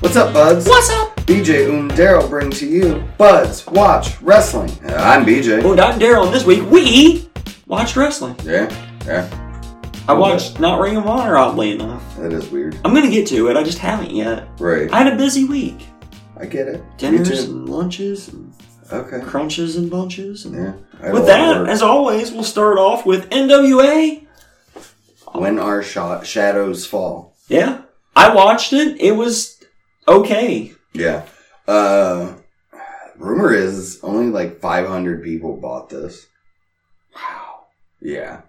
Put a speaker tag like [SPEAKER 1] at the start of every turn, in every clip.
[SPEAKER 1] What's up, buds?
[SPEAKER 2] What's up?
[SPEAKER 1] BJ and Daryl bring to you Buds Watch Wrestling. Uh, I'm BJ.
[SPEAKER 2] Oh, Dot and Daryl, and this week we watched wrestling.
[SPEAKER 1] Yeah, yeah.
[SPEAKER 2] I watched not Ring of Honor, oddly enough.
[SPEAKER 1] That is weird.
[SPEAKER 2] I'm gonna get to it, I just haven't yet.
[SPEAKER 1] Right.
[SPEAKER 2] I had a busy week.
[SPEAKER 1] I get it. You
[SPEAKER 2] Dinners
[SPEAKER 1] too.
[SPEAKER 2] and lunches and
[SPEAKER 1] Okay.
[SPEAKER 2] crunches and bunches. And
[SPEAKER 1] Yeah. I had a lot of
[SPEAKER 2] With that,
[SPEAKER 1] work.
[SPEAKER 2] as always, we'll start off with NWA.
[SPEAKER 1] when our sha- shadows fall.
[SPEAKER 2] Yeah. I watched it. It was okay.
[SPEAKER 1] Yeah. Uh, rumor is only like 500 people bought this.
[SPEAKER 2] Wow.
[SPEAKER 1] Yeah.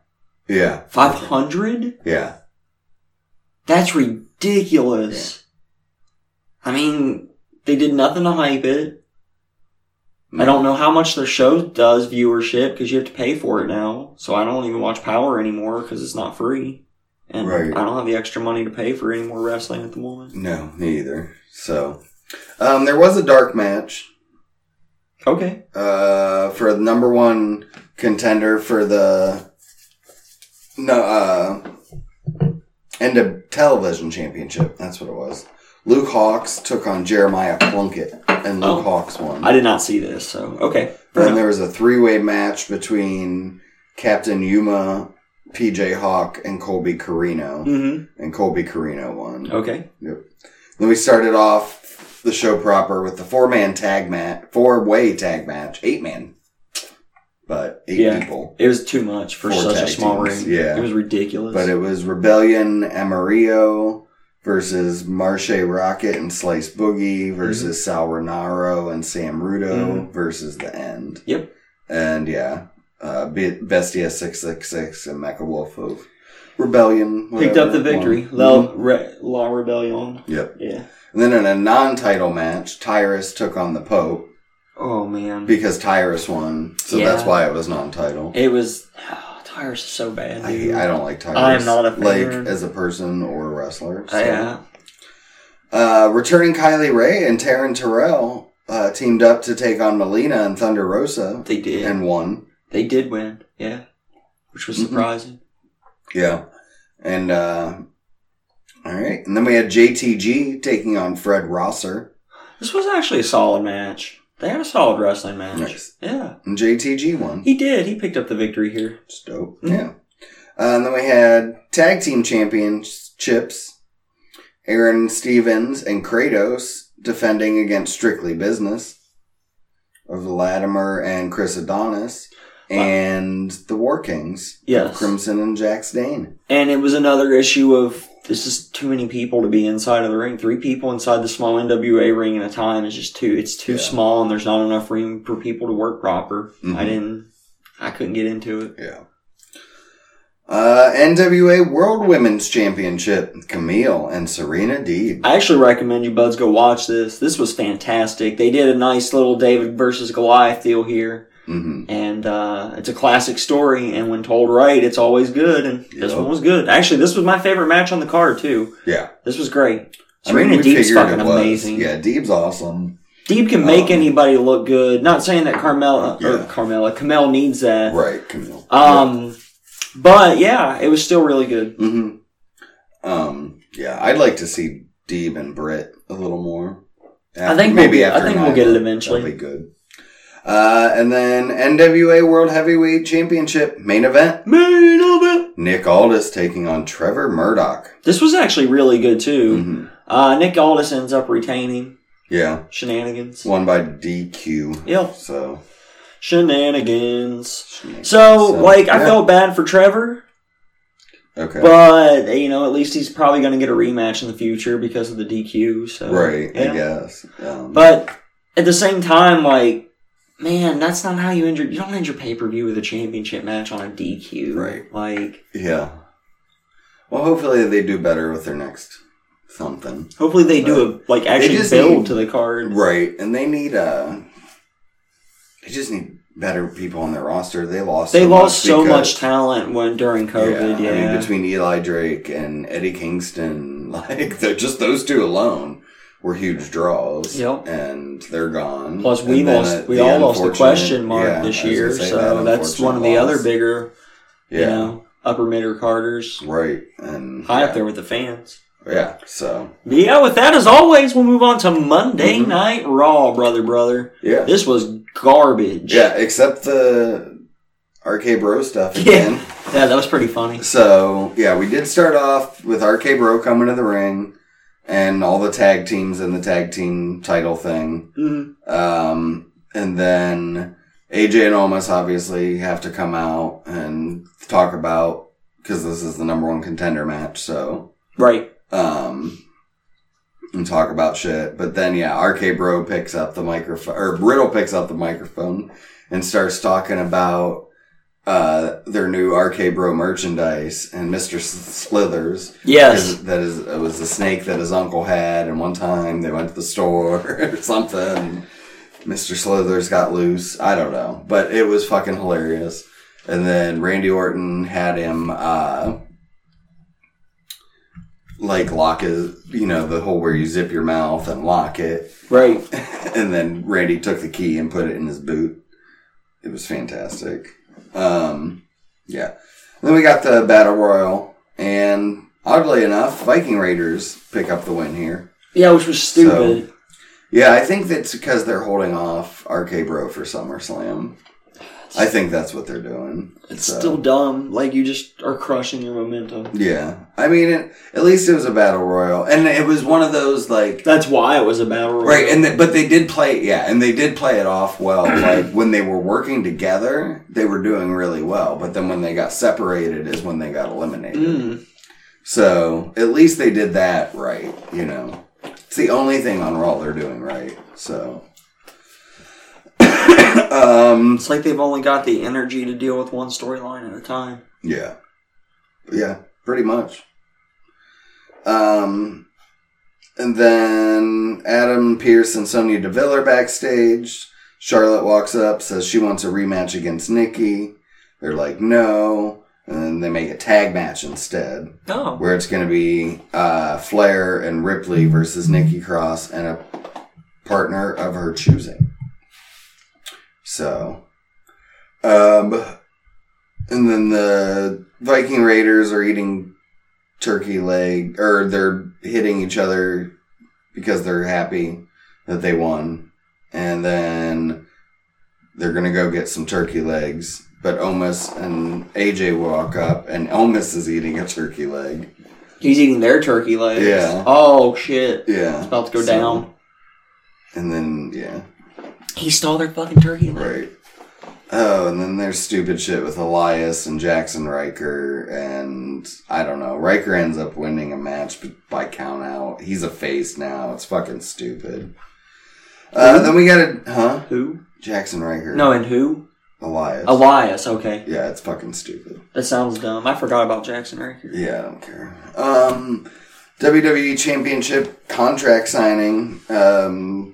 [SPEAKER 1] Yeah.
[SPEAKER 2] 500?
[SPEAKER 1] Yeah.
[SPEAKER 2] That's ridiculous. I mean, they did nothing to hype it. I don't know how much their show does viewership because you have to pay for it now. So I don't even watch Power anymore because it's not free. And
[SPEAKER 1] Right.
[SPEAKER 2] I don't have the extra money to pay for any more wrestling at the moment.
[SPEAKER 1] No, me either. So, um, there was a dark match.
[SPEAKER 2] Okay.
[SPEAKER 1] uh, for the number one contender for the no uh, end of television championship. That's what it was. Luke Hawks took on Jeremiah Plunkett, and Luke
[SPEAKER 2] Oh.
[SPEAKER 1] Hawks won.
[SPEAKER 2] I did not see this, so okay. Fair
[SPEAKER 1] then
[SPEAKER 2] enough.
[SPEAKER 1] there was a three-way match between Captain Yuma, PJ Hawk, and Colby Carino,
[SPEAKER 2] Mhm.
[SPEAKER 1] and Colby Carino won.
[SPEAKER 2] Okay.
[SPEAKER 1] Then we started off the show proper with the four man tag match, four way tag match, eight man, but eight
[SPEAKER 2] Yeah.
[SPEAKER 1] people.
[SPEAKER 2] It was too much for
[SPEAKER 1] Four
[SPEAKER 2] such a
[SPEAKER 1] tag
[SPEAKER 2] small
[SPEAKER 1] teams,
[SPEAKER 2] ring.
[SPEAKER 1] yeah.
[SPEAKER 2] It was ridiculous.
[SPEAKER 1] But it was Rebellion Amarillo versus Marche Rocket and Slice Boogie
[SPEAKER 2] Mm-hmm.
[SPEAKER 1] versus Sal Renaro and Sam Rudo versus The End.
[SPEAKER 2] Yep.
[SPEAKER 1] And yeah, uh, Be- Bestia 666 and Mecha Wolf of Rebellion.
[SPEAKER 2] Picked up
[SPEAKER 1] whatever,
[SPEAKER 2] the victory.
[SPEAKER 1] won.
[SPEAKER 2] Law,
[SPEAKER 1] Mhm.
[SPEAKER 2] re, Law Rebellion.
[SPEAKER 1] Yep.
[SPEAKER 2] Yeah.
[SPEAKER 1] And then in a non title match, Tyrus took on the Pope.
[SPEAKER 2] Oh man.
[SPEAKER 1] because Tyrus won, so that's
[SPEAKER 2] Yeah.
[SPEAKER 1] why it was non-title.
[SPEAKER 2] It was. oh, tires are so bad.
[SPEAKER 1] I,
[SPEAKER 2] Dude.
[SPEAKER 1] I don't like Tyrus.
[SPEAKER 2] I am not a fan.
[SPEAKER 1] like as a person or a wrestler. so.
[SPEAKER 2] yeah.
[SPEAKER 1] Uh, returning Kylie Ray and Taryn Terrell uh, teamed up to take on Melina and Thunder Rosa
[SPEAKER 2] They did.
[SPEAKER 1] and won.
[SPEAKER 2] They did win, yeah, which was
[SPEAKER 1] Mhm.
[SPEAKER 2] surprising.
[SPEAKER 1] Yeah, and uh, all right, and then we had JTG taking on Fred Rosser.
[SPEAKER 2] This was actually a solid match. They had a solid wrestling match.
[SPEAKER 1] Nice.
[SPEAKER 2] Yeah,
[SPEAKER 1] And JTG won.
[SPEAKER 2] he did. He picked up the victory here.
[SPEAKER 1] It's dope.
[SPEAKER 2] Mhm.
[SPEAKER 1] Yeah. Uh, and then we had tag team championships. Aaron Stevens and Kratos defending against Strictly Business of Latimer and Chris Adonis
[SPEAKER 2] Wow.
[SPEAKER 1] and the War Kings,
[SPEAKER 2] Yes,
[SPEAKER 1] Crimson and Jax Dane.
[SPEAKER 2] and it was another issue of this is too many people to be inside of the ring. Three people inside the small NWA ring at a time is just too. It's too
[SPEAKER 1] Yeah.
[SPEAKER 2] small, and there's not enough room for people to work proper.
[SPEAKER 1] Mhm.
[SPEAKER 2] I didn't. I couldn't get into it.
[SPEAKER 1] Yeah. Uh, NWA World Women's Championship, Camille and Serena Deeb.
[SPEAKER 2] I actually recommend you buds go watch this. This was fantastic. They did a nice little David versus Goliath deal here.
[SPEAKER 1] Mm-hmm.
[SPEAKER 2] and uh, it's a classic story. And when told right, it's always good. And this
[SPEAKER 1] Yep.
[SPEAKER 2] one was good. Actually, this was my favorite match on the card too.
[SPEAKER 1] Yeah.
[SPEAKER 2] This was great.
[SPEAKER 1] I mean, we
[SPEAKER 2] Serena Deeb's
[SPEAKER 1] figured it
[SPEAKER 2] fucking
[SPEAKER 1] was.
[SPEAKER 2] amazing.
[SPEAKER 1] Yeah, Deeb's awesome.
[SPEAKER 2] Deeb can make
[SPEAKER 1] Um,
[SPEAKER 2] anybody look good. Not saying that Carmella
[SPEAKER 1] Yeah.
[SPEAKER 2] or Carmella Camel needs that.
[SPEAKER 1] Right, Camille.
[SPEAKER 2] Um, but yeah, it was still really good.
[SPEAKER 1] hmm Um, yeah, I'd like to see Deeb and Britt a little more.
[SPEAKER 2] I think we'll
[SPEAKER 1] maybe
[SPEAKER 2] get- I
[SPEAKER 1] after
[SPEAKER 2] think we'll
[SPEAKER 1] Nyla,
[SPEAKER 2] get it eventually.
[SPEAKER 1] That'll be good. Uh, and then NWA World Heavyweight Championship main event:
[SPEAKER 2] Main event.
[SPEAKER 1] Nick Aldis taking on Trevor Murdoch.
[SPEAKER 2] This was actually really good too.
[SPEAKER 1] hmm
[SPEAKER 2] Uh, Nick Aldis ends up retaining
[SPEAKER 1] Yeah,
[SPEAKER 2] shenanigans.
[SPEAKER 1] won by DQ.
[SPEAKER 2] Yep,
[SPEAKER 1] So,
[SPEAKER 2] shenanigans.
[SPEAKER 1] so,
[SPEAKER 2] So, like, I
[SPEAKER 1] yeah.
[SPEAKER 2] felt bad for Trevor
[SPEAKER 1] okay,
[SPEAKER 2] But you know, at least he's probably going to get a rematch in the future because of the DQ. So
[SPEAKER 1] right,
[SPEAKER 2] yeah.
[SPEAKER 1] I guess. Um,
[SPEAKER 2] But at the same time, like, man, that's not how you injure. You don't injure pay per view with a championship match on a DQ.
[SPEAKER 1] Right.
[SPEAKER 2] Like,
[SPEAKER 1] yeah. Well, hopefully they do better with their next something.
[SPEAKER 2] hopefully they do a like actually
[SPEAKER 1] just
[SPEAKER 2] build
[SPEAKER 1] need-
[SPEAKER 2] to the card.
[SPEAKER 1] Right, and they need uh they just need better people on their roster. They lost.
[SPEAKER 2] They
[SPEAKER 1] so
[SPEAKER 2] lost so
[SPEAKER 1] because-
[SPEAKER 2] much talent when during COVID. Yeah.
[SPEAKER 1] I mean, between Eli Drake and Eddie Kingston, like they're just those two alone were huge draws.
[SPEAKER 2] Yep.
[SPEAKER 1] and they're gone.
[SPEAKER 2] Plus, we
[SPEAKER 1] And then,
[SPEAKER 2] lost.
[SPEAKER 1] uh,
[SPEAKER 2] We
[SPEAKER 1] the
[SPEAKER 2] all lost the
[SPEAKER 1] unfortunate-
[SPEAKER 2] question mark
[SPEAKER 1] yeah,
[SPEAKER 2] this
[SPEAKER 1] I was
[SPEAKER 2] year,
[SPEAKER 1] gonna say
[SPEAKER 2] so
[SPEAKER 1] that
[SPEAKER 2] that's one of the
[SPEAKER 1] unfortunate
[SPEAKER 2] other
[SPEAKER 1] loss.
[SPEAKER 2] bigger,
[SPEAKER 1] Yeah,
[SPEAKER 2] you know, upper middle carders.
[SPEAKER 1] right. And
[SPEAKER 2] High
[SPEAKER 1] yeah,
[SPEAKER 2] up there with the fans.
[SPEAKER 1] Yeah. So
[SPEAKER 2] But yeah, with that, as always, we'll move on to Monday
[SPEAKER 1] Mhm.
[SPEAKER 2] Night Raw, brother, brother.
[SPEAKER 1] yeah,
[SPEAKER 2] This was garbage.
[SPEAKER 1] yeah. Except the RK Bro stuff again.
[SPEAKER 2] Yeah, that was pretty funny.
[SPEAKER 1] So yeah, we did start off with RK Bro coming to the ring and all the tag teams and the tag team title thing.
[SPEAKER 2] Mhm.
[SPEAKER 1] Um, and then AJ and Omos obviously have to come out and talk about because this is the number one contender match. So
[SPEAKER 2] Right.
[SPEAKER 1] um, and talk about shit. But then yeah, RK Bro picks up the microphone or Riddle picks up the microphone and starts talking about. Uh, their new RK Bro merchandise and Mr. Slithers
[SPEAKER 2] Yes.
[SPEAKER 1] that is it was the snake that his uncle had, and one time they went to the store or something. Mr. Slithers got loose. I don't know, but it was fucking hilarious. And then Randy Orton had him uh, like lock his, you know, the whole where you zip your mouth and lock it,
[SPEAKER 2] Right.
[SPEAKER 1] and then Randy took the key and put it in his boot. It was fantastic. Um, yeah. Then we got the Battle Royal, and oddly enough, Viking Raiders pick up the win here.
[SPEAKER 2] Yeah, which was stupid.
[SPEAKER 1] Yeah, I think that's because they're holding off RK Bro for SummerSlam. I think that's what they're doing.
[SPEAKER 2] it's
[SPEAKER 1] so-
[SPEAKER 2] still dumb. Like, you just are crushing your momentum.
[SPEAKER 1] Yeah. I mean, it, at least it was a Battle Royal, and it was one of those like
[SPEAKER 2] That's why it was a battle royal.
[SPEAKER 1] Right, and th but they did play, yeah, and they did play it off well. Like when they were working together, they were doing really well. But then when they got separated, is when they got eliminated.
[SPEAKER 2] Mm.
[SPEAKER 1] So at least they did that right. You know, it's the only thing on Raw they're doing right. So, um,
[SPEAKER 2] It's like they've only got the energy to deal with one storyline at a time.
[SPEAKER 1] yeah, yeah, pretty much. Um. And then Adam Pierce and Sonya Deville are backstage. Charlotte walks up, says she wants a rematch against Nikki. They're like, no. And then they make a tag match instead,
[SPEAKER 2] Oh.
[SPEAKER 1] where it's going to be uh, Flair and Ripley versus Nikki Cross and a partner of her choosing. So, um, and then the Viking Raiders are eating turkey leg, or they're hitting each other because they're happy that they won. And then they're going to go get some turkey legs. But Omus and AJ walk up, and Omus is eating a turkey leg.
[SPEAKER 2] He's eating their turkey legs.
[SPEAKER 1] Yeah.
[SPEAKER 2] Oh, shit.
[SPEAKER 1] Yeah.
[SPEAKER 2] It's about to go
[SPEAKER 1] So-
[SPEAKER 2] down.
[SPEAKER 1] And then, yeah.
[SPEAKER 2] He stole their fucking turkey leg.
[SPEAKER 1] Right. Oh, and then there's stupid shit with Elias and Jackson Riker, and I don't know. Riker ends up winning a match b- by count out. He's a face now. It's fucking stupid. Uh, then we got a huh?
[SPEAKER 2] Who?
[SPEAKER 1] Jackson Riker.
[SPEAKER 2] No, and who?
[SPEAKER 1] Elias.
[SPEAKER 2] Elias. Okay.
[SPEAKER 1] yeah, it's fucking stupid.
[SPEAKER 2] That sounds dumb. I forgot about Jackson Riker.
[SPEAKER 1] Yeah, I don't care. Um, WWE Championship contract signing. Um,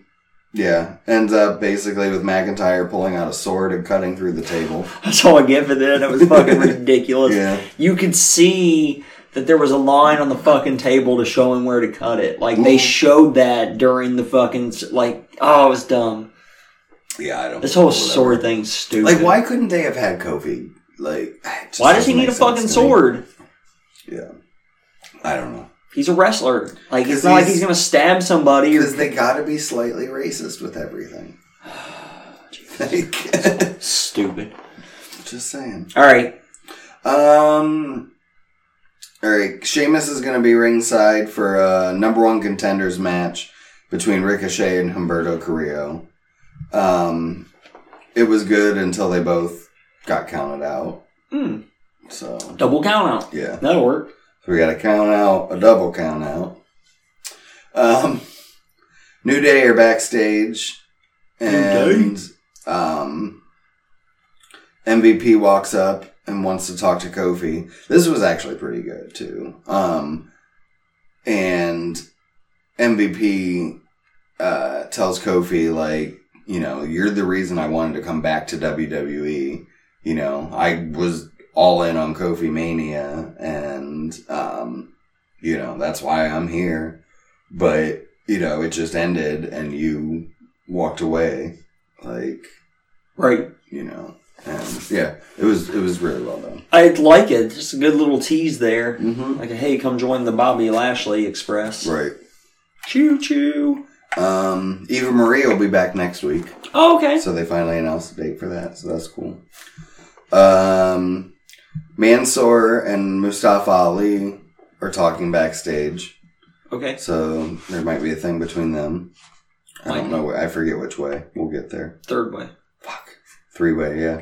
[SPEAKER 1] yeah, ends up basically with McIntyre pulling out a sword and cutting through the table.
[SPEAKER 2] That's all I get for that. That was fucking ridiculous.
[SPEAKER 1] Yeah.
[SPEAKER 2] You could see that there was a line on the fucking table to show him where to cut it. Like they
[SPEAKER 1] Mhm.
[SPEAKER 2] showed that during the fucking s- like. Oh, it was dumb.
[SPEAKER 1] Yeah, I don't.
[SPEAKER 2] This whole
[SPEAKER 1] whatever.
[SPEAKER 2] sword thing's stupid.
[SPEAKER 1] Like, why couldn't they have had Kofi? Like, it just
[SPEAKER 2] Why does he
[SPEAKER 1] doesn't
[SPEAKER 2] need a
[SPEAKER 1] make sense
[SPEAKER 2] fucking
[SPEAKER 1] to me.
[SPEAKER 2] sword?
[SPEAKER 1] I don't know.
[SPEAKER 2] He's a wrestler. Like it's
[SPEAKER 1] 'Cause
[SPEAKER 2] not like
[SPEAKER 1] he's-
[SPEAKER 2] he's gonna stab somebody. Or,
[SPEAKER 1] Because they got to be slightly racist with everything. Like,
[SPEAKER 2] stupid.
[SPEAKER 1] just saying.
[SPEAKER 2] All right.
[SPEAKER 1] Um. All right, Sheamus is going to be ringside for a number one contenders match between Ricochet and Humberto Carrillo. Um, it was good until they both got counted out.
[SPEAKER 2] Hmm.
[SPEAKER 1] So
[SPEAKER 2] Double count out.
[SPEAKER 1] yeah,
[SPEAKER 2] That'll work.
[SPEAKER 1] So we got a count out, a double count out. Um, New Day are backstage, and um, MVP walks up and wants to talk to Kofi. This was actually pretty good too. Um, and MVP uh, tells Kofi like, you know, you're the reason I wanted to come back to WWE. You know, I was all in on Kofi Mania, and um, you know that's why I'm here. But you know, it just ended, and you walked away. Like
[SPEAKER 2] Right.
[SPEAKER 1] you know, And yeah, it was it was really well done.
[SPEAKER 2] I like it. Just a good little tease there.
[SPEAKER 1] Mm-hmm.
[SPEAKER 2] Like, hey, come join the Bobby Lashley Express.
[SPEAKER 1] Right.
[SPEAKER 2] Choo choo.
[SPEAKER 1] Um, Eva Marie will be back next week,
[SPEAKER 2] Oh, okay.
[SPEAKER 1] so they finally announced the date for that. So that's cool. Um, Mansoor and Mustafa Ali are talking backstage,
[SPEAKER 2] Okay.
[SPEAKER 1] so there might be a thing between them. I don't
[SPEAKER 2] Might
[SPEAKER 1] know. I forget which way. We'll get there.
[SPEAKER 2] Third way.
[SPEAKER 1] Fuck. Three way, yeah.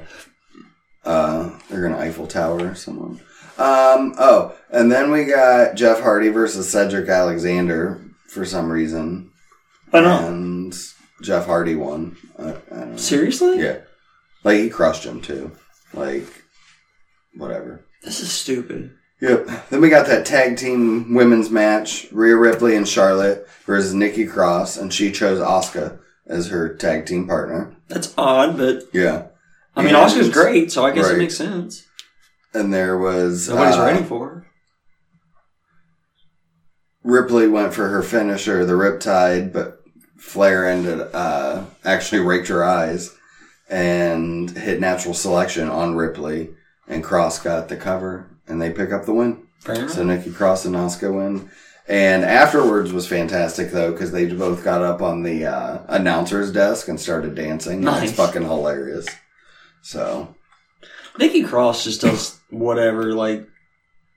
[SPEAKER 1] Uh, they're gonna Eiffel Tower someone. Um, oh, and then we got Jeff Hardy versus Cedric Alexander for some reason.
[SPEAKER 2] I know.
[SPEAKER 1] And Jeff Hardy won. I, I don't know.
[SPEAKER 2] Seriously?
[SPEAKER 1] Yeah. Like, he crushed him too. Like, whatever.
[SPEAKER 2] This is stupid.
[SPEAKER 1] Yep. Then we got that tag team women's match Rhea Ripley and Charlotte versus Nikki Cross, and she chose Asuka as her tag team partner.
[SPEAKER 2] That's odd, but
[SPEAKER 1] Yeah.
[SPEAKER 2] I mean,
[SPEAKER 1] And-
[SPEAKER 2] Oscar's great, so I guess
[SPEAKER 1] Right.
[SPEAKER 2] it makes sense.
[SPEAKER 1] and there was
[SPEAKER 2] Nobody's
[SPEAKER 1] uh,
[SPEAKER 2] ready for her.
[SPEAKER 1] Ripley went for her finisher, the Riptide, but Flair ended uh, actually raked her eyes and hit natural selection on Ripley, and Cross got the cover, and they pick up the win.
[SPEAKER 2] Fair enough.
[SPEAKER 1] So Nikki Cross and Asuka win. And afterwards was fantastic though because they both got up on the uh, announcer's desk and started dancing. and
[SPEAKER 2] Nice.
[SPEAKER 1] It's fucking hilarious. So
[SPEAKER 2] Nikki Cross just does whatever, like,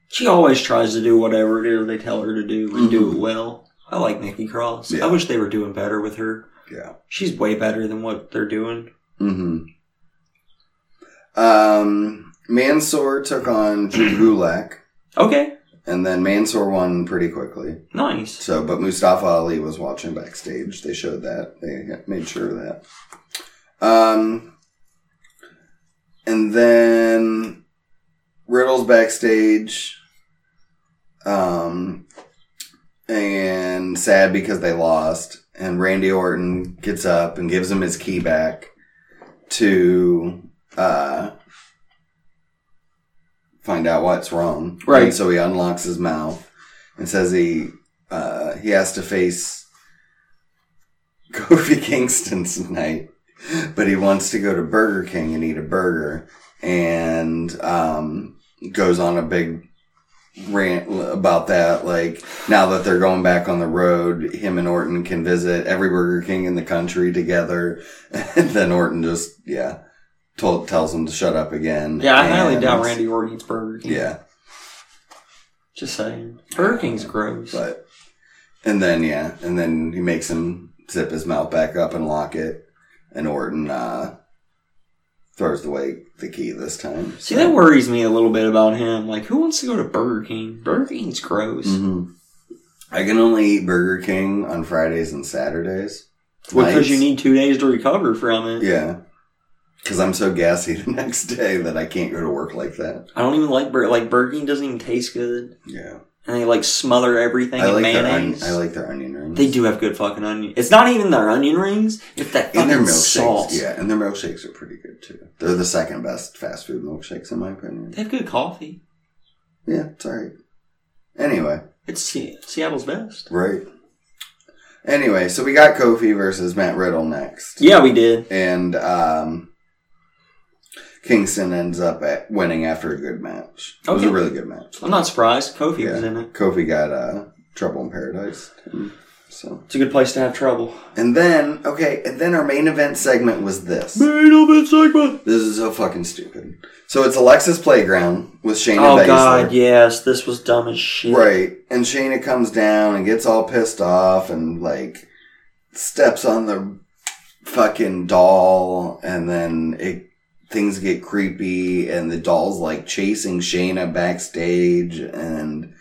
[SPEAKER 2] she always tries to do whatever it is they tell her to do and do it well. I like Nikki Cross.
[SPEAKER 1] Mm-hmm. Yeah.
[SPEAKER 2] I wish they were doing better with her.
[SPEAKER 1] Yeah.
[SPEAKER 2] She's way better than what they're doing.
[SPEAKER 1] Mm-hmm. Um, Mansoor took on Drew Gulak,
[SPEAKER 2] Okay.
[SPEAKER 1] and then Mansoor won pretty quickly.
[SPEAKER 2] Nice.
[SPEAKER 1] So, but Mustafa Ali was watching backstage. They showed that. They made sure of that. Um, and then Riddle's backstage. Um, and sad because they lost. And Randy Orton gets up and gives him his key back to uh, find out what's wrong.
[SPEAKER 2] Right.
[SPEAKER 1] And so he unlocks his mouth and says he uh, he has to face Kofi Kingston tonight, but he wants to go to Burger King and eat a burger, and um, goes on a big rant l- about that. Like now that they're going back on the road, him and Orton can visit every Burger King in the country together, and then Orton just yeah. Told, tells him to shut up again.
[SPEAKER 2] Yeah, I highly
[SPEAKER 1] and-
[SPEAKER 2] doubt Randy Orton eats Burger King.
[SPEAKER 1] Yeah,
[SPEAKER 2] Just saying. Burger King's gross.
[SPEAKER 1] But and then yeah, and then he makes him zip his mouth back up and lock it, and Orton uh, throws away the key this time.
[SPEAKER 2] See, that worries me a little bit about him. Like, who wants to go to Burger King? Burger King's gross.
[SPEAKER 1] hmm I can only eat Burger King on Fridays and Saturdays.
[SPEAKER 2] Well,
[SPEAKER 1] Nights.
[SPEAKER 2] Because you need two days to recover from it.
[SPEAKER 1] yeah, because I'm so gassy the next day that I can't go to work like that.
[SPEAKER 2] I don't even like Burger Like, Burger King doesn't even taste good.
[SPEAKER 1] Yeah,
[SPEAKER 2] And they, like, smother everything
[SPEAKER 1] I
[SPEAKER 2] in
[SPEAKER 1] like their on-
[SPEAKER 2] mayonnaise.
[SPEAKER 1] I like their onion rings.
[SPEAKER 2] They do have good fucking onion. It's not even their onion rings. It's that
[SPEAKER 1] And their
[SPEAKER 2] fucking
[SPEAKER 1] milkshakes,
[SPEAKER 2] sauce.
[SPEAKER 1] yeah, and their milkshakes are pretty good too. They're the second best fast food milkshakes in my opinion.
[SPEAKER 2] They have good coffee.
[SPEAKER 1] Yeah, it's alright. Anyway,
[SPEAKER 2] It's Se- Seattle's best.
[SPEAKER 1] Right. Anyway, so we got Kofi versus Matt Riddle next.
[SPEAKER 2] Yeah, we did.
[SPEAKER 1] And um, Kingston ends up at winning after a good match. It was a
[SPEAKER 2] Okay.
[SPEAKER 1] really good match.
[SPEAKER 2] I'm not surprised. Kofi was
[SPEAKER 1] Yeah.
[SPEAKER 2] in it.
[SPEAKER 1] Kofi got uh, Trouble in Paradise. So
[SPEAKER 2] It's a good place to have trouble.
[SPEAKER 1] and then okay, and then our main event segment was this.
[SPEAKER 2] Main segment.
[SPEAKER 1] This is so fucking stupid. So it's Alexa's playground with Shayna
[SPEAKER 2] Oh
[SPEAKER 1] Baszler.
[SPEAKER 2] god, yes, this was dumb as shit.
[SPEAKER 1] Right. And Shayna comes down and gets all pissed off and like steps on the fucking doll and then it things get creepy and the doll's like chasing Shayna backstage and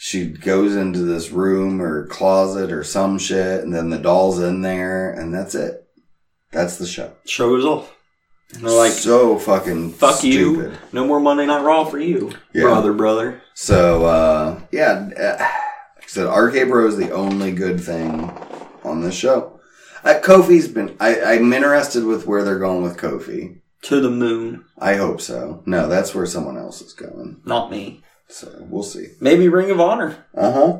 [SPEAKER 1] she goes into this room or closet or some shit and then the doll's in there and that's it. That's the show.
[SPEAKER 2] Show was off. And they're like,
[SPEAKER 1] so fucking
[SPEAKER 2] fuck
[SPEAKER 1] stupid.
[SPEAKER 2] you. No more Monday Night Raw for you,
[SPEAKER 1] Yeah.
[SPEAKER 2] brother, brother.
[SPEAKER 1] So uh, yeah, uh, like I said RK Bro is the only good thing on this show. Uh, Kofi's been. I, I'm interested with where they're going with Kofi.
[SPEAKER 2] To the moon,
[SPEAKER 1] I hope so. No, that's where someone else is going.
[SPEAKER 2] not me.
[SPEAKER 1] So we'll see.
[SPEAKER 2] Maybe Ring of Honor.
[SPEAKER 1] Uh huh.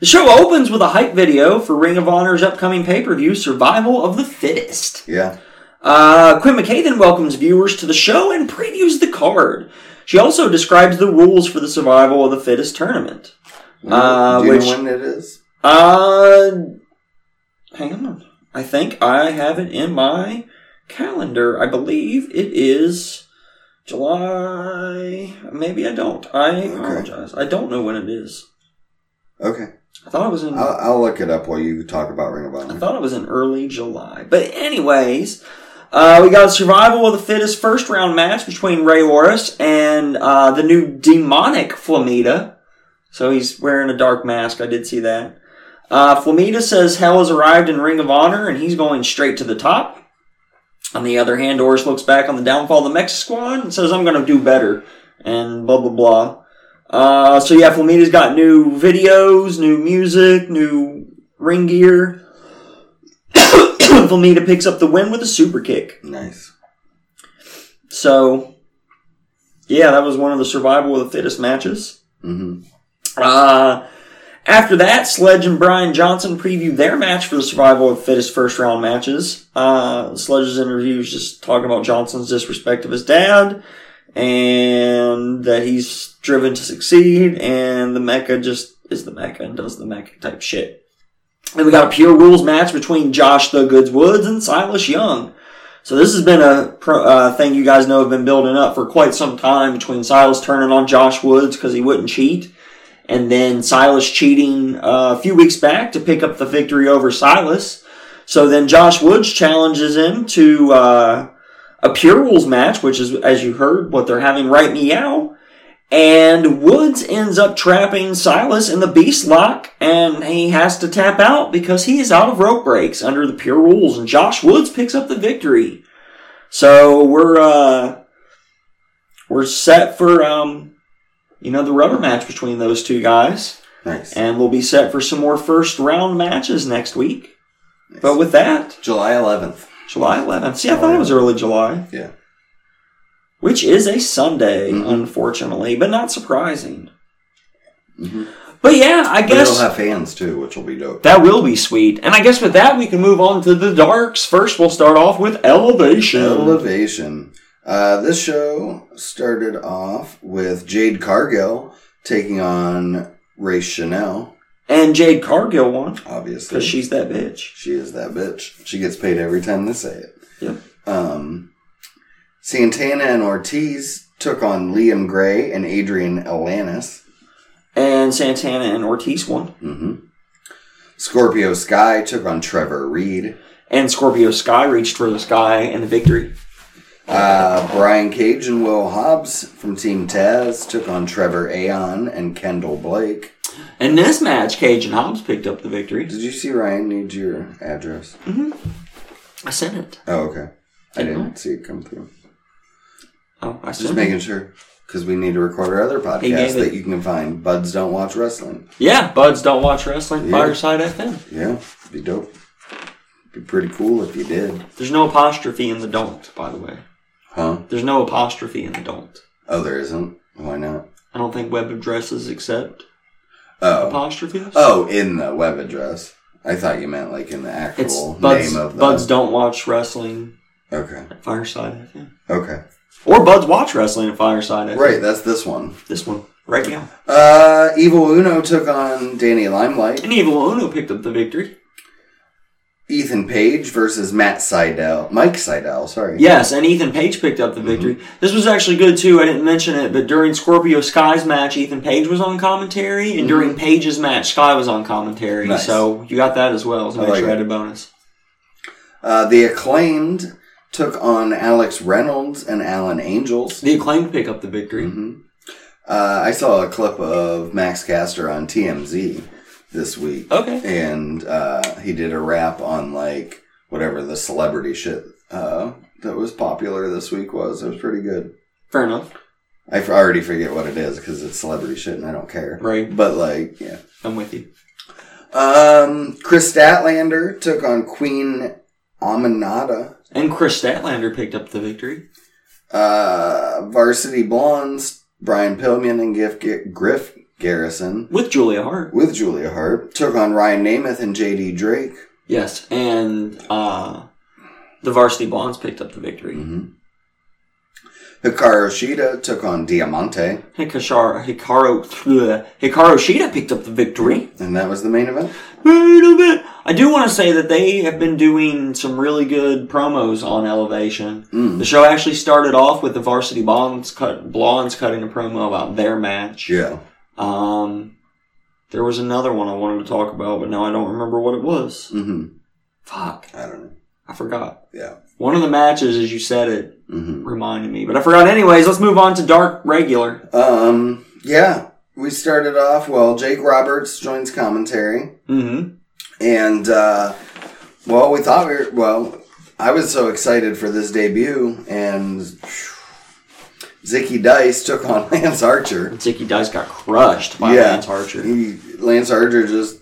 [SPEAKER 2] The show opens with a hype video for Ring of Honor's upcoming pay per view, Survival of the Fittest.
[SPEAKER 1] Yeah.
[SPEAKER 2] Uh, Quinn McKay then welcomes viewers to the show and previews the card. She also describes the rules for the survival of the fittest tournament. Uh,
[SPEAKER 1] Do you
[SPEAKER 2] which-
[SPEAKER 1] know when it is?
[SPEAKER 2] Uh, hang on. I think I have it in my calendar. I believe it is July. Maybe I don't. I
[SPEAKER 1] Okay.
[SPEAKER 2] apologize. I don't know when it is.
[SPEAKER 1] Okay,
[SPEAKER 2] I thought it was in.
[SPEAKER 1] I'll, I'll look it up while you talk about Ring of
[SPEAKER 2] I
[SPEAKER 1] Honor.
[SPEAKER 2] thought it was in early July. But anyways, uh, we got survival of the fittest first round match between Ray Orris and uh, the new demonic Flamita. So he's wearing a dark mask. I did see that. Uh, Flamita says hell has arrived in Ring of Honor and he's going straight to the top. On the other hand, Orris looks back on the downfall of the Mexa Squad and says, I'm going to do better. And blah, blah, blah. Uh, so yeah, Flamita's got new videos, new music, new ring gear. Flamita picks up the win with a super kick.
[SPEAKER 1] Nice.
[SPEAKER 2] So, yeah, that was one of the survival of the fittest matches.
[SPEAKER 1] hmm
[SPEAKER 2] Uh, after that, Sledge and Brian Johnson preview their match for the survival of the fittest first round matches. Uh, Sledge's interview is just talking about Johnson's disrespect of his dad and that he's driven to succeed and the mecha just is the mecha and does the mecha type shit. Then we got a pure rules match between Josh the Goods Woods and Silas Young. So this has been a pro, uh, thing you guys know have been building up for quite some time between Silas turning on Josh Woods because he wouldn't cheat, and then Silas cheating uh, a few weeks back to pick up the victory over Silas. So then Josh Woods challenges him to uh, a pure rules match, which is as you heard what they're having right meow. And Woods ends up trapping Silas in the beast lock, and he has to tap out because he is out of rope breaks under the pure rules, and Josh Woods picks up the victory. So we're uh we're set for um you know the rubber match between those two guys.
[SPEAKER 1] Nice.
[SPEAKER 2] And we'll be set for some more first round matches next week.
[SPEAKER 1] Nice.
[SPEAKER 2] But with that,
[SPEAKER 1] July 11th.
[SPEAKER 2] July eleventh. See I thought it was early July.
[SPEAKER 1] Yeah.
[SPEAKER 2] Which is a Sunday,
[SPEAKER 1] Mhm.
[SPEAKER 2] unfortunately, but not surprising.
[SPEAKER 1] hmm
[SPEAKER 2] But yeah, I
[SPEAKER 1] But
[SPEAKER 2] guess
[SPEAKER 1] it'll have fans too, which will be dope.
[SPEAKER 2] That will be sweet. And I guess with that, we can move on to the darks. First, we'll start off with Elevation.
[SPEAKER 1] Elevation. Uh, this show started off with Jade Cargill taking on Ray Chanel,
[SPEAKER 2] and Jade Cargill won
[SPEAKER 1] obviously.
[SPEAKER 2] because she's that bitch.
[SPEAKER 1] She is that bitch. She gets paid every time they say it.
[SPEAKER 2] Yep.
[SPEAKER 1] Um, Santana and Ortiz took on Liam Gray and Adrian Alanis.
[SPEAKER 2] And Santana and Ortiz won.
[SPEAKER 1] hmm Scorpio Sky took on Trevor Reed.
[SPEAKER 2] And Scorpio Sky reached for the sky and the victory.
[SPEAKER 1] Uh, Brian Cage and Will Hobbs from Team Taz took on Trevor Aon and Kendall Blake.
[SPEAKER 2] In this match, Cage and Hobbs picked up the victory.
[SPEAKER 1] Did you see Ryan needs your address?
[SPEAKER 2] I sent it.
[SPEAKER 1] Oh, okay. I
[SPEAKER 2] Didn't
[SPEAKER 1] didn't see it come through.
[SPEAKER 2] Oh, I
[SPEAKER 1] Just
[SPEAKER 2] sent it.
[SPEAKER 1] making sure. Because we need to record our other
[SPEAKER 2] He gave
[SPEAKER 1] podcast
[SPEAKER 2] it-
[SPEAKER 1] that you can find. Buds Don't Watch Wrestling.
[SPEAKER 2] Yeah, Buds Don't Watch Wrestling,
[SPEAKER 1] Yeah.
[SPEAKER 2] Fireside FM.
[SPEAKER 1] Yeah, it'd be dope. Be pretty cool if you did.
[SPEAKER 2] There's no apostrophe in the don't, by the way.
[SPEAKER 1] Huh?
[SPEAKER 2] There's no apostrophe in the don't.
[SPEAKER 1] Oh, there isn't? Why not?
[SPEAKER 2] I don't think web addresses accept
[SPEAKER 1] Oh.
[SPEAKER 2] apostrophes.
[SPEAKER 1] Oh, in the web address. I thought you meant like in the
[SPEAKER 2] It's
[SPEAKER 1] actual
[SPEAKER 2] Buds,
[SPEAKER 1] name of the.
[SPEAKER 2] Buds Don't Watch Wrestling
[SPEAKER 1] Okay.
[SPEAKER 2] at Fireside FM.
[SPEAKER 1] Okay.
[SPEAKER 2] Or Buds Watch Wrestling at Fireside FM.
[SPEAKER 1] Right, that's this one.
[SPEAKER 2] This one. Right now.
[SPEAKER 1] Uh, Evil Uno took on Danny Limelight.
[SPEAKER 2] And Evil Uno picked up the victory.
[SPEAKER 1] Ethan Page versus Matt Seidel. Mike Seidel, sorry.
[SPEAKER 2] Yes, and Ethan Page picked up the
[SPEAKER 1] Mm-hmm.
[SPEAKER 2] victory. This was actually good too. I didn't mention it, but during Scorpio Sky's match, Ethan Page was on commentary, and during Page's match, Sky was on commentary.
[SPEAKER 1] Mm-hmm. Nice.
[SPEAKER 2] So you got that as well as an
[SPEAKER 1] I like
[SPEAKER 2] extra
[SPEAKER 1] it.
[SPEAKER 2] added bonus.
[SPEAKER 1] Uh, the Acclaimed took on Alex Reynolds and Alan Angels.
[SPEAKER 2] The acclaimed pick up the victory.
[SPEAKER 1] hmm Uh, I saw a clip of Max Caster on TMZ this week,
[SPEAKER 2] Okay.
[SPEAKER 1] and uh, he did a rap on like whatever the celebrity shit uh, that was popular this week was. It was pretty good.
[SPEAKER 2] Fair enough.
[SPEAKER 1] I f- already forget what it is because it's celebrity shit, and I don't care.
[SPEAKER 2] Right.
[SPEAKER 1] But like, yeah.
[SPEAKER 2] I'm with you.
[SPEAKER 1] Um, Chris Statlander took on Queen Aminata.
[SPEAKER 2] And Chris Statlander picked up the victory.
[SPEAKER 1] Uh, Varsity Blondes, Brian Pillman and Gif- Gi- Griff Garrison,
[SPEAKER 2] With Julia Hart.
[SPEAKER 1] with Julia Hart, took on Ryan Namath and JD Drake.
[SPEAKER 2] Yes. And uh The Varsity Blondes picked up the victory.
[SPEAKER 1] Mm-hmm. Hikaru Shida took on Diamante,
[SPEAKER 2] Hikashar, Hikaru, bleh, Hikaru Shida picked up the victory.
[SPEAKER 1] and that was the main event.
[SPEAKER 2] Wait a minute. I do want to say that they have been doing some really good promos on Elevation.
[SPEAKER 1] Mm.
[SPEAKER 2] The show actually started off with the Varsity Blondes, cut, Blondes cutting a promo about their match.
[SPEAKER 1] Yeah.
[SPEAKER 2] Um, there was another one I wanted to talk about, but now I don't remember what it was.
[SPEAKER 1] Mm-hmm.
[SPEAKER 2] Fuck,
[SPEAKER 1] I don't know.
[SPEAKER 2] I forgot.
[SPEAKER 1] Yeah.
[SPEAKER 2] One of the matches, as you said it,
[SPEAKER 1] Mm-hmm.
[SPEAKER 2] reminded me, but I forgot. Anyways, let's move on to Dark Regular.
[SPEAKER 1] Um. Yeah. We started off well. Jake Roberts joins commentary.
[SPEAKER 2] Mm-hmm.
[SPEAKER 1] And uh, well, we thought we were well. I was so excited for this debut, and Zicky Dice took on Lance Archer.
[SPEAKER 2] Zicky Dice got crushed by
[SPEAKER 1] Yeah.
[SPEAKER 2] Lance Archer.
[SPEAKER 1] He, Lance Archer just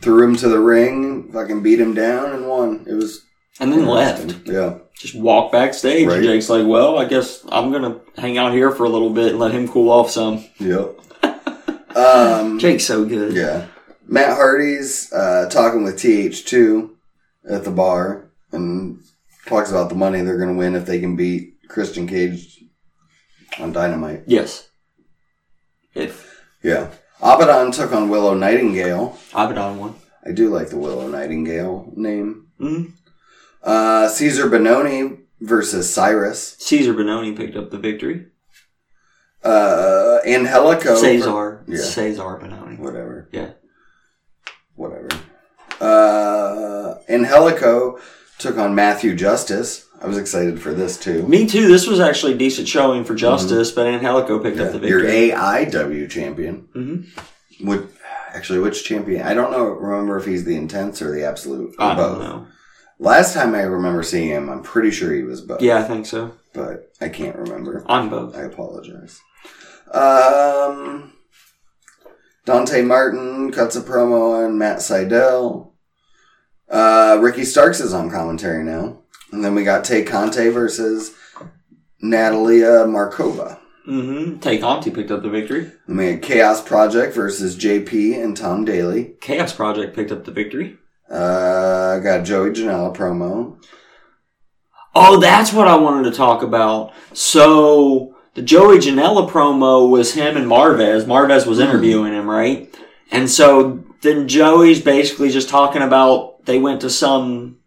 [SPEAKER 1] threw him to the ring, fucking beat him down, and won. It was
[SPEAKER 2] And then left.
[SPEAKER 1] interesting. Yeah,
[SPEAKER 2] Just walked backstage.
[SPEAKER 1] Right.
[SPEAKER 2] And Jake's like, well, I guess I'm going to hang out here for a little bit and let him cool off some.
[SPEAKER 1] yep. um,
[SPEAKER 2] Jake's so good.
[SPEAKER 1] yeah, Matt Hardy's uh, talking with Th two at the bar, and talks about the money they're gonna win if they can beat Christian Cage on Dynamite.
[SPEAKER 2] Yes. If
[SPEAKER 1] Yeah. Abaddon took on Willow Nightingale.
[SPEAKER 2] Abaddon won.
[SPEAKER 1] I do like the Willow Nightingale name.
[SPEAKER 2] Mm-hmm.
[SPEAKER 1] Uh, Caesar Benoni versus Cyrus.
[SPEAKER 2] Caesar Benoni picked up the victory.
[SPEAKER 1] Uh, Angelico.
[SPEAKER 2] Cesar.
[SPEAKER 1] Yeah.
[SPEAKER 2] Cesar Benoni.
[SPEAKER 1] Whatever.
[SPEAKER 2] Yeah.
[SPEAKER 1] Whatever. Uh, Angelico took on Matthew Justice. I was excited for this too.
[SPEAKER 2] Me too. This was actually a decent showing for Justice, but Angelico picked
[SPEAKER 1] Mm-hmm. Yeah,
[SPEAKER 2] up the
[SPEAKER 1] your
[SPEAKER 2] victory.
[SPEAKER 1] AIW champion.
[SPEAKER 2] hmm
[SPEAKER 1] Would actually which champion? I don't know. Remember if he's the intense or the absolute. Or
[SPEAKER 2] I
[SPEAKER 1] both.
[SPEAKER 2] don't know.
[SPEAKER 1] Last time I remember seeing him, I'm pretty sure he was both.
[SPEAKER 2] Yeah, I think so.
[SPEAKER 1] but I can't remember.
[SPEAKER 2] On both.
[SPEAKER 1] I apologize. Um, Dante Martin cuts a promo on Matt Seidel. Uh, Ricky Starks is on commentary now. And then we got Tay Conte versus Natalia Markova.
[SPEAKER 2] Mm-hmm. Tay Conti picked up the victory.
[SPEAKER 1] And we had Chaos Project versus JP and Tom Daly.
[SPEAKER 2] Chaos Project picked up the victory.
[SPEAKER 1] Uh, got Joey Janela promo.
[SPEAKER 2] Oh, that's what I wanted to talk about. So the Joey Janela promo was him and Marvez. Marvez was interviewing him, right? And so then Joey's basically just talking about they went to some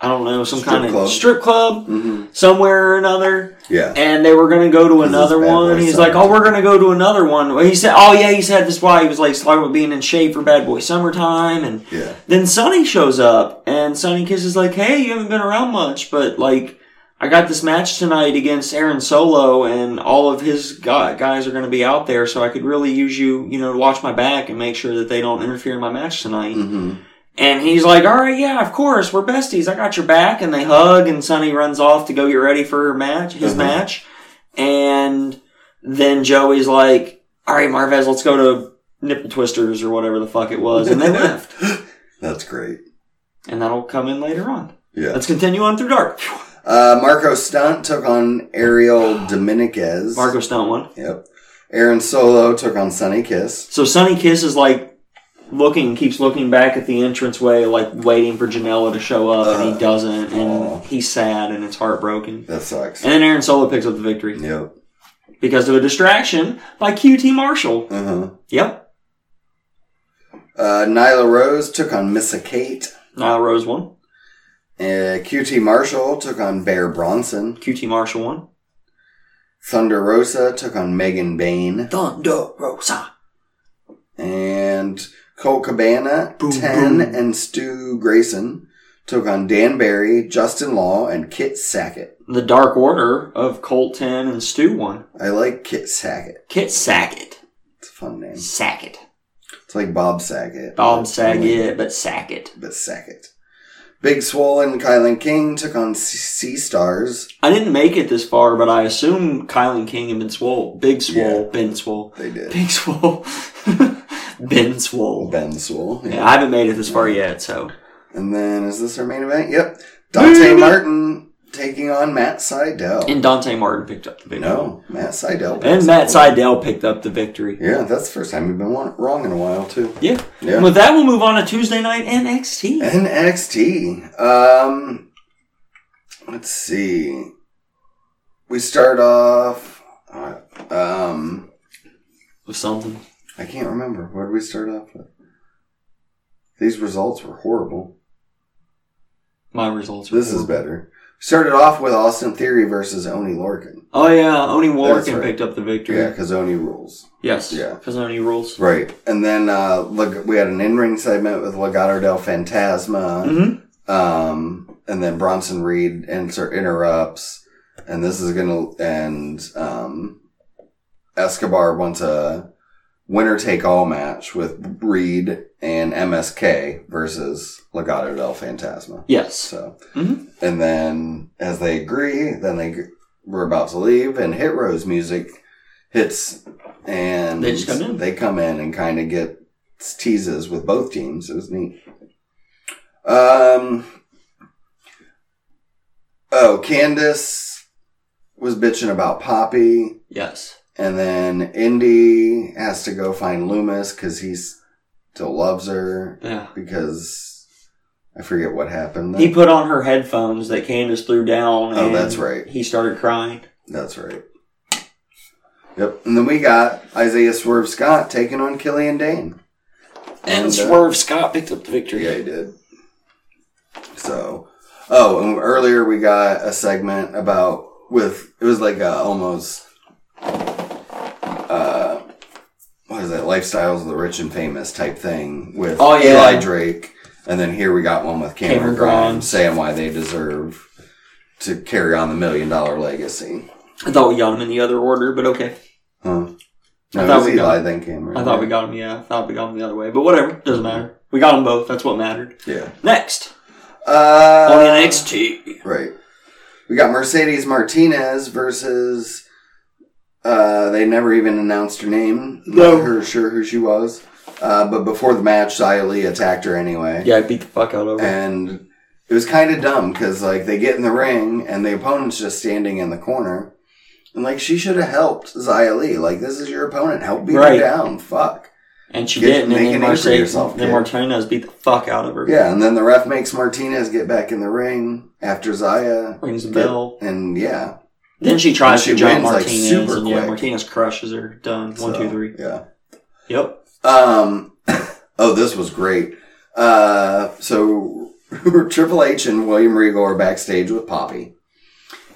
[SPEAKER 2] I don't know, some
[SPEAKER 1] Strip
[SPEAKER 2] kind of
[SPEAKER 1] club.
[SPEAKER 2] strip club
[SPEAKER 1] hmm
[SPEAKER 2] somewhere or another.
[SPEAKER 1] Yeah.
[SPEAKER 2] and they were gonna go to
[SPEAKER 1] This is
[SPEAKER 2] another
[SPEAKER 1] Bad Boy
[SPEAKER 2] one. He's
[SPEAKER 1] Summer.
[SPEAKER 2] like, "Oh, we're gonna go to another one." Well, He said, "Oh yeah," he said that's why he was like talking about being in shape for Bad Boy Summertime. And
[SPEAKER 1] Yeah.
[SPEAKER 2] then Sonny shows up, and Sonny Kiss is like, "Hey, you haven't been around much, but like, I got this match tonight against Aaron Solo, and all of his gu- guys are gonna be out there, so I could really use you, you know, to watch my back and make sure that they don't interfere in my match tonight."
[SPEAKER 1] hmm
[SPEAKER 2] And he's like, all right, yeah, of course, we're besties. I got your back. And they hug, and Sonny runs off to go get ready for her match, his
[SPEAKER 1] Uh-huh.
[SPEAKER 2] match. And then Joey's like, all right, Marvez, let's go to Nipple Twisters or whatever the fuck it was. And they left.
[SPEAKER 1] That's great.
[SPEAKER 2] And that'll come in later on.
[SPEAKER 1] Yeah.
[SPEAKER 2] Let's continue on through Dark.
[SPEAKER 1] Uh, Marco Stunt took on Ariel Dominguez.
[SPEAKER 2] Marco Stunt one.
[SPEAKER 1] Yep. Aaron Solo took on Sunny Kiss.
[SPEAKER 2] So Sonny Kiss is like looking, keeps looking back at the entranceway, like waiting for Janela to show up, and
[SPEAKER 1] Uh,
[SPEAKER 2] he doesn't. And
[SPEAKER 1] aw.
[SPEAKER 2] he's sad and it's heartbroken.
[SPEAKER 1] That sucks.
[SPEAKER 2] And then Aaron Solo picks up the victory.
[SPEAKER 1] Yep.
[SPEAKER 2] because of a distraction by QT Marshall.
[SPEAKER 1] Uh huh.
[SPEAKER 2] Yep,
[SPEAKER 1] Uh, Nyla Rose took on Missa Kate.
[SPEAKER 2] Nile Rose won.
[SPEAKER 1] Uh, QT Marshall took on Bear Bronson.
[SPEAKER 2] QT Marshall won.
[SPEAKER 1] Thunder Rosa took on Megan Bain.
[SPEAKER 2] Thunder Rosa.
[SPEAKER 1] And Colt Cabana,
[SPEAKER 2] Boom,
[SPEAKER 1] 10,
[SPEAKER 2] boom.
[SPEAKER 1] and Stu Grayson took on Dan Barry, Justin Law, and Kit Sackett.
[SPEAKER 2] The Dark Order of Colt Ten and Stu won.
[SPEAKER 1] I like Kit Sackett.
[SPEAKER 2] Kit Sackett.
[SPEAKER 1] It's a fun name.
[SPEAKER 2] Sackett.
[SPEAKER 1] It's like Bob Sackett.
[SPEAKER 2] Bob Saget, but Sackett.
[SPEAKER 1] but second. Big Swollen Kylan King took on Sea Stars.
[SPEAKER 2] I didn't make it this far, but I assume Kylan King and Ben Swole. Big Swole. Ben Swole.
[SPEAKER 1] They did.
[SPEAKER 2] Big Swole. ben Swole.
[SPEAKER 1] Ben Swole. Yeah.
[SPEAKER 2] Yeah, I haven't made it this far yet, so.
[SPEAKER 1] And then is this our main event? Yep. Dante Martin taking on Matt Seidel.
[SPEAKER 2] And Dante Martin picked up the victory.
[SPEAKER 1] no, Matt Seidel.
[SPEAKER 2] And Matt Seidel picked up the victory.
[SPEAKER 1] Yeah, that's the first time you've been won- wrong in a while too.
[SPEAKER 2] Yeah.
[SPEAKER 1] Yeah.
[SPEAKER 2] And with that, we'll move on to Tuesday night NXT.
[SPEAKER 1] NXT. Um, let's see. We start off. uh, Um,
[SPEAKER 2] With something.
[SPEAKER 1] I can't remember. Where did we start off with? These results were horrible.
[SPEAKER 2] My results are
[SPEAKER 1] This is better. Started off with Austin Theory versus Oni Lorcan.
[SPEAKER 2] Oh, yeah. Oni Warkin
[SPEAKER 1] right.
[SPEAKER 2] picked up the victory.
[SPEAKER 1] Yeah, because Oni rules.
[SPEAKER 2] Yes.
[SPEAKER 1] Yeah.
[SPEAKER 2] Because Oni rules.
[SPEAKER 1] Right. And then uh, look, we had an in ring segment with Legado del Fantasma.
[SPEAKER 2] Mm-hmm.
[SPEAKER 1] Um, and then Bronson Reed insert interrupts, and this is gonna and um, Escobar wants a winner take all match with Reed and MSK versus Legado del Fantasma.
[SPEAKER 2] Yes.
[SPEAKER 1] So,
[SPEAKER 2] Mhm.
[SPEAKER 1] and then as they agree, then they g- were about to leave, and Hit Row's music hits, and
[SPEAKER 2] They just come in.
[SPEAKER 1] They come in and kind of get teases with both teams. It was neat. Um. Oh, Candace was bitching about Poppy,
[SPEAKER 2] Yes.
[SPEAKER 1] and then Indy has to go find Loomis because he still loves her
[SPEAKER 2] Yeah.
[SPEAKER 1] because I forget what happened.
[SPEAKER 2] He put on her headphones that Candace threw down.
[SPEAKER 1] Oh,
[SPEAKER 2] and
[SPEAKER 1] that's right.
[SPEAKER 2] He started crying.
[SPEAKER 1] That's right. Yep. And then we got Isaiah Swerve Scott taking on Killian Dane.
[SPEAKER 2] And,
[SPEAKER 1] uh,
[SPEAKER 2] Swerve Scott picked up the victory.
[SPEAKER 1] Yeah, he did. So, oh, and earlier we got a segment about with it was like a almost uh what is that lifestyles of the rich and famous type thing with
[SPEAKER 2] Oh, yeah.
[SPEAKER 1] Eli Drake, and then here we got one with Cameron,
[SPEAKER 2] Cameron
[SPEAKER 1] Grimes,
[SPEAKER 2] Grimes.
[SPEAKER 1] saying why they deserve to carry on the million dollar legacy.
[SPEAKER 2] I thought we got him in the other order, but okay.
[SPEAKER 1] Huh? No,
[SPEAKER 2] I
[SPEAKER 1] it
[SPEAKER 2] thought
[SPEAKER 1] was
[SPEAKER 2] we
[SPEAKER 1] Eli
[SPEAKER 2] got-
[SPEAKER 1] then Cameron.
[SPEAKER 2] I thought we got him, yeah. I thought we got him the other way. But whatever. Doesn't matter. We got them both. That's what mattered.
[SPEAKER 1] Yeah.
[SPEAKER 2] Next.
[SPEAKER 1] Uh,
[SPEAKER 2] on NXT.
[SPEAKER 1] Right. We got Mercedes Martinez versus. Uh, they never even announced her name.
[SPEAKER 2] No.
[SPEAKER 1] Not her sure who she was. Uh, but before the match, Xia Li attacked her anyway.
[SPEAKER 2] Yeah, I beat the fuck out of her.
[SPEAKER 1] And it was kind of dumb because like they get in the ring and the opponent's just standing in the corner, and like she should have helped Xia Li. Like this is your opponent. Help beat her
[SPEAKER 2] Right.
[SPEAKER 1] down. Fuck.
[SPEAKER 2] And she
[SPEAKER 1] Get-
[SPEAKER 2] didn't.
[SPEAKER 1] make a
[SPEAKER 2] And then,
[SPEAKER 1] name for
[SPEAKER 2] Mercedes,
[SPEAKER 1] yourself,
[SPEAKER 2] then
[SPEAKER 1] kid.
[SPEAKER 2] Martinez beat the fuck out of her.
[SPEAKER 1] Yeah. And then the ref makes Martinez get back in the ring after Xia.
[SPEAKER 2] Rings the bell.
[SPEAKER 1] And yeah,
[SPEAKER 2] Then she tries
[SPEAKER 1] And she
[SPEAKER 2] to jump
[SPEAKER 1] wins, like,
[SPEAKER 2] Martinez.
[SPEAKER 1] super
[SPEAKER 2] and yeah,
[SPEAKER 1] quick.
[SPEAKER 2] Martinez crushes her. Done. One,
[SPEAKER 1] So,
[SPEAKER 2] two, three.
[SPEAKER 1] Yeah.
[SPEAKER 2] Yep.
[SPEAKER 1] Um, oh, this was great. Uh, so Triple H and William Regal are backstage with Poppy,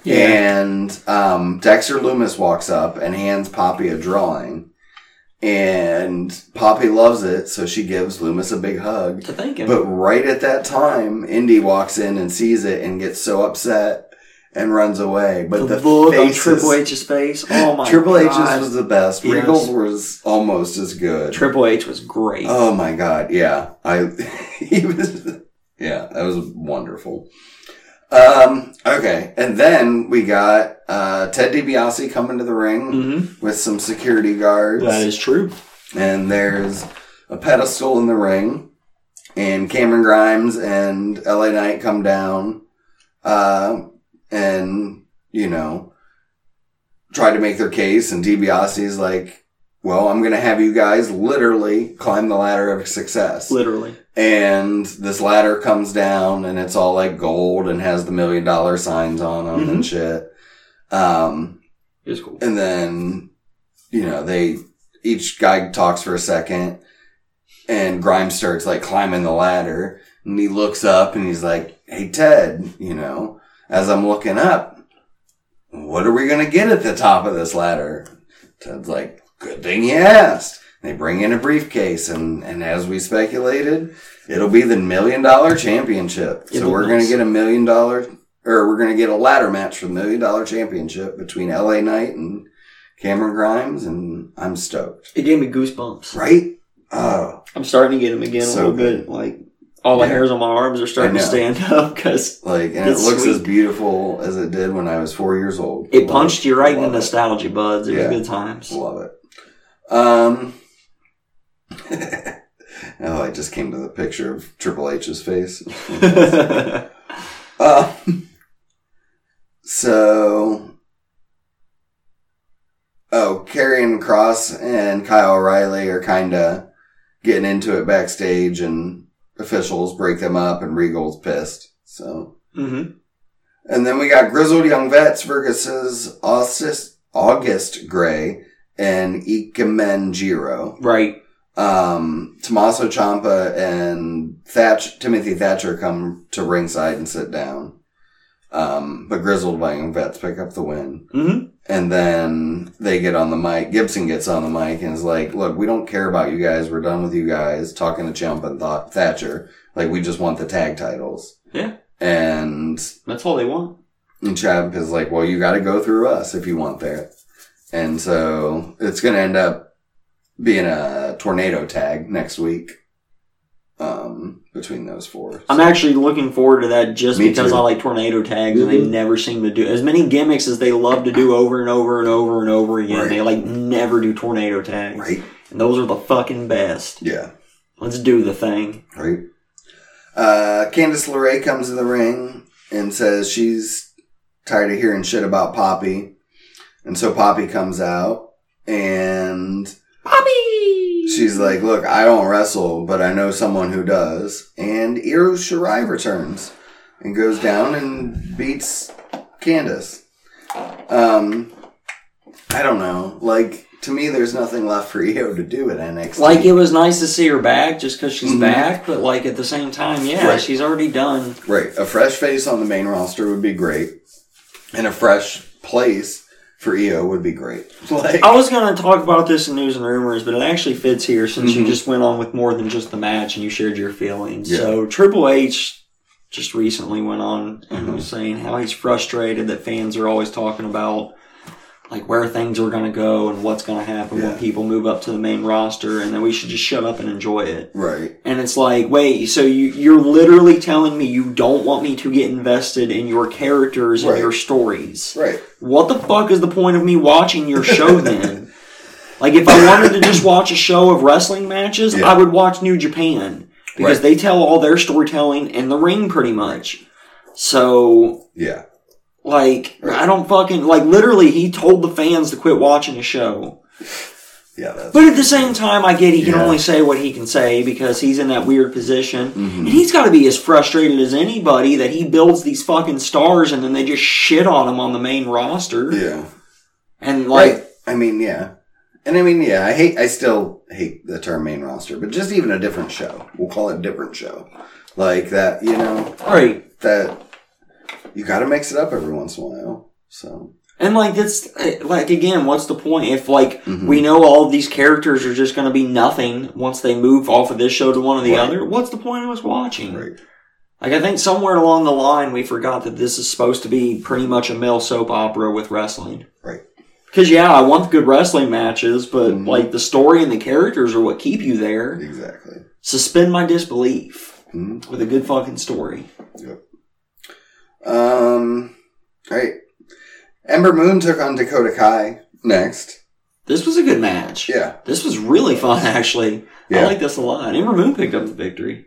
[SPEAKER 1] and um, Dexter Loomis walks up and hands Poppy a drawing, and Poppy loves it, so she gives Loomis a big hug.
[SPEAKER 2] To thank him.
[SPEAKER 1] But right at that time, Indy walks in and sees it and gets so upset and runs away. But the,
[SPEAKER 2] the look on
[SPEAKER 1] faces,
[SPEAKER 2] Triple H's face. Oh my
[SPEAKER 1] Triple H's
[SPEAKER 2] God.
[SPEAKER 1] was the best.
[SPEAKER 2] Yes.
[SPEAKER 1] Regal's was almost as good.
[SPEAKER 2] Triple H was great.
[SPEAKER 1] Oh my god, yeah. I he was yeah, that was wonderful. Um okay, and then we got uh Ted DiBiase coming to the ring
[SPEAKER 2] hmm
[SPEAKER 1] with some security guards
[SPEAKER 2] That is true.
[SPEAKER 1] and there's a pedestal in the ring and Cameron Grimes and LA Knight come down uh and you know try to make their case and DiBiase's like well, I'm going to have you guys literally climb the ladder of success.
[SPEAKER 2] Literally.
[SPEAKER 1] And this ladder comes down and it's all like gold and has the million dollar signs on them and shit. Um,
[SPEAKER 2] It was cool.
[SPEAKER 1] and then, you know, they, each guy talks for a second and Grimes starts like climbing the ladder and he looks up and he's like, Hey, Ted, you know, as I'm looking up, what are we going to get at the top of this ladder? Ted's like, good thing you asked. They bring in a briefcase and, and as we speculated, it'll be the million dollar championship.
[SPEAKER 2] It'll
[SPEAKER 1] so we're
[SPEAKER 2] be
[SPEAKER 1] going
[SPEAKER 2] nice.
[SPEAKER 1] to get a million dollar or we're going to get a ladder match for the million dollar championship between LA Knight and Cameron Grimes, and I'm stoked.
[SPEAKER 2] It gave me goosebumps.
[SPEAKER 1] Right? Oh,
[SPEAKER 2] I'm starting to get them again
[SPEAKER 1] So
[SPEAKER 2] a little
[SPEAKER 1] good.
[SPEAKER 2] bit. Like all the
[SPEAKER 1] Yeah.
[SPEAKER 2] hairs on my arms are starting to
[SPEAKER 1] know.
[SPEAKER 2] stand up because
[SPEAKER 1] like, and
[SPEAKER 2] That's
[SPEAKER 1] it looks
[SPEAKER 2] sweet.
[SPEAKER 1] as beautiful as it did when I was four years old.
[SPEAKER 2] it
[SPEAKER 1] Love
[SPEAKER 2] punched you right in the
[SPEAKER 1] Love it.
[SPEAKER 2] nostalgia buds. It
[SPEAKER 1] Yeah.
[SPEAKER 2] was good times.
[SPEAKER 1] Love it. Um. oh, I just came to the picture of Triple H's face. Uh, So, oh, Karrion Cross and Kyle O'Reilly are kind of getting into it backstage, and officials break them up, and Regal's pissed. So,
[SPEAKER 2] Mm-hmm.
[SPEAKER 1] and then we got Grizzled Young Vets versus August, August Gray and Ikemen Jiro.
[SPEAKER 2] Right.
[SPEAKER 1] Um, Tommaso Ciampa and Thatch, Timothy Thatcher come to ringside and sit down. Um, but Grizzled Young Vets pick up the win.
[SPEAKER 2] Mm-hmm.
[SPEAKER 1] And then they get on the mic. Gibson gets on the mic and is like, look, we don't care about you guys. We're done with you guys talking to Ciampa and Th- Thatcher. Like, we just want the tag titles.
[SPEAKER 2] Yeah.
[SPEAKER 1] And
[SPEAKER 2] That's all they want.
[SPEAKER 1] and Chad is like, well, you got to go through us if you want there. And so it's going to end up being a tornado tag next week um, between those four.
[SPEAKER 2] I'm actually looking forward to that just
[SPEAKER 1] Me
[SPEAKER 2] because
[SPEAKER 1] too.
[SPEAKER 2] I like tornado tags and they
[SPEAKER 1] Mhm.
[SPEAKER 2] never seem to do as many gimmicks as they love to do over and over and over and over again.
[SPEAKER 1] Right.
[SPEAKER 2] They like never do tornado tags.
[SPEAKER 1] right?
[SPEAKER 2] And those are the fucking best.
[SPEAKER 1] Yeah,
[SPEAKER 2] Let's do the thing.
[SPEAKER 1] right. Uh, Candice LeRae comes to the ring and says she's tired of hearing shit about Poppy. And so Poppy comes out and
[SPEAKER 2] Bobby!
[SPEAKER 1] She's like, look, I don't wrestle, but I know someone who does. And Iro Shirai returns and goes down and beats Candace. Um, I don't know. Like, to me, there's nothing left for Iro to do at NXT.
[SPEAKER 2] Like it was nice to see her back just because she's
[SPEAKER 1] Mhm.
[SPEAKER 2] back, but like at the same time, yeah,
[SPEAKER 1] Right.
[SPEAKER 2] she's already done.
[SPEAKER 1] Right. A fresh face on the main roster would be great. And a fresh place for Io would be great. Like,
[SPEAKER 2] I was gonna talk about this in news and rumors, but it actually fits here since you
[SPEAKER 1] Mhm.
[SPEAKER 2] just went on with more than just the match and you shared your feelings.
[SPEAKER 1] Yeah.
[SPEAKER 2] So Triple H just recently went on and
[SPEAKER 1] Mhm.
[SPEAKER 2] was saying how he's frustrated that fans are always talking about like where things are gonna go and what's gonna happen
[SPEAKER 1] Yeah.
[SPEAKER 2] when people move up to the main roster, and that we should just shut up and enjoy it.
[SPEAKER 1] right.
[SPEAKER 2] And it's like, wait, so you, you're literally telling me you don't want me to get invested in your characters and
[SPEAKER 1] Right.
[SPEAKER 2] your stories.
[SPEAKER 1] Right.
[SPEAKER 2] What the fuck is the point of me watching your show then? like, if I wanted to just watch a show of wrestling matches,
[SPEAKER 1] Yeah.
[SPEAKER 2] I would watch New Japan because
[SPEAKER 1] Right.
[SPEAKER 2] they tell all their storytelling in the ring pretty much. So,
[SPEAKER 1] Yeah.
[SPEAKER 2] like, I don't fucking, like, literally, he told the fans to quit watching a show.
[SPEAKER 1] Yeah. That's,
[SPEAKER 2] But at the same time, I get he can
[SPEAKER 1] Yeah.
[SPEAKER 2] only say what he can say because he's in that weird position.
[SPEAKER 1] Mhm.
[SPEAKER 2] And he's got to be as frustrated as anybody that he builds these fucking stars and then they just shit on him on the main roster.
[SPEAKER 1] yeah.
[SPEAKER 2] And like,
[SPEAKER 1] right. I mean, yeah. And I mean, yeah, I hate, I still hate the term main roster, but just even a different show. We'll call it different show. Like that, you know,
[SPEAKER 2] all right.
[SPEAKER 1] that you gotta mix it up every once in a while. So,
[SPEAKER 2] And like, that's eh, like, again, what's the point if like
[SPEAKER 1] Mhm.
[SPEAKER 2] we know all of these characters are just going to be nothing once they move off of this show to one or the
[SPEAKER 1] Right.
[SPEAKER 2] other? What's the point of us watching?
[SPEAKER 1] right.
[SPEAKER 2] Like, I think somewhere along the line, we forgot that this is supposed to be pretty much a male soap opera with wrestling.
[SPEAKER 1] Right.
[SPEAKER 2] Because, yeah, I want good wrestling matches, but,
[SPEAKER 1] Mhm.
[SPEAKER 2] like, the story and the characters are what keep you there.
[SPEAKER 1] Exactly.
[SPEAKER 2] Suspend my disbelief
[SPEAKER 1] Mhm.
[SPEAKER 2] with a good fucking story.
[SPEAKER 1] Um, right. Ember Moon took on Dakota Kai next.
[SPEAKER 2] This was a good match.
[SPEAKER 1] Yeah.
[SPEAKER 2] This was really fun, actually. I
[SPEAKER 1] Yeah.
[SPEAKER 2] like this a lot. Ember Moon picked up the victory.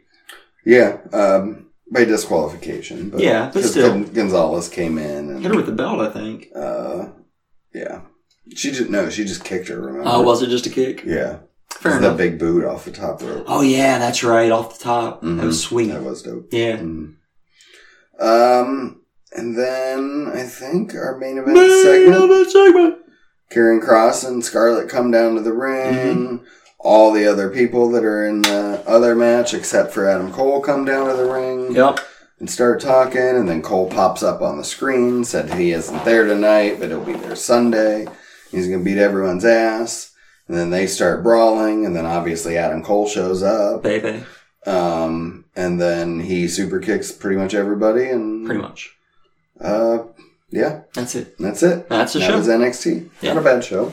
[SPEAKER 1] yeah. Um, by disqualification. But
[SPEAKER 2] Yeah, but
[SPEAKER 1] 'cause
[SPEAKER 2] still.
[SPEAKER 1] Gon- Gonzalez came in and,
[SPEAKER 2] Hit her with the belt, I think.
[SPEAKER 1] uh, yeah. She just, no, she just kicked her, remember?
[SPEAKER 2] Oh, was it just a kick?
[SPEAKER 1] Yeah.
[SPEAKER 2] Fair
[SPEAKER 1] the
[SPEAKER 2] enough.
[SPEAKER 1] big boot off the top rope.
[SPEAKER 2] Oh, yeah, that's right. Off the top. That
[SPEAKER 1] Mhm.
[SPEAKER 2] was sweet.
[SPEAKER 1] That was dope.
[SPEAKER 2] Oh, Yeah.
[SPEAKER 1] Mhm. Um, and then I think our main event
[SPEAKER 2] Main
[SPEAKER 1] segment:
[SPEAKER 2] event segment.
[SPEAKER 1] Karen Cross and Scarlett come down to the ring.
[SPEAKER 2] Mm-hmm.
[SPEAKER 1] All the other people that are in the other match, except for Adam Cole, come down to the ring
[SPEAKER 2] Yep.
[SPEAKER 1] and start talking. And then Cole pops up on the screen, said he isn't there tonight, but he'll be there Sunday. He's gonna beat everyone's ass. And then they start brawling, and then obviously Adam Cole shows up.
[SPEAKER 2] Baby.
[SPEAKER 1] Um, and then he super kicks pretty much everybody, and
[SPEAKER 2] Pretty much.
[SPEAKER 1] Uh, yeah,
[SPEAKER 2] That's it.
[SPEAKER 1] that's it.
[SPEAKER 2] That's the
[SPEAKER 1] that
[SPEAKER 2] show.
[SPEAKER 1] was NXT.
[SPEAKER 2] Yeah.
[SPEAKER 1] Not a bad show.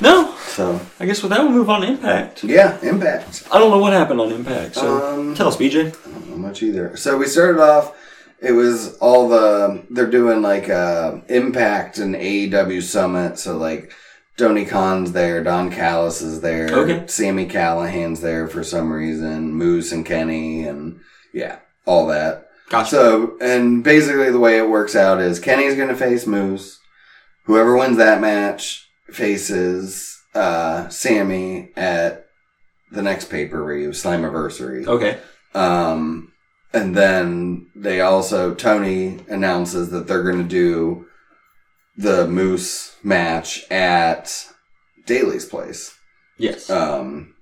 [SPEAKER 2] No,
[SPEAKER 1] So
[SPEAKER 2] I guess with that we'll move on to Impact.
[SPEAKER 1] yeah, Impact.
[SPEAKER 2] I don't know what happened on Impact, so
[SPEAKER 1] um,
[SPEAKER 2] tell us, BJ.
[SPEAKER 1] I don't know much either. So we started off. It was all the they're doing like uh, Impact and AEW Summit. So like. Tony Khan's there, Don Callis is there,
[SPEAKER 2] Okay.
[SPEAKER 1] Sammy Callahan's there for some reason, Moose and Kenny, and yeah, all that.
[SPEAKER 2] Gotcha.
[SPEAKER 1] So, and basically the way it works out is Kenny's going to face Moose. Whoever wins that match faces uh, Sammy at the next pay per view, Slammiversary.
[SPEAKER 2] okay.
[SPEAKER 1] Um, and then they also, Tony announces that they're going to do the Moose match at Daly's place.
[SPEAKER 2] Yes.
[SPEAKER 1] Um,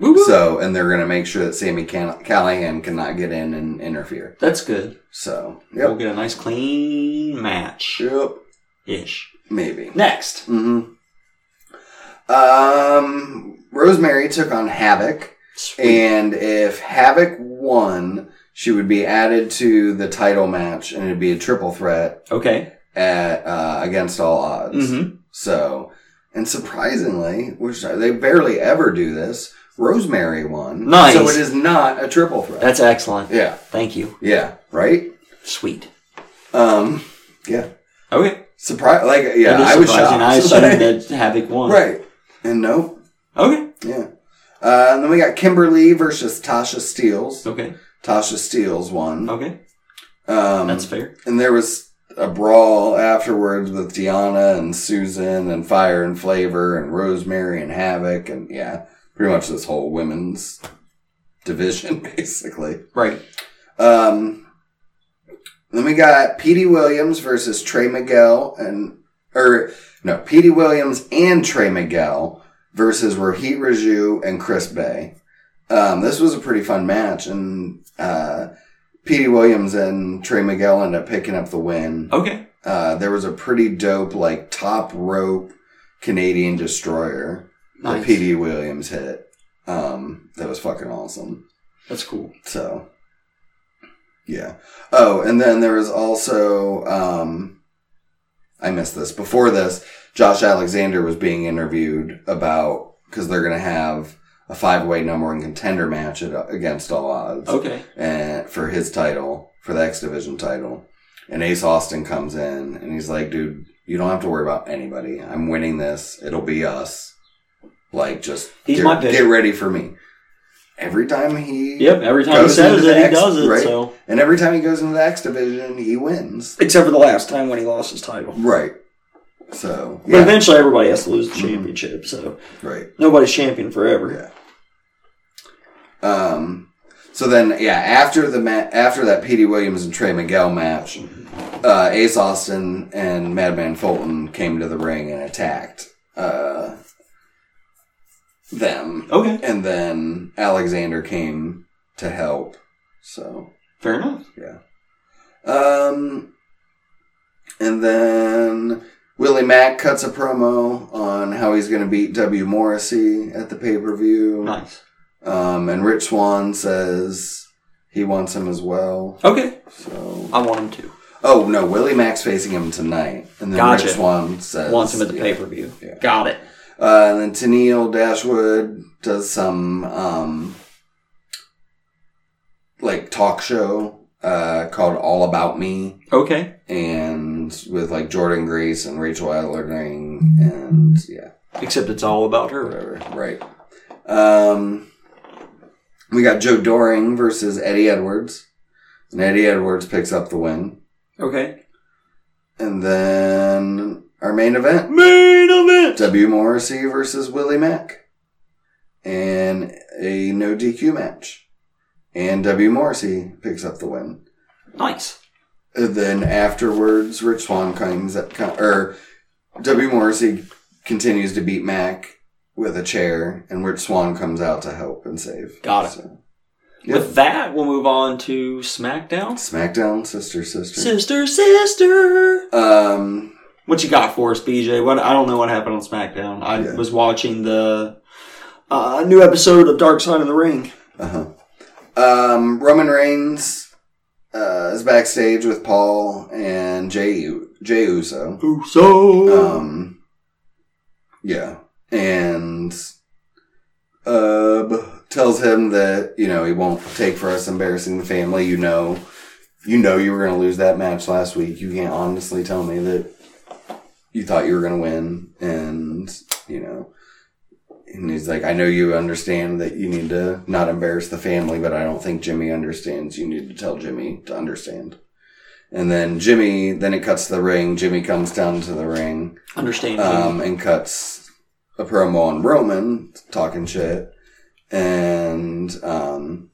[SPEAKER 2] Woo woo.
[SPEAKER 1] so, and they're going to make sure that Sammy Can- Callahan cannot get in and interfere.
[SPEAKER 2] That's good.
[SPEAKER 1] So,
[SPEAKER 2] We'll
[SPEAKER 1] yep.
[SPEAKER 2] get a nice clean match
[SPEAKER 1] Yep.
[SPEAKER 2] ish.
[SPEAKER 1] Maybe.
[SPEAKER 2] Next.
[SPEAKER 1] hmm Um, Rosemary took on Havoc,
[SPEAKER 2] Sweet.
[SPEAKER 1] and if Havoc won, she would be added to the title match, and it'd be a triple threat
[SPEAKER 2] okay.
[SPEAKER 1] at uh, against all odds.
[SPEAKER 2] Mm-hmm.
[SPEAKER 1] So, and surprisingly, which they barely ever do this, Rosemary won.
[SPEAKER 2] Nice.
[SPEAKER 1] So it is not a triple threat.
[SPEAKER 2] That's excellent.
[SPEAKER 1] yeah,
[SPEAKER 2] Thank you.
[SPEAKER 1] yeah, right.
[SPEAKER 2] Sweet.
[SPEAKER 1] Um,
[SPEAKER 2] Okay.
[SPEAKER 1] surprise, like yeah,
[SPEAKER 2] That is
[SPEAKER 1] I was
[SPEAKER 2] surprising.
[SPEAKER 1] shocked.
[SPEAKER 2] I assumed that Havoc won.
[SPEAKER 1] right, and nope.
[SPEAKER 2] Okay.
[SPEAKER 1] Yeah. Uh, and then we got Kimberly versus Tasha Steeles.
[SPEAKER 2] Okay.
[SPEAKER 1] Tasha Steeles won.
[SPEAKER 2] Okay.
[SPEAKER 1] Um,
[SPEAKER 2] Oh, That's fair.
[SPEAKER 1] and there was a brawl afterwards with Deanna and Susan and Fire and Flavor and Rosemary and Havoc and yeah, pretty much this whole women's division basically.
[SPEAKER 2] Right.
[SPEAKER 1] Um, then we got Petey Williams versus Trey Miguel and or no Petey Williams and Trey Miguel versus Rohit Raju and Chris Bay. Um, this was a pretty fun match, and uh, Petey Williams and Trey Miguel ended up picking up the win.
[SPEAKER 2] Okay.
[SPEAKER 1] Uh, there was a pretty dope like top rope Canadian destroyer
[SPEAKER 2] Nice.
[SPEAKER 1] that Petey Williams hit. Um, that was fucking awesome.
[SPEAKER 2] That's cool.
[SPEAKER 1] So, yeah. Oh, and then there was also, um, I missed this. Before this, Josh Alexander was being interviewed about because they're going to have a five way number one contender match at, uh, against all odds
[SPEAKER 2] Okay.
[SPEAKER 1] and for his title, for the X Division title. And Ace Austin comes in and he's like, dude, you don't have to worry about anybody. I'm winning this. It'll be us. Like, just
[SPEAKER 2] He's
[SPEAKER 1] get,
[SPEAKER 2] my pick.
[SPEAKER 1] get ready for me. Every time he
[SPEAKER 2] Yep. Every time he
[SPEAKER 1] Goes
[SPEAKER 2] says
[SPEAKER 1] into
[SPEAKER 2] it,
[SPEAKER 1] the
[SPEAKER 2] he
[SPEAKER 1] X,
[SPEAKER 2] does it.
[SPEAKER 1] right?
[SPEAKER 2] So.
[SPEAKER 1] And every time he goes into the X division, he wins.
[SPEAKER 2] Except for the last time when he lost his title.
[SPEAKER 1] Right. So
[SPEAKER 2] But
[SPEAKER 1] yeah,
[SPEAKER 2] eventually, everybody has to lose the
[SPEAKER 1] Mhm.
[SPEAKER 2] championship. So
[SPEAKER 1] right.
[SPEAKER 2] nobody's champion forever.
[SPEAKER 1] Yeah. Um. So then, yeah, after the ma- after that Petey Williams and Trey Miguel match, uh, Ace Austin and Madman Fulton came to the ring and attacked uh, them,
[SPEAKER 2] Okay.
[SPEAKER 1] and then Alexander came to help. So
[SPEAKER 2] Fair enough.
[SPEAKER 1] Um, and then Willie Mack cuts a promo on how he's going to beat W. Morrissey at the pay per view.
[SPEAKER 2] Nice.
[SPEAKER 1] Um, and Rich Swan says he wants him as well.
[SPEAKER 2] Okay.
[SPEAKER 1] So,
[SPEAKER 2] I want him to.
[SPEAKER 1] oh no, Willie Mack's facing him tonight, and then
[SPEAKER 2] Gotcha.
[SPEAKER 1] Rich Swan says
[SPEAKER 2] Wants him at the
[SPEAKER 1] yeah.
[SPEAKER 2] pay per view.
[SPEAKER 1] Yeah.
[SPEAKER 2] Got it.
[SPEAKER 1] Uh, and then Tennille Dashwood does some um, like talk show uh, called All About Me.
[SPEAKER 2] Okay.
[SPEAKER 1] and with like Jordan Grace and Rachel Ellering and yeah,
[SPEAKER 2] Except it's all about her.
[SPEAKER 1] whatever. Right. Um, we got Joe Doring versus Eddie Edwards, and Eddie Edwards picks up the win.
[SPEAKER 2] Okay.
[SPEAKER 1] And then our main event:
[SPEAKER 2] Main event.
[SPEAKER 1] W. Morrissey versus Willie Mack, and a no DQ match. And W. Morrissey picks up the win.
[SPEAKER 2] Nice.
[SPEAKER 1] And then afterwards, Rich Swan comes at, co- or W. Morrissey continues to beat Mac with a chair, and Rich Swan comes out to help and save.
[SPEAKER 2] Got it.
[SPEAKER 1] So,
[SPEAKER 2] With that, we'll move on to SmackDown.
[SPEAKER 1] SmackDown, sister, sister.
[SPEAKER 2] Sister, sister.
[SPEAKER 1] um,
[SPEAKER 2] What you got for us, BJ? What I don't know what happened on SmackDown. I
[SPEAKER 1] Yeah.
[SPEAKER 2] was watching the uh, new episode of Dark Side of the Ring.
[SPEAKER 1] uh huh. Um, Roman Reigns uh, is backstage with Paul and Jay, U- Jay Uso.
[SPEAKER 2] Uso.
[SPEAKER 1] Um, yeah, and uh, b- tells him that you know he won't take for us embarrassing the family. You know, you know you were going to lose that match last week. You can't honestly tell me that you thought you were going to win, and you know and he's like, I know you understand that you need to not embarrass the family, but I don't think Jimmy understands. You need to tell Jimmy to understand. And then Jimmy, then it cuts to the ring. Jimmy comes down to the ring
[SPEAKER 2] Understand.
[SPEAKER 1] um, and cuts a promo on Roman talking shit and, um,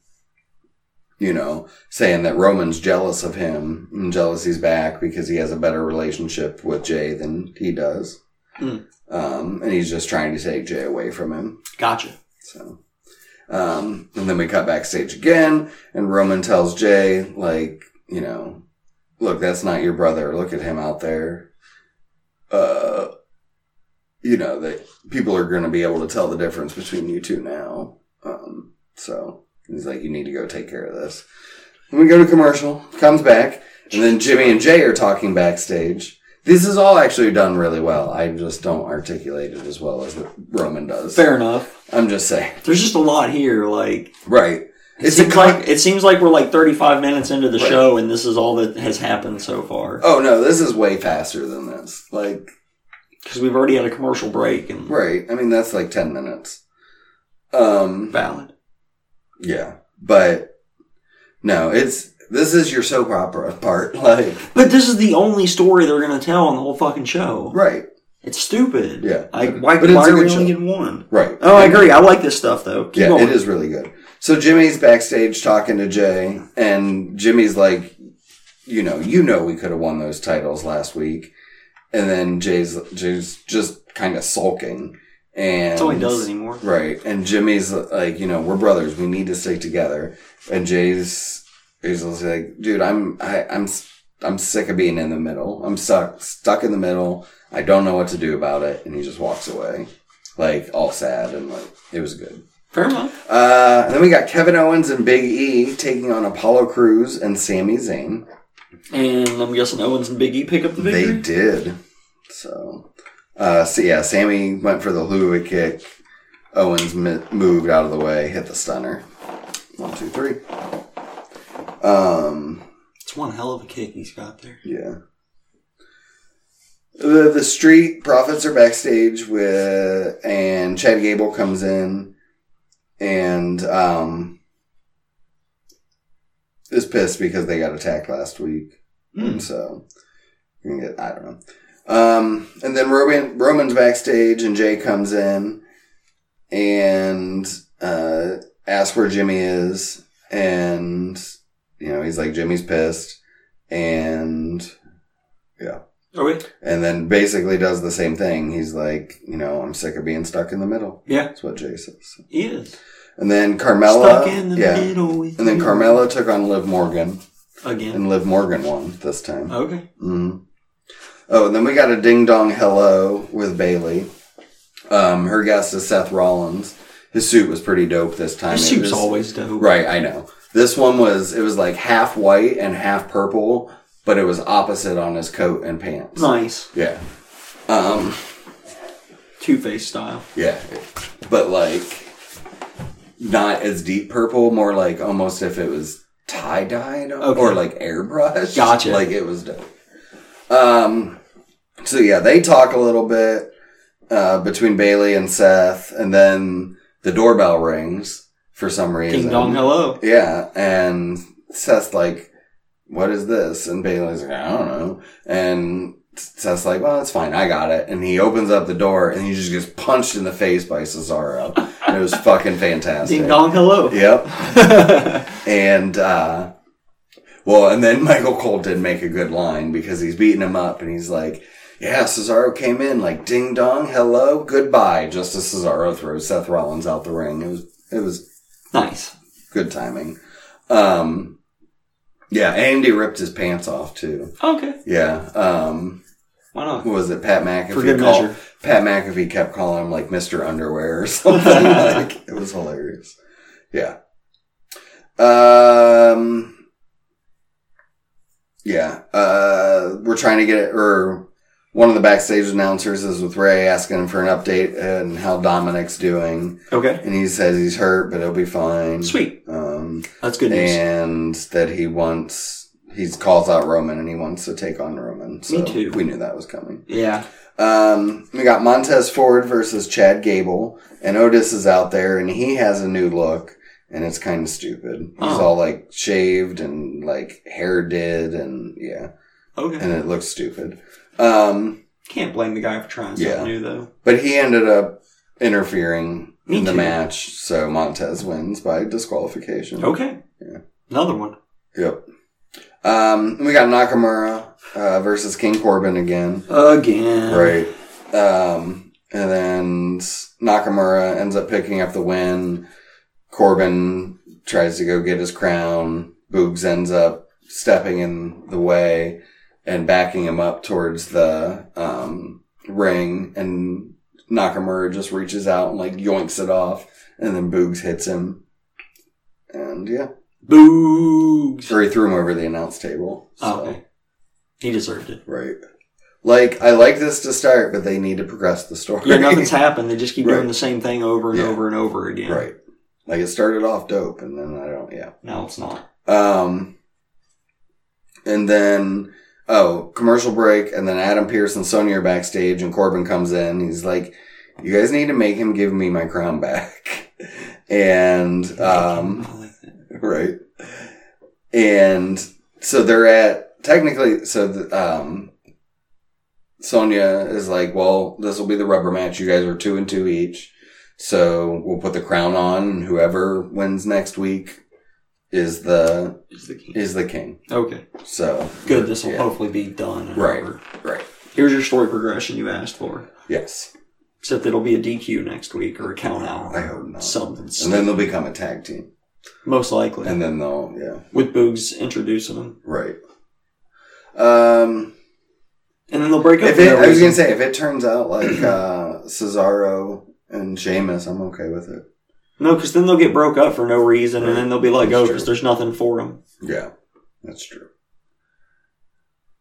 [SPEAKER 1] you know, saying that Roman's jealous of him and jealousy's back because he has a better relationship with Jay than he does.
[SPEAKER 2] Hmm.
[SPEAKER 1] Um, and he's just trying to take Jay away from him.
[SPEAKER 2] gotcha.
[SPEAKER 1] So, um, and then we cut backstage again, and Roman tells Jay, like, you know, look, that's not your brother. Look at him out there. Uh, you know, that people are going to be able to tell the difference between you two now. Um, so he's like, you need to go take care of this. And we go to commercial, comes back, and then Jimmy and Jay are talking backstage. This is all actually done really well. I just don't articulate it as well as Roman does.
[SPEAKER 2] Fair enough.
[SPEAKER 1] I'm just saying.
[SPEAKER 2] There's just a lot here. Like
[SPEAKER 1] Right.
[SPEAKER 2] it
[SPEAKER 1] It's a
[SPEAKER 2] seems
[SPEAKER 1] con-
[SPEAKER 2] like it seems like we're like 35 minutes into the
[SPEAKER 1] Right.
[SPEAKER 2] show, and this is all that has happened so far.
[SPEAKER 1] Oh no, this is way faster than this. Like,
[SPEAKER 2] Because we've already had a commercial break and
[SPEAKER 1] right. I mean, that's like 10 minutes. Um,
[SPEAKER 2] valid.
[SPEAKER 1] yeah. But no, it's this is your soap opera part. Like,
[SPEAKER 2] But this is the only story they're going to tell on the whole fucking show.
[SPEAKER 1] right.
[SPEAKER 2] It's stupid.
[SPEAKER 1] Yeah.
[SPEAKER 2] Like why,
[SPEAKER 1] But it's
[SPEAKER 2] why
[SPEAKER 1] a
[SPEAKER 2] are we
[SPEAKER 1] good
[SPEAKER 2] only
[SPEAKER 1] show.
[SPEAKER 2] getting one?
[SPEAKER 1] Right.
[SPEAKER 2] Oh, I agree. I like this stuff though. Keep
[SPEAKER 1] yeah,
[SPEAKER 2] going.
[SPEAKER 1] it is really good. So Jimmy's backstage talking to Jay, and Jimmy's like, you know, you know, we could have won those titles last week, and then Jay's Jay's just kind of sulking, and
[SPEAKER 2] That's all he does anymore.
[SPEAKER 1] Right. And Jimmy's like, you know, we're brothers. We need to stay together. And Jay's he's just like, dude, I'm I, I'm s- I'm sick of being in the middle. I'm stuck stuck in the middle. I don't know what to do about it. And he just walks away, like all sad and like it was good.
[SPEAKER 2] Fair enough.
[SPEAKER 1] Uh, and then we got Kevin Owens and Big E taking on Apollo Cruz and Sami Zayn.
[SPEAKER 2] And I'm guessing Owens and Big E pick up the victory.
[SPEAKER 1] They did. So, uh, so yeah, Sammy went for the Hulu kick. Owens mi- moved out of the way, hit the stunner. One, two, three. Um,
[SPEAKER 2] It's one hell of a kick he's got there.
[SPEAKER 1] yeah. The, the street profits are backstage with, and Chad Gable comes in and, um, is pissed because they got attacked last week.
[SPEAKER 2] Hmm.
[SPEAKER 1] So you can get I don't know. Um, and then Roman Roman's backstage, and Jay comes in and uh, asks where Jimmy is, and you know he's like Jimmy's pissed, and
[SPEAKER 2] Are we?
[SPEAKER 1] and then basically does the same thing. He's like, you know, I'm sick of being stuck in the middle.
[SPEAKER 2] Yeah.
[SPEAKER 1] That's what Jay says.
[SPEAKER 2] He is.
[SPEAKER 1] And then Carmella,
[SPEAKER 2] Stuck in the
[SPEAKER 1] yeah.
[SPEAKER 2] middle. with
[SPEAKER 1] And then
[SPEAKER 2] you.
[SPEAKER 1] Carmella took on Liv Morgan,
[SPEAKER 2] Again.
[SPEAKER 1] and Liv Morgan won this time.
[SPEAKER 2] Okay.
[SPEAKER 1] Mm. Oh, and then we got a ding dong hello with Bailey. Um, her guest is Seth Rollins. His suit was pretty dope this time.
[SPEAKER 2] His
[SPEAKER 1] It
[SPEAKER 2] suit's
[SPEAKER 1] was-
[SPEAKER 2] always dope.
[SPEAKER 1] right. I know. This one was it was like half white and half purple, but it was opposite on his coat and pants.
[SPEAKER 2] Nice.
[SPEAKER 1] Yeah. Um.
[SPEAKER 2] Two face style.
[SPEAKER 1] Yeah. But like, not as deep purple. More like almost if it was tie dyed
[SPEAKER 2] Okay.
[SPEAKER 1] or like airbrushed.
[SPEAKER 2] Gotcha.
[SPEAKER 1] Like it was dope. Um, so yeah, they talk a little bit uh, between Bailey and Seth, and then the doorbell rings for some reason.
[SPEAKER 2] Ding dong hello.
[SPEAKER 1] Yeah, and Seth's like, "What is this?" And Bailey's like, "I don't know." And Seth's like, "Well, it's fine, I got it." And he opens up the door, and he just gets punched in the face by Cesaro. it was fucking fantastic.
[SPEAKER 2] Ding dong hello.
[SPEAKER 1] Yep. And uh well, and then Michael Cole did make a good line because he's beating him up and he's like, Yeah, Cesaro came in like ding dong, hello, goodbye, just as Cesaro throws Seth Rollins out the ring. It was it was
[SPEAKER 2] nice.
[SPEAKER 1] good timing. Um yeah, Andy ripped his pants off too.
[SPEAKER 2] Okay.
[SPEAKER 1] Yeah. Um
[SPEAKER 2] Why not?
[SPEAKER 1] what was it? Pat McAfee
[SPEAKER 2] For good
[SPEAKER 1] called-
[SPEAKER 2] measure.
[SPEAKER 1] Pat McAfee kept calling him like Mr. Underwear or something. like it was hilarious. Yeah. Um Yeah. Uh we're trying to get it or one of the backstage announcers is with Ray asking him for an update and how Dominic's doing.
[SPEAKER 2] Okay.
[SPEAKER 1] And he says he's hurt, but he'll be fine.
[SPEAKER 2] Sweet.
[SPEAKER 1] Um
[SPEAKER 2] That's good news.
[SPEAKER 1] and that he wants he calls out Roman and he wants to take on Roman. So
[SPEAKER 2] too.
[SPEAKER 1] we knew that was coming.
[SPEAKER 2] Yeah.
[SPEAKER 1] Um, we got Montez Ford versus Chad Gable, and Otis is out there, and he has a new look, and it's kind of stupid. He's
[SPEAKER 2] Oh.
[SPEAKER 1] all like shaved and like hair did, and yeah,
[SPEAKER 2] Okay.
[SPEAKER 1] and it looks stupid. Um,
[SPEAKER 2] Can't blame the guy for trying something
[SPEAKER 1] Yeah.
[SPEAKER 2] new though.
[SPEAKER 1] but he ended up interfering
[SPEAKER 2] Me
[SPEAKER 1] in the
[SPEAKER 2] too.
[SPEAKER 1] match, so Montez wins by disqualification.
[SPEAKER 2] Okay.
[SPEAKER 1] Yeah.
[SPEAKER 2] Another one.
[SPEAKER 1] Yep. Um, we got Nakamura uh, versus King Corbin again.
[SPEAKER 2] Again.
[SPEAKER 1] Right. Um, and then Nakamura ends up picking up the win. Corbin tries to go get his crown. Boogs ends up stepping in the way and backing him up towards the um, ring. And Nakamura just reaches out and like yoinks it off. And then Boogs hits him. And yeah.
[SPEAKER 2] Boogs.
[SPEAKER 1] Or he threw him over the announce table. So.
[SPEAKER 2] Oh, okay. He deserved it.
[SPEAKER 1] Right. Like, I like this to start, but they need to progress the story.
[SPEAKER 2] Yeah, nothing's happened. They just keep doing
[SPEAKER 1] Right.
[SPEAKER 2] the same thing over and
[SPEAKER 1] Yeah.
[SPEAKER 2] over and over again.
[SPEAKER 1] Right. Like it started off dope and then I don't yeah.
[SPEAKER 2] No, it's not.
[SPEAKER 1] Um and then oh, commercial break and then Adam Pierce and Sonya are backstage and Corbin comes in. He's like, You guys need to make him give me my crown back. and um
[SPEAKER 2] I like that.
[SPEAKER 1] right. And so they're at technically so the, um Sonya is like, well, this will be the rubber match. You guys are two and two each, so we'll put the crown on. and Whoever wins next week is the
[SPEAKER 2] It's the king.
[SPEAKER 1] is the king.
[SPEAKER 2] Okay.
[SPEAKER 1] So
[SPEAKER 2] Good. This will
[SPEAKER 1] Yeah.
[SPEAKER 2] hopefully be done. and
[SPEAKER 1] Right.
[SPEAKER 2] over.
[SPEAKER 1] right,
[SPEAKER 2] Here's your story progression you asked for.
[SPEAKER 1] yes,
[SPEAKER 2] Except it'll be a DQ next week or a count out.
[SPEAKER 1] I hope not.
[SPEAKER 2] Something.
[SPEAKER 1] and then they'll become a tag team,
[SPEAKER 2] Most likely.
[SPEAKER 1] and then they'll yeah,
[SPEAKER 2] with Boogs introducing him.
[SPEAKER 1] right. Um,
[SPEAKER 2] And then they'll break up.
[SPEAKER 1] if
[SPEAKER 2] for
[SPEAKER 1] it,
[SPEAKER 2] no
[SPEAKER 1] I was
[SPEAKER 2] reason.
[SPEAKER 1] gonna say if it turns out like uh Cesaro and Sheamus, I'm okay with it.
[SPEAKER 2] No, because then they'll get broke up for no reason,
[SPEAKER 1] Right.
[SPEAKER 2] and then they'll be let
[SPEAKER 1] That's
[SPEAKER 2] go
[SPEAKER 1] true.
[SPEAKER 2] because there's nothing for them.
[SPEAKER 1] Yeah, that's true.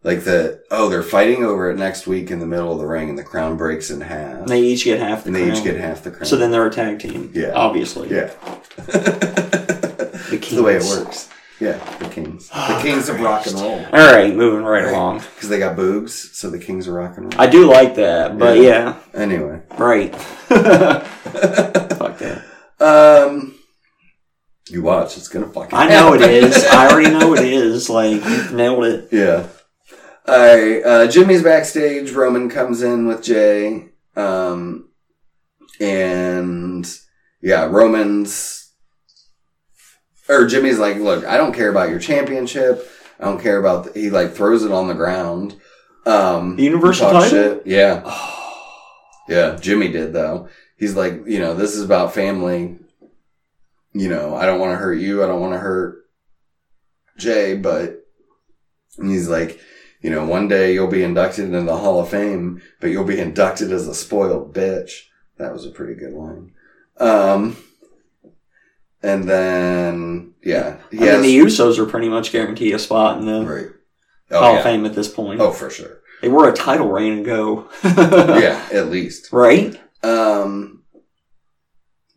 [SPEAKER 1] Like the oh, they're fighting over it next week in the middle of the ring, and the crown breaks in half,
[SPEAKER 2] And they each get half the
[SPEAKER 1] and they
[SPEAKER 2] crown.
[SPEAKER 1] each get half the crown.
[SPEAKER 2] so then they're a tag team.
[SPEAKER 1] Yeah.
[SPEAKER 2] Obviously.
[SPEAKER 1] yeah, the the way it
[SPEAKER 2] kings.
[SPEAKER 1] works. Yeah, the kings, the
[SPEAKER 2] Oh,
[SPEAKER 1] kings of rock and roll,
[SPEAKER 2] All right, moving right,
[SPEAKER 1] Right.
[SPEAKER 2] along.
[SPEAKER 1] because they got boogs, so the kings of rock and roll.
[SPEAKER 2] I do like that, but yeah,
[SPEAKER 1] anyway,
[SPEAKER 2] right. Fuck that.
[SPEAKER 1] um, you watch, it's gonna fucking.
[SPEAKER 2] I know it
[SPEAKER 1] happen.
[SPEAKER 2] is. I already know it is. Like you've nailed it.
[SPEAKER 1] Yeah. All right. Uh, Jimmy's backstage. Roman comes in with Jay. Um, and yeah, Roman's or Jimmy's like, look, I don't care about your championship. I don't care about. The, he like throws it on the ground. Um,
[SPEAKER 2] The Universal
[SPEAKER 1] talks
[SPEAKER 2] title?
[SPEAKER 1] Yeah. Yeah, Jimmy did though. He's like, you know, this is about family. You know, I don't want to hurt you. I don't want to hurt Jay, but and he's like, you know, one day you'll be inducted into the Hall of Fame, but you'll be inducted as a spoiled bitch. That was a pretty good line. Um, and then yeah, he
[SPEAKER 2] I mean,
[SPEAKER 1] has-
[SPEAKER 2] the Usos are pretty much guaranteed a spot in the
[SPEAKER 1] right.
[SPEAKER 2] Hall
[SPEAKER 1] Oh,
[SPEAKER 2] of
[SPEAKER 1] yeah.
[SPEAKER 2] Fame at this point.
[SPEAKER 1] oh, for sure.
[SPEAKER 2] They were a title reign ago.
[SPEAKER 1] Yeah, at least.
[SPEAKER 2] Right?
[SPEAKER 1] um,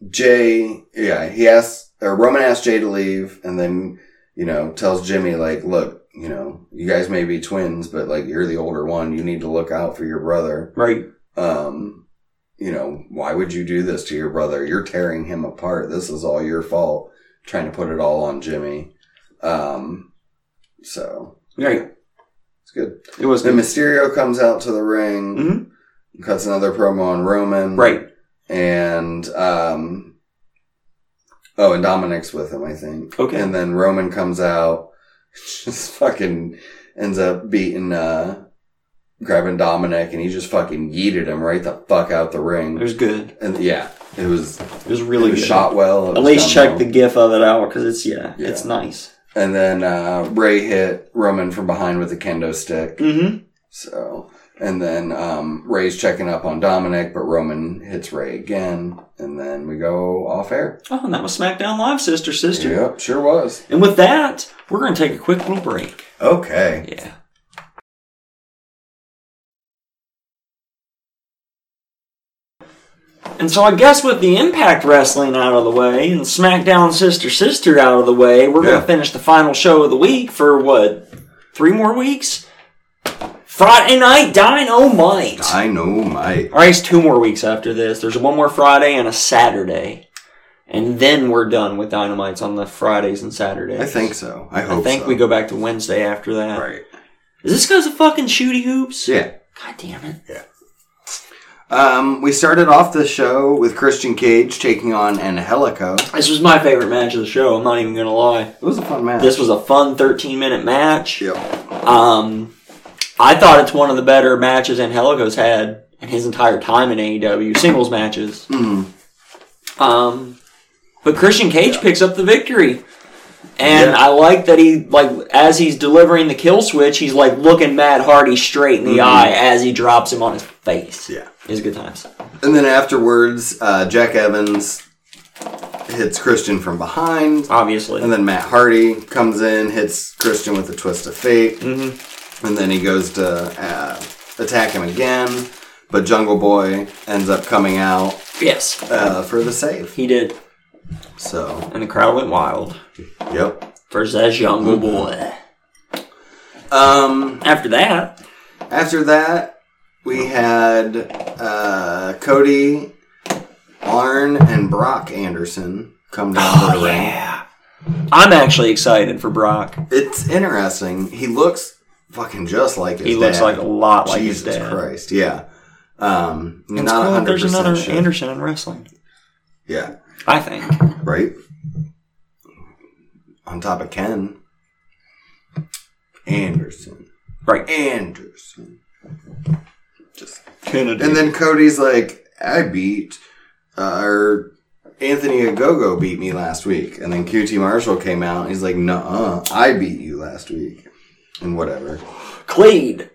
[SPEAKER 1] Jay, yeah, he asks, or Roman asks Jay to leave and then, you know, tells Jimmy, like, look, you know, you guys may be twins, but like, you're the older one. You need to look out for your brother.
[SPEAKER 2] Right.
[SPEAKER 1] Um, you know, why would you do this to your brother? You're tearing him apart. This is all your fault. Trying to put it all on Jimmy. Um, so
[SPEAKER 2] Right.
[SPEAKER 1] it's good.
[SPEAKER 2] It was
[SPEAKER 1] Then Mysterio comes out to the ring,
[SPEAKER 2] Mhm.
[SPEAKER 1] cuts another promo on Roman.
[SPEAKER 2] Right.
[SPEAKER 1] and um oh and dominic's with him i think
[SPEAKER 2] Okay.
[SPEAKER 1] and then roman comes out just fucking ends up beating uh grabbing dominic and he just fucking yeeted him right the fuck out the
[SPEAKER 2] It
[SPEAKER 1] ring
[SPEAKER 2] was good.
[SPEAKER 1] and yeah it was
[SPEAKER 2] It was
[SPEAKER 1] really
[SPEAKER 2] really good.
[SPEAKER 1] shot well it
[SPEAKER 2] At
[SPEAKER 1] was done
[SPEAKER 2] least check the
[SPEAKER 1] well.
[SPEAKER 2] gif of it out because it's yeah,
[SPEAKER 1] Yeah.
[SPEAKER 2] it's nice.
[SPEAKER 1] and then uh ray hit roman from behind with a kendo stick
[SPEAKER 2] Mm-hmm.
[SPEAKER 1] so and then um ray's checking up on dominic but roman hits ray again and then we go off air
[SPEAKER 2] Oh, and that was SmackDown Live, sister, sister.
[SPEAKER 1] Yep, sure was.
[SPEAKER 2] And with that, we're gonna take a quick little break.
[SPEAKER 1] Okay.
[SPEAKER 2] Yeah. And so I guess with the Impact Wrestling out of the way and SmackDown Sister Sister out of the way, we're
[SPEAKER 1] Yeah.
[SPEAKER 2] gonna finish the final show of the week for what? Three more weeks? Friday night dynamite.
[SPEAKER 1] I know, my.
[SPEAKER 2] All right, it's two more weeks after this. There's one more Friday and a Saturday, and then we're done with dynamites on the Fridays and Saturdays.
[SPEAKER 1] I think so. I
[SPEAKER 2] I
[SPEAKER 1] hope.
[SPEAKER 2] think
[SPEAKER 1] so.
[SPEAKER 2] we go back to Wednesday after that.
[SPEAKER 1] right.
[SPEAKER 2] Is this because of fucking shooty hoops?
[SPEAKER 1] Yeah.
[SPEAKER 2] God damn it.
[SPEAKER 1] Um, we started off the show with Christian Cage taking on Angelico.
[SPEAKER 2] This was my favorite match of the show. I'm not even gonna lie.
[SPEAKER 1] It was a fun match.
[SPEAKER 2] This was a fun 13 minute match.
[SPEAKER 1] yeah.
[SPEAKER 2] Um, I thought it's one of the better matches Angelico's had in his entire time in AEW singles matches.
[SPEAKER 1] Mm.
[SPEAKER 2] Um, but Christian Cage picks up the victory. And I like that he like as he's delivering the kill switch, he's like looking Matt Hardy straight in the eye as he drops him on his face.
[SPEAKER 1] Mm-hmm. Yeah.
[SPEAKER 2] It's good times.
[SPEAKER 1] And then afterwards, uh, Jack Evans hits Christian from behind.
[SPEAKER 2] Obviously.
[SPEAKER 1] And then Matt Hardy comes in, hits Christian with a twist of fate.
[SPEAKER 2] Mhm.
[SPEAKER 1] And then he goes to uh, attack him again. But Jungle Boy ends up coming out
[SPEAKER 2] Yes.
[SPEAKER 1] uh, for the save.
[SPEAKER 2] He did.
[SPEAKER 1] So,
[SPEAKER 2] And the crowd went wild.
[SPEAKER 1] yep.
[SPEAKER 2] First that jungle
[SPEAKER 1] Mm-hmm.
[SPEAKER 2] boy.
[SPEAKER 1] Um,
[SPEAKER 2] After that,
[SPEAKER 1] after that, we had uh, Cody, Arn, and Brock Anderson come down
[SPEAKER 2] Oh,
[SPEAKER 1] to the ring.
[SPEAKER 2] I'm actually excited for Brock.
[SPEAKER 1] It's interesting. He looks fucking just like his
[SPEAKER 2] He looks
[SPEAKER 1] dad.
[SPEAKER 2] like a lot like
[SPEAKER 1] Jesus
[SPEAKER 2] his dad.
[SPEAKER 1] Christ, yeah. Um,
[SPEAKER 2] It's
[SPEAKER 1] not
[SPEAKER 2] cool that
[SPEAKER 1] 100%
[SPEAKER 2] there's another
[SPEAKER 1] sure.
[SPEAKER 2] Anderson in wrestling.
[SPEAKER 1] Yeah,
[SPEAKER 2] I think.
[SPEAKER 1] right? On top of Ken. Anderson.
[SPEAKER 2] Right.
[SPEAKER 1] Anderson. Just
[SPEAKER 2] Kennedy.
[SPEAKER 1] And then Cody's like, I beat, uh, or Anthony Agogo beat me last week. And then QT Marshall came out and he's like, Nuh uh, I beat you last week. And whatever.
[SPEAKER 2] Clean.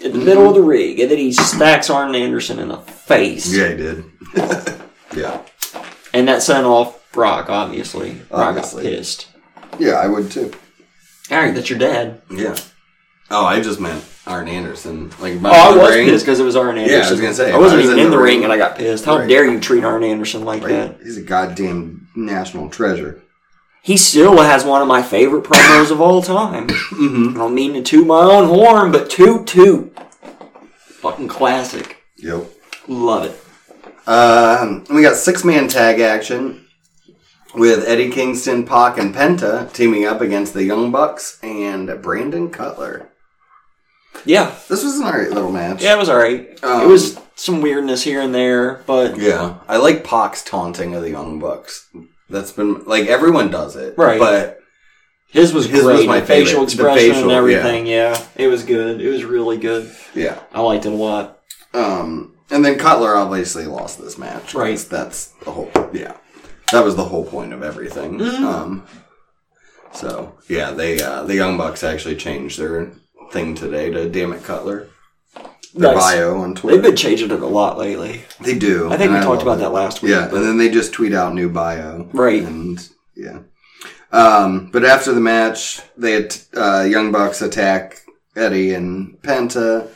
[SPEAKER 2] In the middle of the rig. And then he stacks Arn Anderson in the face.
[SPEAKER 1] Mm-hmm. Yeah, he did. yeah.
[SPEAKER 2] And that sent off Brock, obviously. Brock
[SPEAKER 1] Obviously.
[SPEAKER 2] got pissed.
[SPEAKER 1] Yeah, I would too.
[SPEAKER 2] Alright, that's your dad.
[SPEAKER 1] Yeah. Oh, I just meant Arn Anderson. Like, by
[SPEAKER 2] Oh, I
[SPEAKER 1] the
[SPEAKER 2] was
[SPEAKER 1] ring.
[SPEAKER 2] pissed because it was Arn Anderson.
[SPEAKER 1] I was gonna say,
[SPEAKER 2] I
[SPEAKER 1] I
[SPEAKER 2] wasn't
[SPEAKER 1] was
[SPEAKER 2] even in, the ring, and I got pissed. How
[SPEAKER 1] Right.
[SPEAKER 2] dare you treat Arn Anderson like
[SPEAKER 1] Like,
[SPEAKER 2] that?
[SPEAKER 1] He's a goddamn national treasure.
[SPEAKER 2] He still has one of my favorite promos of all time.
[SPEAKER 1] Mm-hmm.
[SPEAKER 2] I don't mean to toot my own horn, but toot toot. Fucking classic.
[SPEAKER 1] Yep.
[SPEAKER 2] Love it.
[SPEAKER 1] Um, we got six man tag action with Eddie Kingston, Pac, and Penta teaming up against the Young Bucks and Brandon Cutler.
[SPEAKER 2] Yeah.
[SPEAKER 1] This was an alright little match.
[SPEAKER 2] Yeah, it was alright.
[SPEAKER 1] Um,
[SPEAKER 2] it was some weirdness here and there, but
[SPEAKER 1] Yeah. I like Pac's taunting of the Young Bucks. That's been like everyone does it.
[SPEAKER 2] Right.
[SPEAKER 1] But
[SPEAKER 2] his was
[SPEAKER 1] His
[SPEAKER 2] great.
[SPEAKER 1] was my
[SPEAKER 2] the
[SPEAKER 1] favorite.
[SPEAKER 2] facial
[SPEAKER 1] The
[SPEAKER 2] expression
[SPEAKER 1] facial,
[SPEAKER 2] and
[SPEAKER 1] yeah.
[SPEAKER 2] everything. Yeah. it was good. It was really good.
[SPEAKER 1] yeah.
[SPEAKER 2] I liked it a lot.
[SPEAKER 1] Um and then Cutler obviously lost this match. 'cause
[SPEAKER 2] Right.
[SPEAKER 1] That's the whole yeah. That was the whole point of everything.
[SPEAKER 2] Mhm.
[SPEAKER 1] Um so yeah, they uh, the Young Bucks actually changed their thing today to damn it Cutler. their
[SPEAKER 2] Nice.
[SPEAKER 1] bio on Twitter.
[SPEAKER 2] They've been changing it a lot lately.
[SPEAKER 1] they do.
[SPEAKER 2] I think
[SPEAKER 1] and
[SPEAKER 2] we talked
[SPEAKER 1] love
[SPEAKER 2] about
[SPEAKER 1] it.
[SPEAKER 2] that last week.
[SPEAKER 1] Yeah, and then they just tweet out new bio.
[SPEAKER 2] Right.
[SPEAKER 1] And yeah. Um, but after the match, they at- uh, Young Bucks attack Eddie and Penta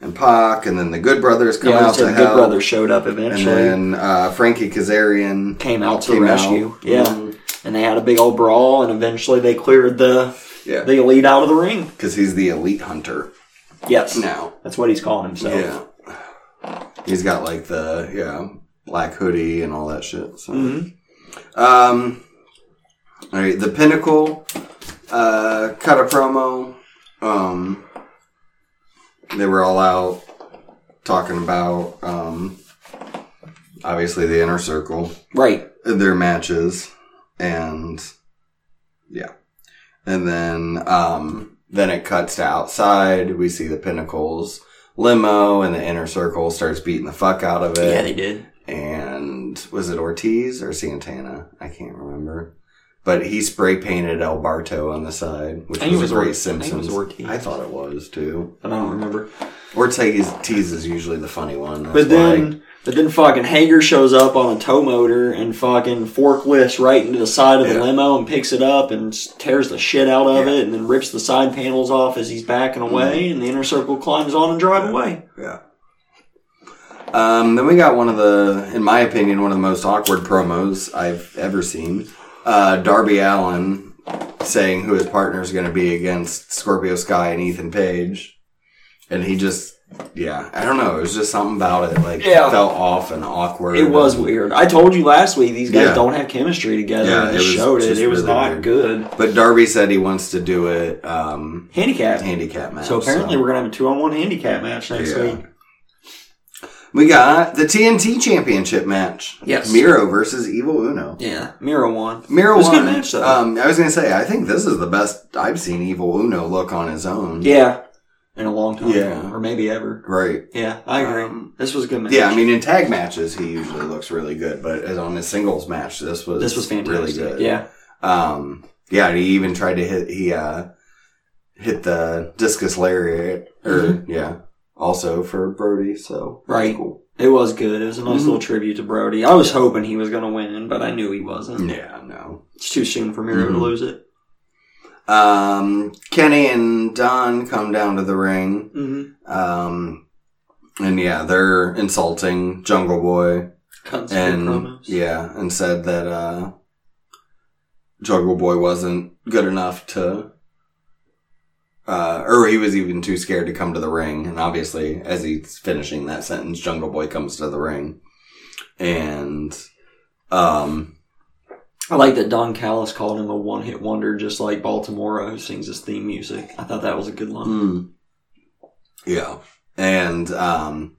[SPEAKER 1] and Pac, and then the Good Brothers come
[SPEAKER 2] yeah,
[SPEAKER 1] out to
[SPEAKER 2] so the
[SPEAKER 1] help.
[SPEAKER 2] Good Brother showed up
[SPEAKER 1] and
[SPEAKER 2] eventually.
[SPEAKER 1] then uh, Frankie Kazarian
[SPEAKER 2] came out to
[SPEAKER 1] came
[SPEAKER 2] rescue.
[SPEAKER 1] out.
[SPEAKER 2] Yeah.
[SPEAKER 1] Mhm.
[SPEAKER 2] And they had a big old brawl and eventually they cleared the
[SPEAKER 1] Yeah.
[SPEAKER 2] the elite out of the ring.
[SPEAKER 1] Because he's the elite hunter
[SPEAKER 2] Yes.
[SPEAKER 1] now.
[SPEAKER 2] That's what he's calling himself.
[SPEAKER 1] Yeah. He's got like the yeah black hoodie and all that shit. So.
[SPEAKER 2] Mhm.
[SPEAKER 1] Um. All right, the pinnacle uh, cut a promo. Um, they were all out talking about um, obviously the inner circle,
[SPEAKER 2] Right.
[SPEAKER 1] their matches, and yeah, and then um, then it cuts to outside. We see the pinnacles limo, and the inner circle starts beating the fuck out of it
[SPEAKER 2] Yeah, they did.
[SPEAKER 1] and was it Ortiz or Santana? I can't remember. But he spray painted El Barto on the side, which
[SPEAKER 2] I think
[SPEAKER 1] was,
[SPEAKER 2] it was
[SPEAKER 1] a great
[SPEAKER 2] Ort- I think it was
[SPEAKER 1] Simpsons.
[SPEAKER 2] Ortiz.
[SPEAKER 1] I thought it was too.
[SPEAKER 2] I don't remember.
[SPEAKER 1] Ortiz Ortiz is usually the funny one. That's
[SPEAKER 2] But
[SPEAKER 1] why-
[SPEAKER 2] then but then fucking Hager shows up on a tow motor and fucking forklifts right into the side of the
[SPEAKER 1] Yeah.
[SPEAKER 2] limo and picks it up and s- tears the shit out of
[SPEAKER 1] Yeah. Mm.
[SPEAKER 2] it and then rips the side panels off as he's backing away and the inner circle climbs on and drive away.
[SPEAKER 1] yeah. Um, then we got one of the, in my opinion, one of the most awkward promos I've ever seen. Uh, Darby Allen saying who his partner is going to be against Scorpio Sky and Ethan Page. And he just, yeah, I don't know. It was just something about it. Like,
[SPEAKER 2] Yeah.
[SPEAKER 1] felt off and awkward.
[SPEAKER 2] It was weird. I told you last week these guys
[SPEAKER 1] Yeah.
[SPEAKER 2] don't have chemistry together.
[SPEAKER 1] Yeah,
[SPEAKER 2] and
[SPEAKER 1] it was
[SPEAKER 2] it showed it.
[SPEAKER 1] just
[SPEAKER 2] It was
[SPEAKER 1] really
[SPEAKER 2] not
[SPEAKER 1] weird.
[SPEAKER 2] good.
[SPEAKER 1] But Darby said he wants to do it um,
[SPEAKER 2] Handicap.
[SPEAKER 1] handicap match.
[SPEAKER 2] so apparently we're gonna have a two on one handicap match next
[SPEAKER 1] Yeah.
[SPEAKER 2] week.
[SPEAKER 1] we got the TNT Championship match.
[SPEAKER 2] Yes.
[SPEAKER 1] Miro versus Evil Uno.
[SPEAKER 2] Yeah. Miro won.
[SPEAKER 1] Miro
[SPEAKER 2] It was a
[SPEAKER 1] won.
[SPEAKER 2] good match, though.
[SPEAKER 1] Um, I was gonna say I think this is the best I've seen Evil Uno look on his own.
[SPEAKER 2] Yeah. In a long time.
[SPEAKER 1] Yeah.
[SPEAKER 2] Or maybe ever.
[SPEAKER 1] Right.
[SPEAKER 2] Yeah, I agree.
[SPEAKER 1] Um,
[SPEAKER 2] this was a good match.
[SPEAKER 1] Yeah, I mean, in tag matches, he usually looks really good, but as on his singles match, this was
[SPEAKER 2] this was fantastic.
[SPEAKER 1] really good.
[SPEAKER 2] Yeah.
[SPEAKER 1] Um, yeah, he even tried to hit he uh hit the discus lariat or yeah, also for Brody. So that's
[SPEAKER 2] Mm-hmm. Right.
[SPEAKER 1] cool.
[SPEAKER 2] It was good. It was a nice
[SPEAKER 1] Mhm.
[SPEAKER 2] little tribute to Brody. I was hoping he was gonna win, but I knew he wasn't.
[SPEAKER 1] Yeah, no.
[SPEAKER 2] It's too soon for Miro to
[SPEAKER 1] Mhm.
[SPEAKER 2] lose it.
[SPEAKER 1] Um, Kenny and Don come down to the ring.
[SPEAKER 2] Mm-hmm.
[SPEAKER 1] Um, and yeah, they're insulting Jungle Boy.
[SPEAKER 2] Cutting some
[SPEAKER 1] and
[SPEAKER 2] good promos.
[SPEAKER 1] yeah, and said that uh, Jungle Boy wasn't good enough to, uh, or he was even too scared to come to the ring. And obviously, as he's finishing that sentence, Jungle Boy comes to the ring, and um,
[SPEAKER 2] I like that Don Callis called him a one hit wonder, just like Baltimore, who sings his theme music. I thought that was a good line.
[SPEAKER 1] Mm. Yeah. And um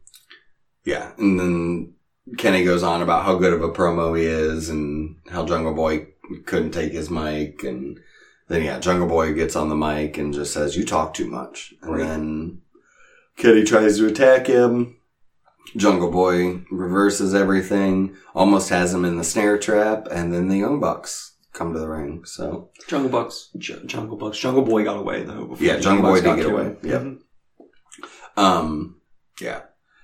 [SPEAKER 1] yeah, and then Kenny goes on about how good of a promo he is and how Jungle Boy couldn't take his mic and then yeah, Jungle Boy gets on the mic and just says, You talk too much. And
[SPEAKER 2] Right.
[SPEAKER 1] then Kenny tries to attack him. Jungle Boy reverses everything, almost has him in the snare trap, and then the Young Bucks come to the ring. So
[SPEAKER 2] Jungle Bucks, J- Jungle Bucks, Jungle Boy got away though. before
[SPEAKER 1] Mm. Yeah,
[SPEAKER 2] the
[SPEAKER 1] Jungle
[SPEAKER 2] Young
[SPEAKER 1] Boy
[SPEAKER 2] Bucks got
[SPEAKER 1] did get
[SPEAKER 2] to
[SPEAKER 1] away.
[SPEAKER 2] him.
[SPEAKER 1] Yep.
[SPEAKER 2] Mhm.
[SPEAKER 1] Um, yeah.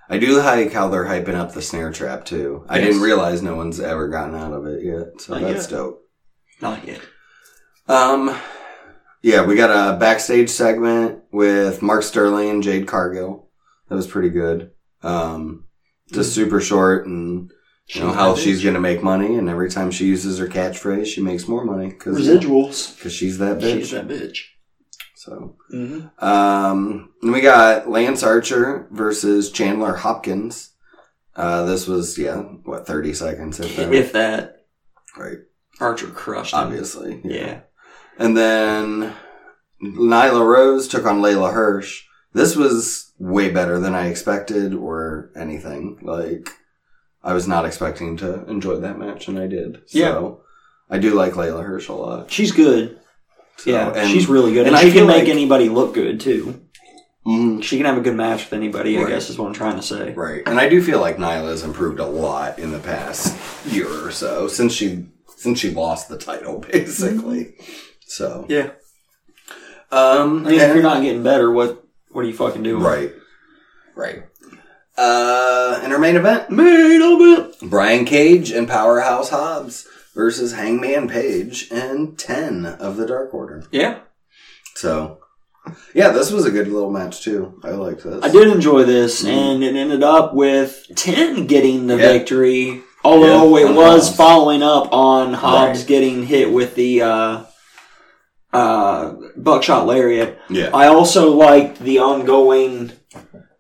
[SPEAKER 1] I do like how they're hyping up the snare trap too. I
[SPEAKER 2] Yes.
[SPEAKER 1] didn't realize no one's ever gotten out of it yet, so
[SPEAKER 2] Not
[SPEAKER 1] that's
[SPEAKER 2] yet.
[SPEAKER 1] dope.
[SPEAKER 2] Not yet.
[SPEAKER 1] Um, yeah, we got a backstage segment with Mark Sterling and Jade Cargill. That was pretty good. Um,
[SPEAKER 2] Mm.
[SPEAKER 1] just super short and you know how she's gonna make money, and every time she uses her catchphrase, she makes more money because
[SPEAKER 2] residuals.
[SPEAKER 1] she's that bitch.
[SPEAKER 2] She's that bitch.
[SPEAKER 1] so
[SPEAKER 2] Mm-hmm.
[SPEAKER 1] Um, and we got Lance Archer versus Chandler Hopkins. Uh, this was yeah, what thirty seconds if that,
[SPEAKER 2] If that
[SPEAKER 1] right?
[SPEAKER 2] Archer crushed him.
[SPEAKER 1] Obviously,
[SPEAKER 2] Yeah.
[SPEAKER 1] And then Nyla Rose took on Layla Hirsch. This was way better than I expected or anything. Like I was not expecting to enjoy that match, and I did. So I do like Layla Hirsch a lot.
[SPEAKER 2] She's good.
[SPEAKER 1] So,
[SPEAKER 2] yeah,
[SPEAKER 1] and,
[SPEAKER 2] she's really good,
[SPEAKER 1] and
[SPEAKER 2] and,
[SPEAKER 1] I
[SPEAKER 2] she can
[SPEAKER 1] feel
[SPEAKER 2] make
[SPEAKER 1] like-
[SPEAKER 2] anybody look good too.
[SPEAKER 1] Mm,
[SPEAKER 2] She can have a good match with anybody. I
[SPEAKER 1] Right.
[SPEAKER 2] guess is what I'm trying to say.
[SPEAKER 1] Right. And I do feel like Nyla's improved a lot in the past year or so since she since she lost the title basically. So
[SPEAKER 2] Yeah.
[SPEAKER 1] um
[SPEAKER 2] I mean, if
[SPEAKER 1] and-
[SPEAKER 2] you're not getting better, what what are you fucking doing?
[SPEAKER 1] right. Right. Uh and her main event,
[SPEAKER 2] Made of it.
[SPEAKER 1] Brian Cage and Powerhouse Hobbs versus Hangman Page and 10 of the Dark Order.
[SPEAKER 2] Yeah,
[SPEAKER 1] So yeah, this was a good little match too. I liked this.
[SPEAKER 2] I did enjoy this,
[SPEAKER 1] Mhm.
[SPEAKER 2] and it ended up with ten getting the
[SPEAKER 1] Yeah.
[SPEAKER 2] victory. Although
[SPEAKER 1] Yeah,
[SPEAKER 2] it
[SPEAKER 1] on
[SPEAKER 2] was
[SPEAKER 1] Hobbs.
[SPEAKER 2] following up on Hobbs
[SPEAKER 1] Right.
[SPEAKER 2] getting hit with the uh, uh, buckshot lariat.
[SPEAKER 1] Yeah.
[SPEAKER 2] I also liked the ongoing.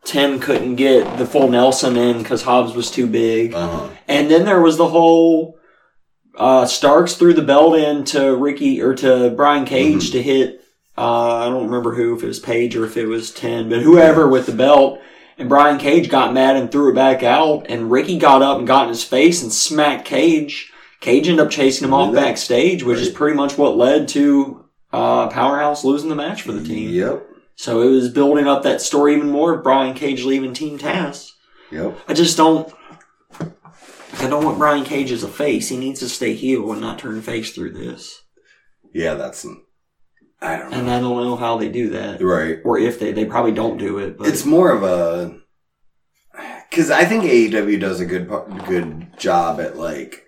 [SPEAKER 2] Ten couldn't get the full Nelson in because Hobbs was too big,
[SPEAKER 1] Uh-huh.
[SPEAKER 2] and then there was the whole uh, Starks threw the belt in to Ricky or to Brian Cage to hit. Uh, I don't remember who, if it was Page or if it was Ten, but whoever with the belt. And Brian Cage got mad and threw it back out, and Ricky got up and got in his face and smacked Cage. Cage ended up chasing him off
[SPEAKER 1] Yeah.
[SPEAKER 2] backstage, which is pretty much what led to uh, Powerhouse losing the match for the team.
[SPEAKER 1] Yep.
[SPEAKER 2] So it was building up that story even more of Brian Cage leaving Team Taz.
[SPEAKER 1] Yep.
[SPEAKER 2] I just don't. I don't want Brian Cage as a face. He needs to stay heel and not turn face through this.
[SPEAKER 1] Yeah, that's I don't know.
[SPEAKER 2] And I don't know how they do that,
[SPEAKER 1] Right.
[SPEAKER 2] or if they they probably don't do it. But
[SPEAKER 1] It's more of a because I think AEW does a good par- good job at like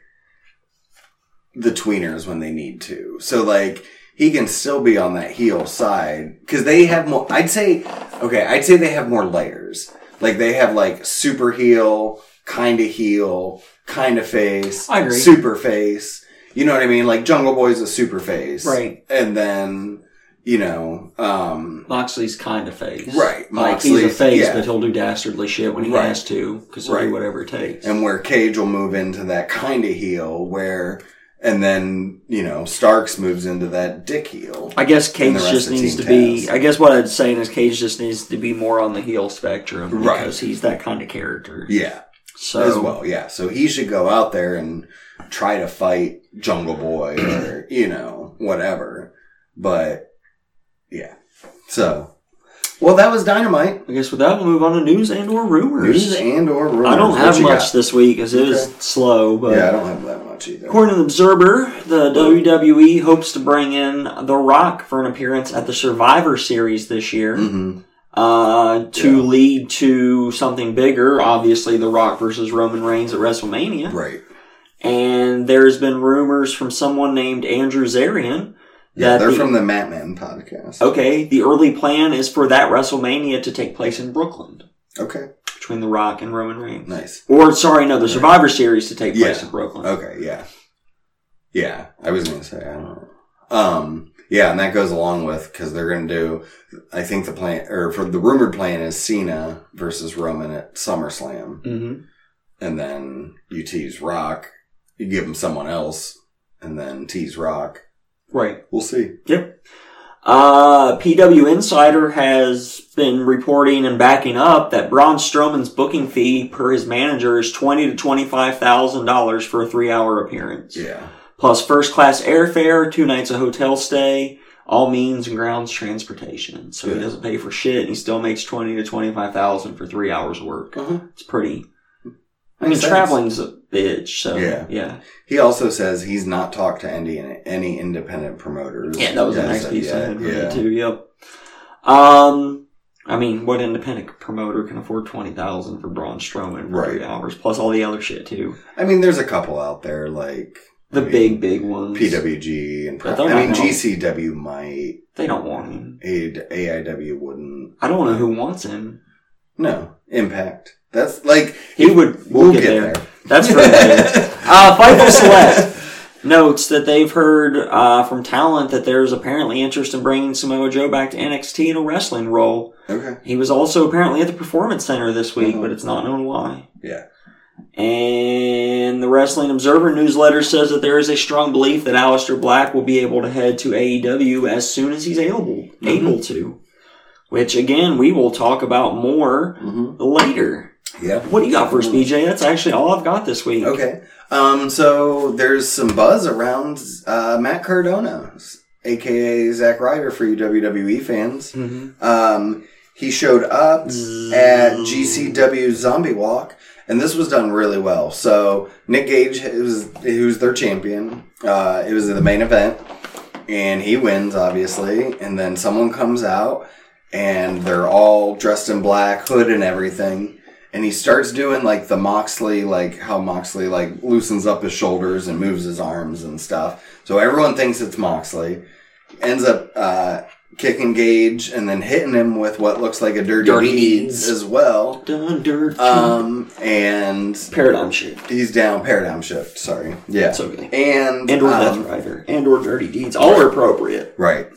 [SPEAKER 1] the tweeners when they need to. So like he can still be on that heel side because they have more. I'd say okay. I'd say they have more layers. Like they have like super heel, kind of heel, kind of face,
[SPEAKER 2] I agree.
[SPEAKER 1] super face. You know what I mean? Like Jungle Boy's a super face,
[SPEAKER 2] right,
[SPEAKER 1] and then you know, um,
[SPEAKER 2] Moxley's kind of face.
[SPEAKER 1] Right,
[SPEAKER 2] Like he's a
[SPEAKER 1] Moxley's-
[SPEAKER 2] face,
[SPEAKER 1] yeah.
[SPEAKER 2] but he'll do dastardly shit when he
[SPEAKER 1] Right.
[SPEAKER 2] has to because he'll
[SPEAKER 1] Right.
[SPEAKER 2] do whatever it takes.
[SPEAKER 1] and where Cage will move into that kind of heel where, and then, you know, Starks moves into that dick heel.
[SPEAKER 2] I guess Cage
[SPEAKER 1] and the rest
[SPEAKER 2] just
[SPEAKER 1] of the
[SPEAKER 2] needs to
[SPEAKER 1] team
[SPEAKER 2] be.
[SPEAKER 1] tabs.
[SPEAKER 2] I guess what I'm saying is Cage just needs to be more on the heel spectrum
[SPEAKER 1] Right.
[SPEAKER 2] because he's that kind of character.
[SPEAKER 1] Yeah,
[SPEAKER 2] So
[SPEAKER 1] as well. Yeah. So he should go out there and try to fight Jungle Boy or, you know, whatever. But, yeah. So, well, that was Dynamite.
[SPEAKER 2] I guess with that, we'll move on to news and or rumors.
[SPEAKER 1] News and or rumors.
[SPEAKER 2] I don't
[SPEAKER 1] What
[SPEAKER 2] have
[SPEAKER 1] you
[SPEAKER 2] much
[SPEAKER 1] got?
[SPEAKER 2] this week as it is
[SPEAKER 1] Okay.
[SPEAKER 2] slow, but
[SPEAKER 1] Yeah, I don't have that much either.
[SPEAKER 2] According to the Observer, the WWE hopes to bring in The Rock for an appearance at the Survivor Series this year
[SPEAKER 1] Mhm.
[SPEAKER 2] uh, to
[SPEAKER 1] Yeah.
[SPEAKER 2] lead to something bigger. Obviously, The Rock versus Roman Reigns at WrestleMania.
[SPEAKER 1] Right.
[SPEAKER 2] And there's been rumors from someone named Andrew Zarian
[SPEAKER 1] Yeah,
[SPEAKER 2] that
[SPEAKER 1] they're
[SPEAKER 2] the-
[SPEAKER 1] from the Matman podcast.
[SPEAKER 2] okay, the early plan is for that WrestleMania to take place in Brooklyn
[SPEAKER 1] Okay.
[SPEAKER 2] between The Rock and Roman Reigns.
[SPEAKER 1] Nice.
[SPEAKER 2] Or sorry, no, the Survivor Series to take place
[SPEAKER 1] Yeah.
[SPEAKER 2] in Brooklyn.
[SPEAKER 1] Okay. Yeah. Yeah. I was gonna say I don't know. Um. Yeah, and that goes along with because they're gonna do. I think the plan or for the rumored plan is Cena versus Roman at SummerSlam,
[SPEAKER 2] hmm
[SPEAKER 1] and then you tease Rock, you give him someone else, and then tease Rock.
[SPEAKER 2] Right.
[SPEAKER 1] We'll see.
[SPEAKER 2] Yep. Uh, PW Insider has been reporting and backing up that Braun Strowman's booking fee per his manager is twenty to twenty-five thousand dollars for a three-hour appearance,
[SPEAKER 1] Yeah.
[SPEAKER 2] plus first-class airfare, two nights of hotel stay, all means and grounds transportation. So he
[SPEAKER 1] Yeah.
[SPEAKER 2] doesn't pay for shit, and he still makes twenty to twenty-five thousand for three hours work.
[SPEAKER 1] Uh-huh.
[SPEAKER 2] It's pretty. I
[SPEAKER 1] Makes
[SPEAKER 2] mean,
[SPEAKER 1] sense.
[SPEAKER 2] traveling's a bitch. So
[SPEAKER 1] Yeah.
[SPEAKER 2] yeah.
[SPEAKER 1] He also says he's not talked to any any independent promoters.
[SPEAKER 2] Yeah, that was the
[SPEAKER 1] as
[SPEAKER 2] next
[SPEAKER 1] of
[SPEAKER 2] piece I
[SPEAKER 1] yet.
[SPEAKER 2] had read too. Yep. Um, I mean, what independent promoter can afford twenty thousand for Braun Strowman for
[SPEAKER 1] Right.
[SPEAKER 2] three hours plus all the other shit too?
[SPEAKER 1] I mean, there's a couple out there like
[SPEAKER 2] The
[SPEAKER 1] I mean,
[SPEAKER 2] big, big ones.
[SPEAKER 1] PWG and
[SPEAKER 2] But
[SPEAKER 1] Pro-
[SPEAKER 2] they're
[SPEAKER 1] I mean
[SPEAKER 2] not-
[SPEAKER 1] GCW might
[SPEAKER 2] They don't want him.
[SPEAKER 1] A- AIW wouldn't
[SPEAKER 2] I don't know who wants him.
[SPEAKER 1] no impact. That's like
[SPEAKER 2] He would. We'll, get, there. That's for me. Uh, Fightful Select notes that they've heard uh, from talent that there's apparently interest in bringing Samoa Joe back to NXT in a wrestling role.
[SPEAKER 1] okay.
[SPEAKER 2] He was also apparently at the Performance Center this week,
[SPEAKER 1] Mhm.
[SPEAKER 2] but it's not known why.
[SPEAKER 1] Yeah.
[SPEAKER 2] And the Wrestling Observer newsletter says that there is a strong belief that Aleister Black will be able to head to AEW as soon as he's able able to. Which again, we will talk about more
[SPEAKER 1] Mm-hmm.
[SPEAKER 2] later.
[SPEAKER 1] Yeah.
[SPEAKER 2] What do you got for us, BJ? That's actually all I've got this week.
[SPEAKER 1] Okay. Um. So there's some buzz around uh, Matt Cardona, aka Zack Ryder, for you WWE E fans.
[SPEAKER 2] Mhm.
[SPEAKER 1] Um, he showed up at GCW Zombie Walk, and this was done really well. So Nick Gage was who's their champion. Uh, it was the main event, and he wins obviously. And then someone comes out, and they're all dressed in black, hood and everything. And he starts doing like the Moxley, like how Moxley like loosens up his shoulders and moves his arms and stuff. So everyone thinks it's Moxley. Ends up uh, kicking Gage and then hitting him with what looks like a dirty,
[SPEAKER 2] Dirty
[SPEAKER 1] deeds,
[SPEAKER 2] deeds.
[SPEAKER 1] as well.
[SPEAKER 2] Dun, dirt,
[SPEAKER 1] Um, and
[SPEAKER 2] paradigm shift.
[SPEAKER 1] he's down paradigm shift. Sorry, yeah,
[SPEAKER 2] That's okay.
[SPEAKER 1] and
[SPEAKER 2] And or
[SPEAKER 1] um,
[SPEAKER 2] Death Rider. And or Dirty Deeds. All are appropriate.
[SPEAKER 1] right,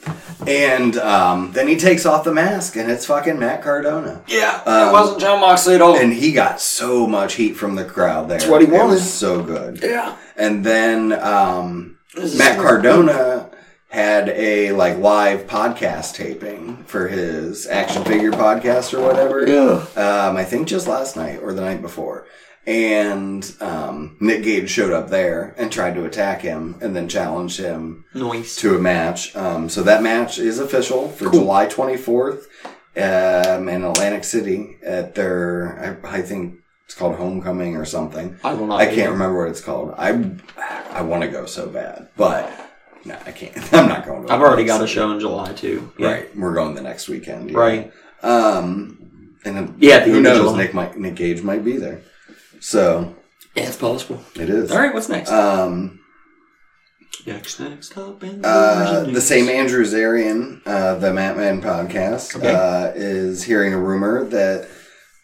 [SPEAKER 1] and um, then he takes off the mask and it's fucking Matt Cardona.
[SPEAKER 2] Yeah.
[SPEAKER 1] Um, wasn't
[SPEAKER 2] John Moxley at all.
[SPEAKER 1] And he got so much heat from the crowd there. That's
[SPEAKER 2] what he
[SPEAKER 1] It
[SPEAKER 2] wanted.
[SPEAKER 1] was so good.
[SPEAKER 2] yeah.
[SPEAKER 1] And then um,
[SPEAKER 2] This is-
[SPEAKER 1] Matt Cardona had a like live podcast taping for his action figure podcast or whatever.
[SPEAKER 2] Yeah.
[SPEAKER 1] Um, I think just last night or the night before. And um, Nick Gage showed up there and tried to attack him and then challenged him
[SPEAKER 2] Noise.
[SPEAKER 1] to a match. Um, so that match is official for July 24th um, in Atlantic City at their, I, I think it's called Homecoming or something.
[SPEAKER 2] I will not.
[SPEAKER 1] I
[SPEAKER 2] be
[SPEAKER 1] can't remember what it's called. I I want to go so bad, but no, I can't. I'm not going. To
[SPEAKER 2] I've already got a show in July too. Yeah.
[SPEAKER 1] Right, we're going the next weekend. yeah.
[SPEAKER 2] Right.
[SPEAKER 1] Um, and then-
[SPEAKER 2] Yeah, at the
[SPEAKER 1] who
[SPEAKER 2] end of
[SPEAKER 1] knows?
[SPEAKER 2] July.
[SPEAKER 1] Nick might, Nick Gage might be there. So
[SPEAKER 2] Yeah, it's possible.
[SPEAKER 1] it is.
[SPEAKER 2] All right, what's next?
[SPEAKER 1] Um,
[SPEAKER 2] next, next up, and
[SPEAKER 1] uh, the same Andrew Zarian, uh, the Matman podcast,
[SPEAKER 2] Okay.
[SPEAKER 1] uh, is hearing a rumor that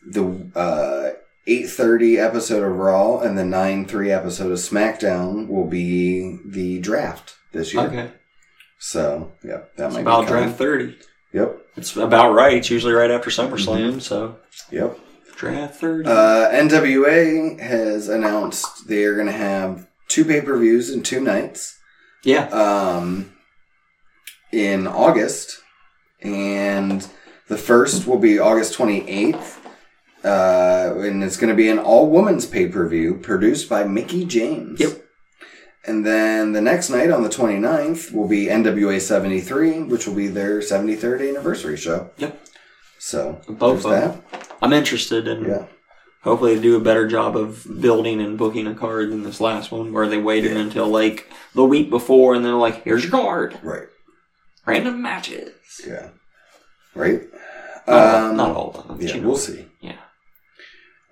[SPEAKER 1] the uh, eight thirty episode of Raw and the nine three episode of SmackDown will be the draft this year.
[SPEAKER 2] Okay.
[SPEAKER 1] So, yeah, that
[SPEAKER 2] It's
[SPEAKER 1] might
[SPEAKER 2] about
[SPEAKER 1] be coming.
[SPEAKER 2] draft 30.
[SPEAKER 1] Yep,
[SPEAKER 2] It's about right. It's usually right after SummerSlam, so
[SPEAKER 1] yep.
[SPEAKER 2] draft 30.
[SPEAKER 1] Uh, NWA has announced they are going to have two pay per views in two nights
[SPEAKER 2] yeah.
[SPEAKER 1] um, in August. And the first will be August 28th. Uh, and it's going to be an all women's pay per view produced by Mickey James.
[SPEAKER 2] Yep.
[SPEAKER 1] And then the next night on the 29th will be NWA 73, which will be their 73rd anniversary show.
[SPEAKER 2] Yep.
[SPEAKER 1] So,
[SPEAKER 2] Both
[SPEAKER 1] there's
[SPEAKER 2] of them. I'm interested and
[SPEAKER 1] Yeah.
[SPEAKER 2] hopefully they do a better job of building and booking a card than this last one where they waited until like the week before and they're like, here's your card.
[SPEAKER 1] Right.
[SPEAKER 2] Random matches.
[SPEAKER 1] Yeah. Right?
[SPEAKER 2] Not, all-
[SPEAKER 1] Um,
[SPEAKER 2] not all of them. but
[SPEAKER 1] Yeah,
[SPEAKER 2] you know.
[SPEAKER 1] we'll see.
[SPEAKER 2] Yeah.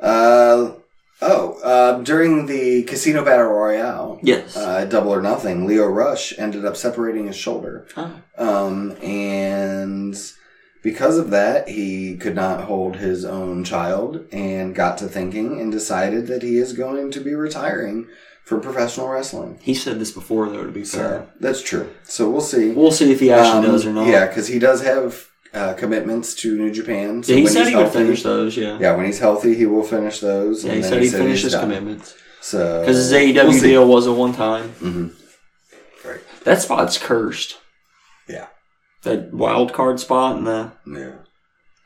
[SPEAKER 1] Uh, oh, uh, during the Casino Battle Royale,
[SPEAKER 2] Yes.
[SPEAKER 1] uh, Double or Nothing, Leo Rush ended up separating his shoulder.
[SPEAKER 2] Oh.
[SPEAKER 1] Um, and because of that, he could not hold his own child and got to thinking and decided that he is going to be retiring from professional wrestling.
[SPEAKER 2] He said this before, though, to be
[SPEAKER 1] So
[SPEAKER 2] fair.
[SPEAKER 1] that's true. So we'll see.
[SPEAKER 2] We'll see if he actually
[SPEAKER 1] Um,
[SPEAKER 2] does or not.
[SPEAKER 1] Yeah, because he does have uh, commitments to New Japan.
[SPEAKER 2] Yeah, he
[SPEAKER 1] when
[SPEAKER 2] said
[SPEAKER 1] he's
[SPEAKER 2] he would
[SPEAKER 1] healthy-
[SPEAKER 2] finish those, yeah.
[SPEAKER 1] Yeah, when he's healthy, he will finish those.
[SPEAKER 2] Yeah,
[SPEAKER 1] and
[SPEAKER 2] he
[SPEAKER 1] then
[SPEAKER 2] said he'd finish
[SPEAKER 1] he's
[SPEAKER 2] his
[SPEAKER 1] done.
[SPEAKER 2] commitments.
[SPEAKER 1] So
[SPEAKER 2] Because his AEW
[SPEAKER 1] we'll see.
[SPEAKER 2] deal was a one time.
[SPEAKER 1] Mhm. Right.
[SPEAKER 2] That spot's cursed.
[SPEAKER 1] Yeah.
[SPEAKER 2] That wild card spot in the.
[SPEAKER 1] Yeah.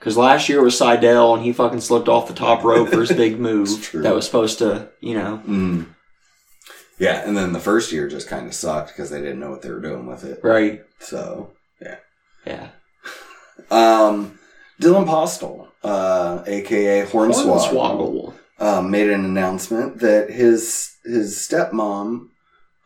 [SPEAKER 2] Because last year was Seidel and he fucking slipped off the top rope for his big move
[SPEAKER 1] It's true.
[SPEAKER 2] that was supposed to, you know.
[SPEAKER 1] Mm. Yeah, and then the first year just kind of sucked because they didn't know what they were doing with it.
[SPEAKER 2] Right.
[SPEAKER 1] So,
[SPEAKER 2] Yeah.
[SPEAKER 1] um, Dylan Postel, uh, aka Hornswoggle,
[SPEAKER 2] Hornswoggle.
[SPEAKER 1] um, made an announcement that his his stepmom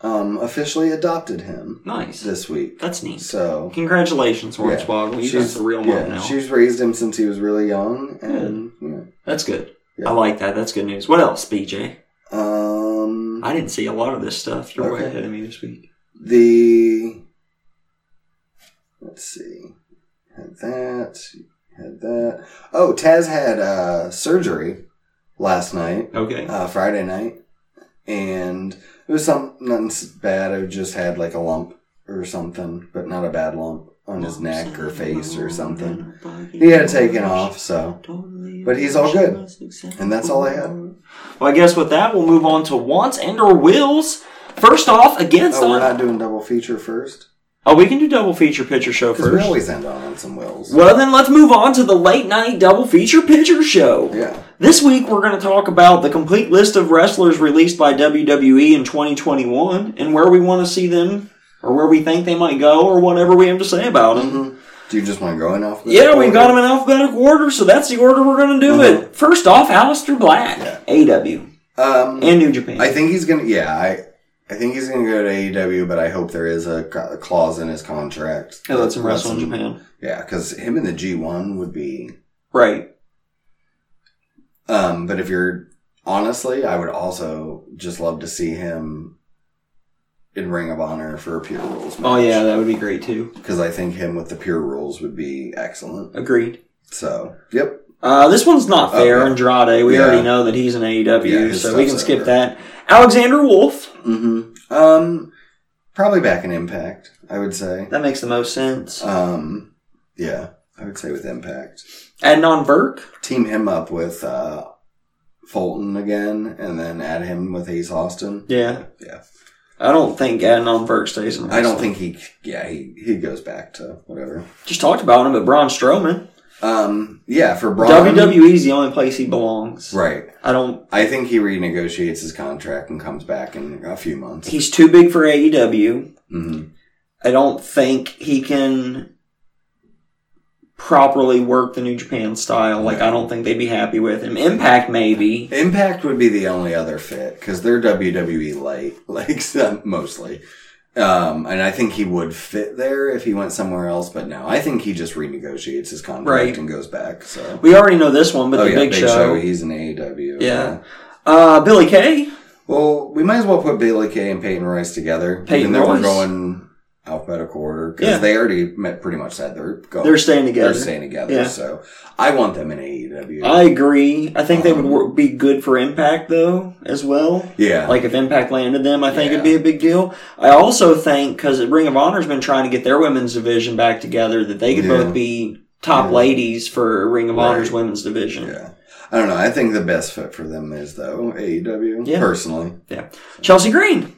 [SPEAKER 1] um, officially adopted him
[SPEAKER 2] Nice.
[SPEAKER 1] this week.
[SPEAKER 2] That's neat.
[SPEAKER 1] So
[SPEAKER 2] Congratulations,
[SPEAKER 1] Yeah.
[SPEAKER 2] Hornswoggle. You got the real mom
[SPEAKER 1] yeah,
[SPEAKER 2] now.
[SPEAKER 1] She's raised him since he was really young, and yeah.
[SPEAKER 2] That's good.
[SPEAKER 1] Yeah.
[SPEAKER 2] I like that. That's good news. What else, BJ?
[SPEAKER 1] Um,
[SPEAKER 2] I didn't see a lot of this stuff. You're way
[SPEAKER 1] Okay.
[SPEAKER 2] ahead of me this week.
[SPEAKER 1] the let's see, had that, had that. Oh, Taz had uh, surgery last night,
[SPEAKER 2] Okay.
[SPEAKER 1] uh, Friday night, and it was some nothing s- bad. I just had like a lump or something, but not a bad lump on his neck or face or something. He had it taken off, so But he's all good. And that's all I had.
[SPEAKER 2] Well, I guess with that, we'll move on to wants and or wills. First off, against
[SPEAKER 1] oh, we're
[SPEAKER 2] on-
[SPEAKER 1] not doing double feature first.
[SPEAKER 2] oh, we can do double feature picture show
[SPEAKER 1] Because we
[SPEAKER 2] first.
[SPEAKER 1] always end on some wills.
[SPEAKER 2] Well, then let's move on to the late night double feature picture show.
[SPEAKER 1] Yeah.
[SPEAKER 2] This week, we're going to talk about the complete list of wrestlers released by WWE in 2021 and where we want to see them or where we think they might go or whatever we have to say about them.
[SPEAKER 1] Do you just want to go in off?
[SPEAKER 2] mm-hmm. Yeah, we've got them in alphabetical order, so that's the order we're going to do
[SPEAKER 1] Uh-huh.
[SPEAKER 2] it. First off, Aleister Black, AW,
[SPEAKER 1] Um,
[SPEAKER 2] and New Japan.
[SPEAKER 1] I think he's gonna. Yeah, I. I think he's gonna go to AEW, but I hope there is a, ca- a clause in his contract.
[SPEAKER 2] Yeah, that's in Wrestle in
[SPEAKER 1] Lets him-
[SPEAKER 2] Japan.
[SPEAKER 1] Yeah, because him in the G one would be.
[SPEAKER 2] Right.
[SPEAKER 1] Um, but if you're honestly, I would also just love to see him in Ring of Honor for a Pure Rules.
[SPEAKER 2] Oh, yeah, that would be great, too.
[SPEAKER 1] because I think him with the Pure Rules would be excellent.
[SPEAKER 2] Agreed.
[SPEAKER 1] So, yep.
[SPEAKER 2] Uh, this one's not
[SPEAKER 1] Oh,
[SPEAKER 2] fair.
[SPEAKER 1] yeah.
[SPEAKER 2] Andrade, we
[SPEAKER 1] Yeah.
[SPEAKER 2] already know that he's an AEW,
[SPEAKER 1] Yeah, his
[SPEAKER 2] so we can
[SPEAKER 1] stuff's
[SPEAKER 2] skip
[SPEAKER 1] over.
[SPEAKER 2] that. Alexander Wolf,
[SPEAKER 1] Mm-hmm. Um, probably back in Impact, I would say.
[SPEAKER 2] that makes the most sense.
[SPEAKER 1] Um, yeah, I would say with Impact.
[SPEAKER 2] Adnan Verk,
[SPEAKER 1] Team him up with uh, Fulton again, and then add him with Ace Austin.
[SPEAKER 2] yeah.
[SPEAKER 1] Yeah,
[SPEAKER 2] I don't think Adnan Verk stays in
[SPEAKER 1] I don't
[SPEAKER 2] wrestling.
[SPEAKER 1] think he. Yeah, he he goes back to whatever.
[SPEAKER 2] Just talked about him, but Braun Strowman.
[SPEAKER 1] Um, yeah, for Braun.
[SPEAKER 2] WWE's the only place he belongs.
[SPEAKER 1] Right.
[SPEAKER 2] I don't.
[SPEAKER 1] I think he renegotiates his contract and comes back in a few months.
[SPEAKER 2] He's too big for AEW.
[SPEAKER 1] hmm
[SPEAKER 2] I don't think he can properly work the New Japan style. Like, I don't think they'd be happy with him. Impact, maybe.
[SPEAKER 1] Impact would be the only other fit because they're WWE light, like so- mostly. Um, and I think he would fit there if he went somewhere else, but no, I think he just renegotiates his contract
[SPEAKER 2] Right.
[SPEAKER 1] and goes back. So,
[SPEAKER 2] We already know this one, but
[SPEAKER 1] Oh,
[SPEAKER 2] the Oh, Big, Show.
[SPEAKER 1] he's an E AEW.
[SPEAKER 2] Yeah. Uh, Billy Kay.
[SPEAKER 1] Well, we might as well put Bailey Kay and Peyton Royce together,
[SPEAKER 2] Peyton
[SPEAKER 1] even though we're
[SPEAKER 2] Royce?
[SPEAKER 1] going alphabetical order because
[SPEAKER 2] Yeah.
[SPEAKER 1] they already met, pretty much said they're going.
[SPEAKER 2] They're staying together.
[SPEAKER 1] They're staying together.
[SPEAKER 2] Yeah.
[SPEAKER 1] So I want them in E AEW.
[SPEAKER 2] I agree. I think they would
[SPEAKER 1] Um,
[SPEAKER 2] wor- be good for Impact though, as well.
[SPEAKER 1] yeah.
[SPEAKER 2] Like if Impact landed them, I think it'd be
[SPEAKER 1] Yeah.
[SPEAKER 2] a big deal. I also think because Ring of Honor's been trying to get their women's division back together, that they could
[SPEAKER 1] Yeah.
[SPEAKER 2] both be top
[SPEAKER 1] Yeah.
[SPEAKER 2] ladies for Ring of
[SPEAKER 1] Right.
[SPEAKER 2] Honor's women's division.
[SPEAKER 1] yeah. I don't know. I think the best fit for them is though AEW.
[SPEAKER 2] Yeah.
[SPEAKER 1] Personally,
[SPEAKER 2] Chelsea Green,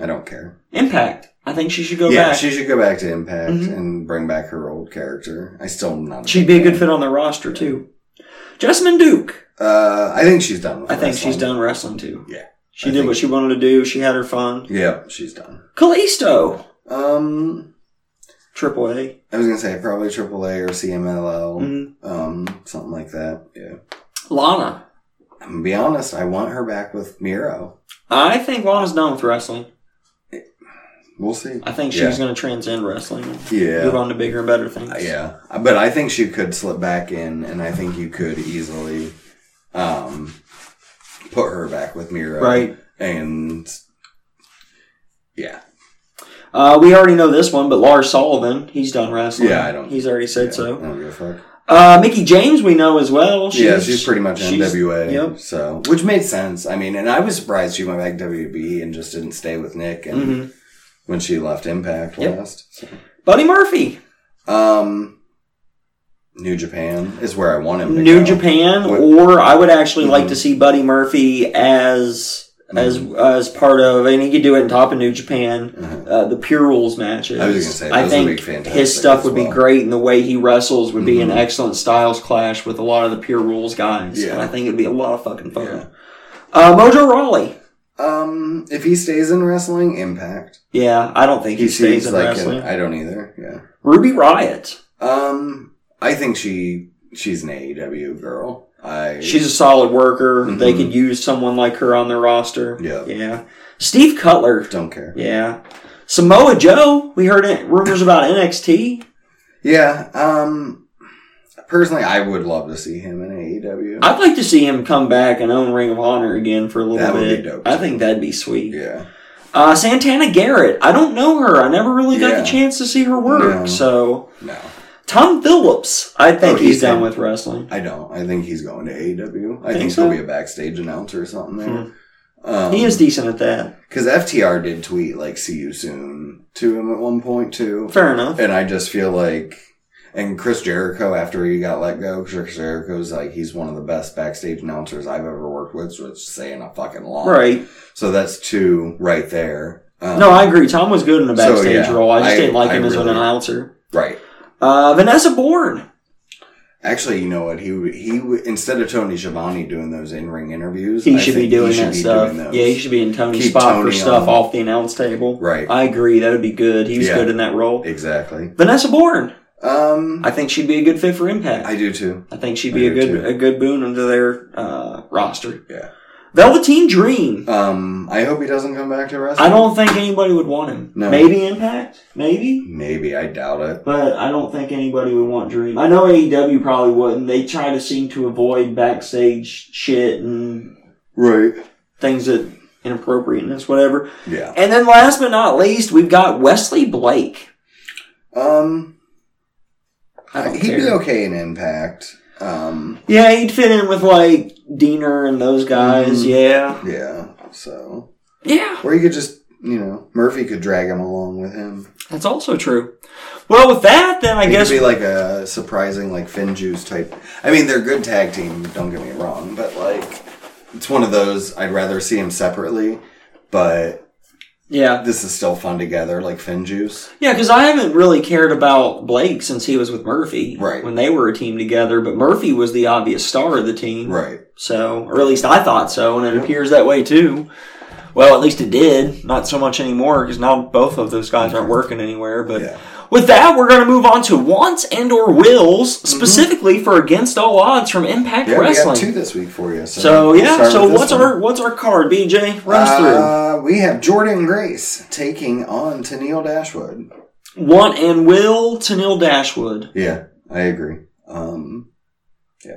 [SPEAKER 1] I don't care.
[SPEAKER 2] Impact. I think she should go
[SPEAKER 1] yeah,
[SPEAKER 2] back.
[SPEAKER 1] she should go back to Impact
[SPEAKER 2] Mhm.
[SPEAKER 1] and bring back her old character. I still am not.
[SPEAKER 2] She'd be a good fit on the roster too. Jessamine Duke.
[SPEAKER 1] Uh, I think she's done. With
[SPEAKER 2] I think
[SPEAKER 1] wrestling.
[SPEAKER 2] she's done wrestling too.
[SPEAKER 1] Yeah.
[SPEAKER 2] She
[SPEAKER 1] I
[SPEAKER 2] did
[SPEAKER 1] think-
[SPEAKER 2] what she wanted to do. She had her fun.
[SPEAKER 1] Yeah, she's done.
[SPEAKER 2] Kalisto.
[SPEAKER 1] Um,
[SPEAKER 2] Triple A.
[SPEAKER 1] I was gonna say probably AAA or CMLL,
[SPEAKER 2] Mhm.
[SPEAKER 1] um, something like that. Yeah.
[SPEAKER 2] Lana.
[SPEAKER 1] I'm gonna be honest. I want her back with Miro.
[SPEAKER 2] I think Lana's done with wrestling.
[SPEAKER 1] We'll see.
[SPEAKER 2] I think she's
[SPEAKER 1] Yeah.
[SPEAKER 2] going to transcend wrestling and move
[SPEAKER 1] Yeah. Uh,
[SPEAKER 2] on to bigger and better things.
[SPEAKER 1] Yeah. But I think she could slip back in, and I think you could easily, um, put her back with Miro.
[SPEAKER 2] Right.
[SPEAKER 1] And yeah,
[SPEAKER 2] Uh, we already know this one, but Lars Sullivan, he's done wrestling.
[SPEAKER 1] Yeah, I don't-
[SPEAKER 2] He's already said
[SPEAKER 1] yeah, I
[SPEAKER 2] so.
[SPEAKER 1] don't give a fuck.
[SPEAKER 2] Uh, Mickey James, we know as well.
[SPEAKER 1] yeah, she's pretty much
[SPEAKER 2] she's-
[SPEAKER 1] NWA.
[SPEAKER 2] yep.
[SPEAKER 1] So, which made sense. I mean, and I was surprised she went back to WB and just didn't stay with Nick and
[SPEAKER 2] Mhm.
[SPEAKER 1] when she left Impact
[SPEAKER 2] Yep.
[SPEAKER 1] last. So.
[SPEAKER 2] Buddy Murphy,
[SPEAKER 1] Um, New Japan is where I want him. To
[SPEAKER 2] New
[SPEAKER 1] go.
[SPEAKER 2] Japan,
[SPEAKER 1] What-
[SPEAKER 2] or I would actually like
[SPEAKER 1] Mhm.
[SPEAKER 2] to see Buddy Murphy as as
[SPEAKER 1] Mm-hmm.
[SPEAKER 2] as part of, and he could do it on top of New Japan.
[SPEAKER 1] Uh-huh.
[SPEAKER 2] Uh, the Pure Rules matches.
[SPEAKER 1] I was gonna say,
[SPEAKER 2] I
[SPEAKER 1] those would
[SPEAKER 2] think
[SPEAKER 1] be fantastic
[SPEAKER 2] his stuff
[SPEAKER 1] as
[SPEAKER 2] would be
[SPEAKER 1] well.
[SPEAKER 2] great, and the way he wrestles would be an
[SPEAKER 1] Mhm.
[SPEAKER 2] excellent styles clash with a lot of the Pure Rules guys.
[SPEAKER 1] Yeah.
[SPEAKER 2] And I think it'd be a lot of fucking fun.
[SPEAKER 1] Yeah.
[SPEAKER 2] Uh, Mojo Rawley.
[SPEAKER 1] Um, if he stays in wrestling, Impact.
[SPEAKER 2] Yeah, I don't think he,
[SPEAKER 1] He,
[SPEAKER 2] stays
[SPEAKER 1] seems
[SPEAKER 2] in
[SPEAKER 1] like
[SPEAKER 2] wrestling.
[SPEAKER 1] an, I don't either. Yeah.
[SPEAKER 2] Ruby Riot.
[SPEAKER 1] Um, I think she she's an AEW girl. I
[SPEAKER 2] She's a solid worker. They
[SPEAKER 1] Mhm.
[SPEAKER 2] could use someone like her on their roster.
[SPEAKER 1] yeah,
[SPEAKER 2] Yeah. Steve Cutler.
[SPEAKER 1] don't care.
[SPEAKER 2] Yeah. Samoa Joe. We heard it, rumors about NXT.
[SPEAKER 1] Yeah. Um, personally, I would love to see him in E AEW.
[SPEAKER 2] I'd like to see him come back and own Ring of Honor again for a little
[SPEAKER 1] That would
[SPEAKER 2] bit.
[SPEAKER 1] be dope,
[SPEAKER 2] I
[SPEAKER 1] too.
[SPEAKER 2] think that'd be sweet.
[SPEAKER 1] yeah.
[SPEAKER 2] Uh, Santana Garrett. I don't know her. I never really got
[SPEAKER 1] Yeah.
[SPEAKER 2] the chance to see her work.
[SPEAKER 1] No.
[SPEAKER 2] So
[SPEAKER 1] No,
[SPEAKER 2] Tom Phillips. I think
[SPEAKER 1] Oh,
[SPEAKER 2] he's,
[SPEAKER 1] he's
[SPEAKER 2] done
[SPEAKER 1] done.
[SPEAKER 2] with wrestling.
[SPEAKER 1] I don't. I think he's going to AEW. I
[SPEAKER 2] Think
[SPEAKER 1] think,
[SPEAKER 2] so?
[SPEAKER 1] he'll be a backstage announcer or something there.
[SPEAKER 2] Hmm.
[SPEAKER 1] Um,
[SPEAKER 2] he is decent at that.
[SPEAKER 1] Because FTR did tweet like "See you soon" to him at one point too,
[SPEAKER 2] Fair enough.
[SPEAKER 1] and I just feel like, and Chris Jericho after he got let go, Chris Jericho's like he's one of the best backstage announcers I've ever worked with, so it's saying a fucking lot.
[SPEAKER 2] Right.
[SPEAKER 1] So that's two right there. Um,
[SPEAKER 2] No, I agree. Tom was good in the
[SPEAKER 1] So,
[SPEAKER 2] backstage
[SPEAKER 1] yeah,
[SPEAKER 2] role. I just
[SPEAKER 1] I-
[SPEAKER 2] didn't like
[SPEAKER 1] I
[SPEAKER 2] him as an
[SPEAKER 1] really-
[SPEAKER 2] announcer.
[SPEAKER 1] right.
[SPEAKER 2] Uh, Vanessa Bourne.
[SPEAKER 1] Actually, you know what? He would- he would- instead of Tony Schiavone doing those in ring interviews,
[SPEAKER 2] He
[SPEAKER 1] I
[SPEAKER 2] should
[SPEAKER 1] think
[SPEAKER 2] be doing
[SPEAKER 1] he should
[SPEAKER 2] that
[SPEAKER 1] be
[SPEAKER 2] stuff.
[SPEAKER 1] doing those.
[SPEAKER 2] yeah, he should be in Tony's
[SPEAKER 1] Keep
[SPEAKER 2] spot for
[SPEAKER 1] Tony
[SPEAKER 2] stuff
[SPEAKER 1] on.
[SPEAKER 2] off the announce table.
[SPEAKER 1] Right.
[SPEAKER 2] I agree. That would be good. He was
[SPEAKER 1] Yeah.
[SPEAKER 2] good in that role.
[SPEAKER 1] exactly.
[SPEAKER 2] Vanessa Bourne.
[SPEAKER 1] Um,
[SPEAKER 2] I think she'd be a good fit for Impact.
[SPEAKER 1] I
[SPEAKER 2] I,
[SPEAKER 1] do too.
[SPEAKER 2] think she'd
[SPEAKER 1] I
[SPEAKER 2] be a
[SPEAKER 1] do
[SPEAKER 2] good
[SPEAKER 1] too.
[SPEAKER 2] a good boon under their uh, roster.
[SPEAKER 1] Yeah.
[SPEAKER 2] Velveteen Dream.
[SPEAKER 1] Um, I hope he doesn't come back to wrestling.
[SPEAKER 2] I don't think anybody would want him.
[SPEAKER 1] No.
[SPEAKER 2] Maybe Impact. Maybe.
[SPEAKER 1] Maybe I doubt it.
[SPEAKER 2] But I don't think anybody would want Dream. I know AEW probably wouldn't. They try to seem to avoid backstage shit and
[SPEAKER 1] Right.
[SPEAKER 2] things that inappropriateness, whatever.
[SPEAKER 1] Yeah.
[SPEAKER 2] And then last but not least, we've got Wesley Blake.
[SPEAKER 1] Um,
[SPEAKER 2] I don't
[SPEAKER 1] he'd
[SPEAKER 2] care.
[SPEAKER 1] be okay in Impact. Um,
[SPEAKER 2] Yeah, he'd fit in with like Diener and those guys.
[SPEAKER 1] Mhm.
[SPEAKER 2] Yeah,
[SPEAKER 1] yeah. So,
[SPEAKER 2] yeah,
[SPEAKER 1] or you could just, you know, Murphy could drag him along with him.
[SPEAKER 2] that's also true. Well, with that, then I
[SPEAKER 1] He
[SPEAKER 2] guess
[SPEAKER 1] could be like a surprising, like Finn Juice type. I mean, they're a good tag team. Don't get me wrong, but like, it's one of those I'd rather see them separately. But
[SPEAKER 2] yeah,
[SPEAKER 1] this is still fun together, like Finn Juice.
[SPEAKER 2] yeah, because I haven't really cared about Blake since he was with Murphy.
[SPEAKER 1] Right.
[SPEAKER 2] when they were a team together, but Murphy was the obvious star of the team.
[SPEAKER 1] Right.
[SPEAKER 2] So, or at least I thought so, and it appears that way too. Well, at least it did. Not so much anymore because now both of those guys aren't working anywhere. But
[SPEAKER 1] Yeah.
[SPEAKER 2] with that, we're going to move on to wants and or wills specifically for against all odds from Impact
[SPEAKER 1] Mm-hmm. Yeah, we
[SPEAKER 2] Wrestling.
[SPEAKER 1] got two this week for you. So,
[SPEAKER 2] so
[SPEAKER 1] we'll
[SPEAKER 2] yeah,
[SPEAKER 1] start
[SPEAKER 2] so
[SPEAKER 1] with this
[SPEAKER 2] what's
[SPEAKER 1] one.
[SPEAKER 2] our what's our card? BJ runs
[SPEAKER 1] Uh, we have Jordan Grace taking on Tennille Dashwood.
[SPEAKER 2] through want and will to Neil Dashwood.
[SPEAKER 1] Yeah, I agree. Um, yeah.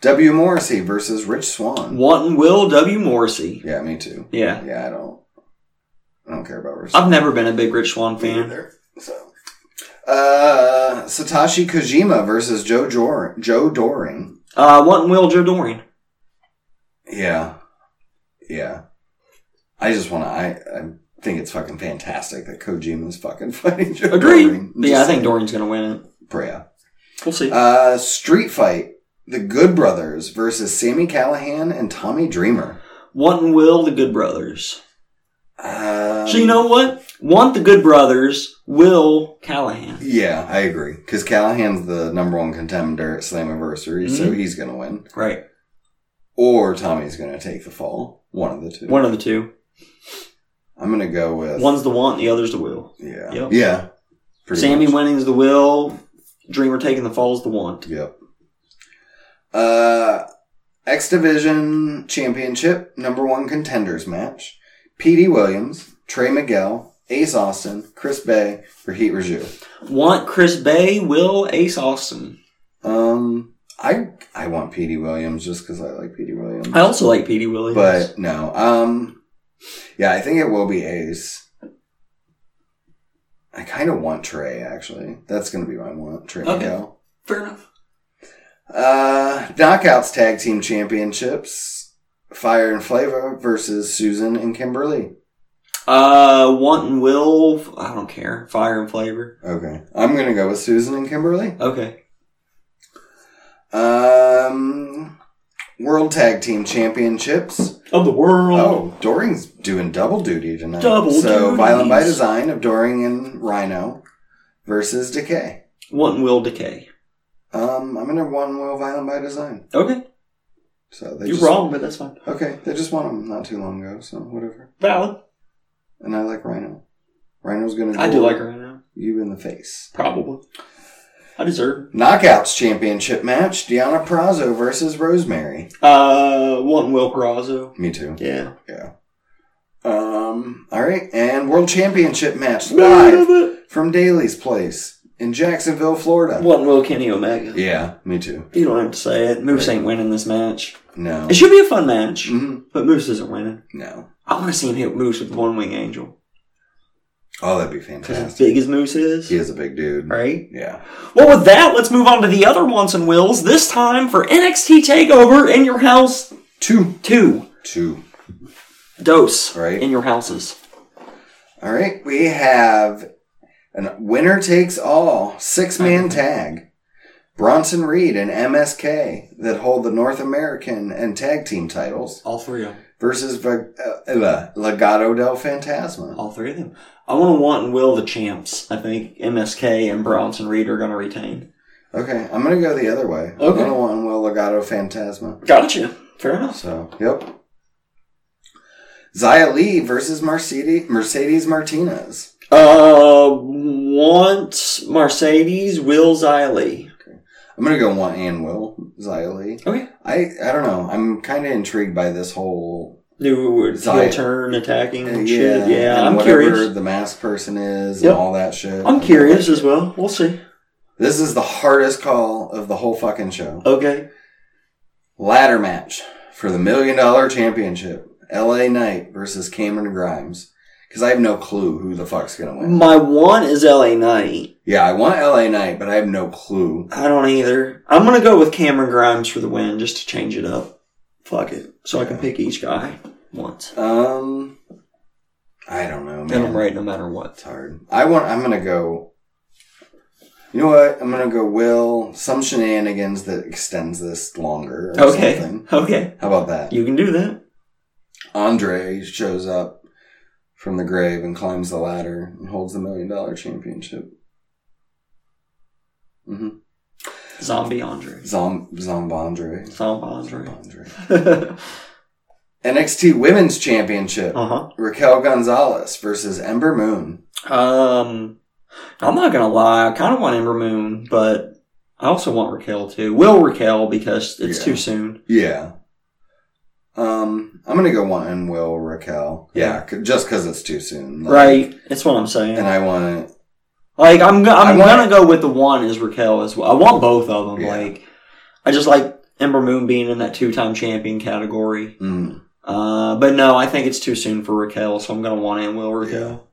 [SPEAKER 1] W. Morrissey versus Rich Swan.
[SPEAKER 2] Want and will W Morrissey.
[SPEAKER 1] Yeah, me too.
[SPEAKER 2] Yeah,
[SPEAKER 1] Yeah, I don't. I don't care about Rich.
[SPEAKER 2] I've never been a big Rich Swan
[SPEAKER 1] Me
[SPEAKER 2] fan.
[SPEAKER 1] either. So, uh, Satoshi Kojima versus Joe Jor- Joe Doring.
[SPEAKER 2] Uh, what in will Joe Doring?
[SPEAKER 1] Yeah, yeah. I just want to. I, I think it's fucking fantastic that Kojima's fucking fighting Joe
[SPEAKER 2] Agree.
[SPEAKER 1] Doring.
[SPEAKER 2] But yeah, I think Doring's gonna win it.
[SPEAKER 1] Prayer.
[SPEAKER 2] We'll see.
[SPEAKER 1] Uh, street fight: The Good Brothers versus Sammy Callahan and Tommy Dreamer.
[SPEAKER 2] what in will the Good Brothers?
[SPEAKER 1] Um,
[SPEAKER 2] so you know what? Want the Good Brothers? Will Callahan?
[SPEAKER 1] Yeah, I agree. Because Callahan's the number one contender at Slammiversary, so
[SPEAKER 2] Mm-hmm.
[SPEAKER 1] he's going to win.
[SPEAKER 2] Right.
[SPEAKER 1] Or Tommy's going to take the fall. One of the two.
[SPEAKER 2] One of the two.
[SPEAKER 1] I'm going to go with.
[SPEAKER 2] One's the want, the other's the will.
[SPEAKER 1] Yeah.
[SPEAKER 2] Yep.
[SPEAKER 1] Yeah. Pretty
[SPEAKER 2] Sammy
[SPEAKER 1] much.
[SPEAKER 2] winning's the will. Dreamer taking the fall is the want.
[SPEAKER 1] Yep. Uh, X Division Championship number one contenders match. P.D. Williams, Trey Miguel, Ace Austin, Chris Bay, Rahit Raju.
[SPEAKER 2] Want Chris Bay? Will Ace Austin?
[SPEAKER 1] Um, I I want P.D. Williams just because I like P.D. Williams.
[SPEAKER 2] I also like Petey Williams.
[SPEAKER 1] But no. Um yeah, I think it will be Ace. I kind of want Trey actually. That's going to be my one. Trey
[SPEAKER 2] Okay.
[SPEAKER 1] Miguel.
[SPEAKER 2] fair enough.
[SPEAKER 1] Uh Knockouts Tag Team Championships. Fire and Flavor versus Susan and Kimberly.
[SPEAKER 2] Uh, want and will. I don't care. Fire and flavor.
[SPEAKER 1] Okay. I'm going to go with Susan and Kimberly.
[SPEAKER 2] Okay.
[SPEAKER 1] Um World Tag Team Championships.
[SPEAKER 2] Of the world.
[SPEAKER 1] Oh, Doring's doing double duty tonight.
[SPEAKER 2] Double
[SPEAKER 1] So,
[SPEAKER 2] duties.
[SPEAKER 1] Violent by Design of Doring and Rhino versus Decay.
[SPEAKER 2] Want and will decay.
[SPEAKER 1] Um, I'm gonna one will Violent by Design.
[SPEAKER 2] Okay.
[SPEAKER 1] So they
[SPEAKER 2] You're
[SPEAKER 1] just,
[SPEAKER 2] wrong, but that's fine.
[SPEAKER 1] Okay, they just won him not too long ago, so whatever.
[SPEAKER 2] Valid.
[SPEAKER 1] And I like Rhino. Rhino's gonna.
[SPEAKER 2] I do
[SPEAKER 1] duel
[SPEAKER 2] like her right now.
[SPEAKER 1] You in the face.
[SPEAKER 2] Probably. I deserve.
[SPEAKER 1] Knockouts championship match: Deanna Prazo versus Rosemary.
[SPEAKER 2] it. Uh, want and will Perazzo.
[SPEAKER 1] Me too.
[SPEAKER 2] Yeah.
[SPEAKER 1] Yeah. Um. All right, and world championship match live
[SPEAKER 2] What
[SPEAKER 1] from Daly's Place in Jacksonville, Florida.
[SPEAKER 2] and will Kenny Omega.
[SPEAKER 1] Yeah, me too.
[SPEAKER 2] You don't have to say it. Moose
[SPEAKER 1] Right.
[SPEAKER 2] ain't winning this match.
[SPEAKER 1] No.
[SPEAKER 2] It should be a fun match,
[SPEAKER 1] Mhm.
[SPEAKER 2] but Moose isn't winning.
[SPEAKER 1] No.
[SPEAKER 2] I want to see him hit Moose with one wing angel.
[SPEAKER 1] Oh, that'd be
[SPEAKER 2] Because as
[SPEAKER 1] fantastic.
[SPEAKER 2] big as Moose is,
[SPEAKER 1] He is a big dude.
[SPEAKER 2] right?
[SPEAKER 1] Yeah.
[SPEAKER 2] Well, with that, let's move on to the other wants and wills, this time for NXT TakeOver in your house
[SPEAKER 1] Two.
[SPEAKER 2] 2.
[SPEAKER 1] Two.
[SPEAKER 2] Dose.
[SPEAKER 1] Right.
[SPEAKER 2] In your houses.
[SPEAKER 1] All right. We have an winner takes all six man tag. Bronson Reed and MSK that hold the North American and tag team titles
[SPEAKER 2] All three of them.
[SPEAKER 1] versus Vag- uh, uh, Legado del Fantasma.
[SPEAKER 2] All three of them. I want to want and will the champs. I think MSK and Bronson Reed are going to retain.
[SPEAKER 1] Okay, I'm gonna go the other way. I'm
[SPEAKER 2] Okay.
[SPEAKER 1] gonna want Will Legado Fantasma.
[SPEAKER 2] Gotcha. Fair enough.
[SPEAKER 1] So, yep. Zia Lee versus Mercedes, Mercedes Martinez.
[SPEAKER 2] Uh, want Mercedes, will Xylee.
[SPEAKER 1] I'm gonna go want and will Xylee.
[SPEAKER 2] Okay.
[SPEAKER 1] I I don't know. I'm kind of intrigued by this whole
[SPEAKER 2] New heel
[SPEAKER 1] Xylee.
[SPEAKER 2] turn attacking and shit. Yeah,
[SPEAKER 1] and
[SPEAKER 2] I'm
[SPEAKER 1] whatever
[SPEAKER 2] curious.
[SPEAKER 1] the masked person is
[SPEAKER 2] Yep.
[SPEAKER 1] and all that shit.
[SPEAKER 2] I'm curious as well. We'll see.
[SPEAKER 1] This is the hardest call of the whole fucking show.
[SPEAKER 2] Okay.
[SPEAKER 1] Ladder match for the million dollar championship. L.A. Knight versus Cameron Grimes. Because I have no clue who the fuck's gonna win.
[SPEAKER 2] My one is LA Knight.
[SPEAKER 1] yeah, I want L.A. Knight, but I have no clue.
[SPEAKER 2] I don't either. I'm gonna go with Cameron Grimes for the win just to change it up. Fuck it. So I can
[SPEAKER 1] Yeah.
[SPEAKER 2] pick each guy once.
[SPEAKER 1] Um, I don't know. Man.
[SPEAKER 2] And I'm right no matter what.
[SPEAKER 1] It's hard. I want. I'm gonna go. You know what? I'm gonna go. Will some shenanigans that extends this longer? Or
[SPEAKER 2] Okay.
[SPEAKER 1] Something.
[SPEAKER 2] Okay.
[SPEAKER 1] How about that?
[SPEAKER 2] You can do that.
[SPEAKER 1] Andre shows up from the grave and climbs the ladder and holds the million dollar championship. hmm
[SPEAKER 2] Zombie Andre.
[SPEAKER 1] Zom Zombandre.
[SPEAKER 2] Zombie Andre.
[SPEAKER 1] Zombandre.
[SPEAKER 2] uh
[SPEAKER 1] NXT Women's Championship.
[SPEAKER 2] huh.
[SPEAKER 1] Raquel Gonzalez versus Ember Moon.
[SPEAKER 2] Um, I'm not gonna lie. I kind of want Ember Moon, but I also want Raquel too. Will Raquel because it's
[SPEAKER 1] Yeah.
[SPEAKER 2] too soon.
[SPEAKER 1] Yeah. Um, I'm gonna go one and Will Raquel.
[SPEAKER 2] Yeah.
[SPEAKER 1] Yeah, c- just because it's too soon, like,
[SPEAKER 2] Right. That's what I'm saying.
[SPEAKER 1] And I want
[SPEAKER 2] Like I'm, go- I'm
[SPEAKER 1] I want-
[SPEAKER 2] gonna go with the one is Raquel as well. I want both of them.
[SPEAKER 1] Yeah.
[SPEAKER 2] Like I just like Ember Moon being in that two time champion category.
[SPEAKER 1] to. Mm.
[SPEAKER 2] Uh, but no, I think it's too soon for Raquel, so I'm gonna want and will Raquel.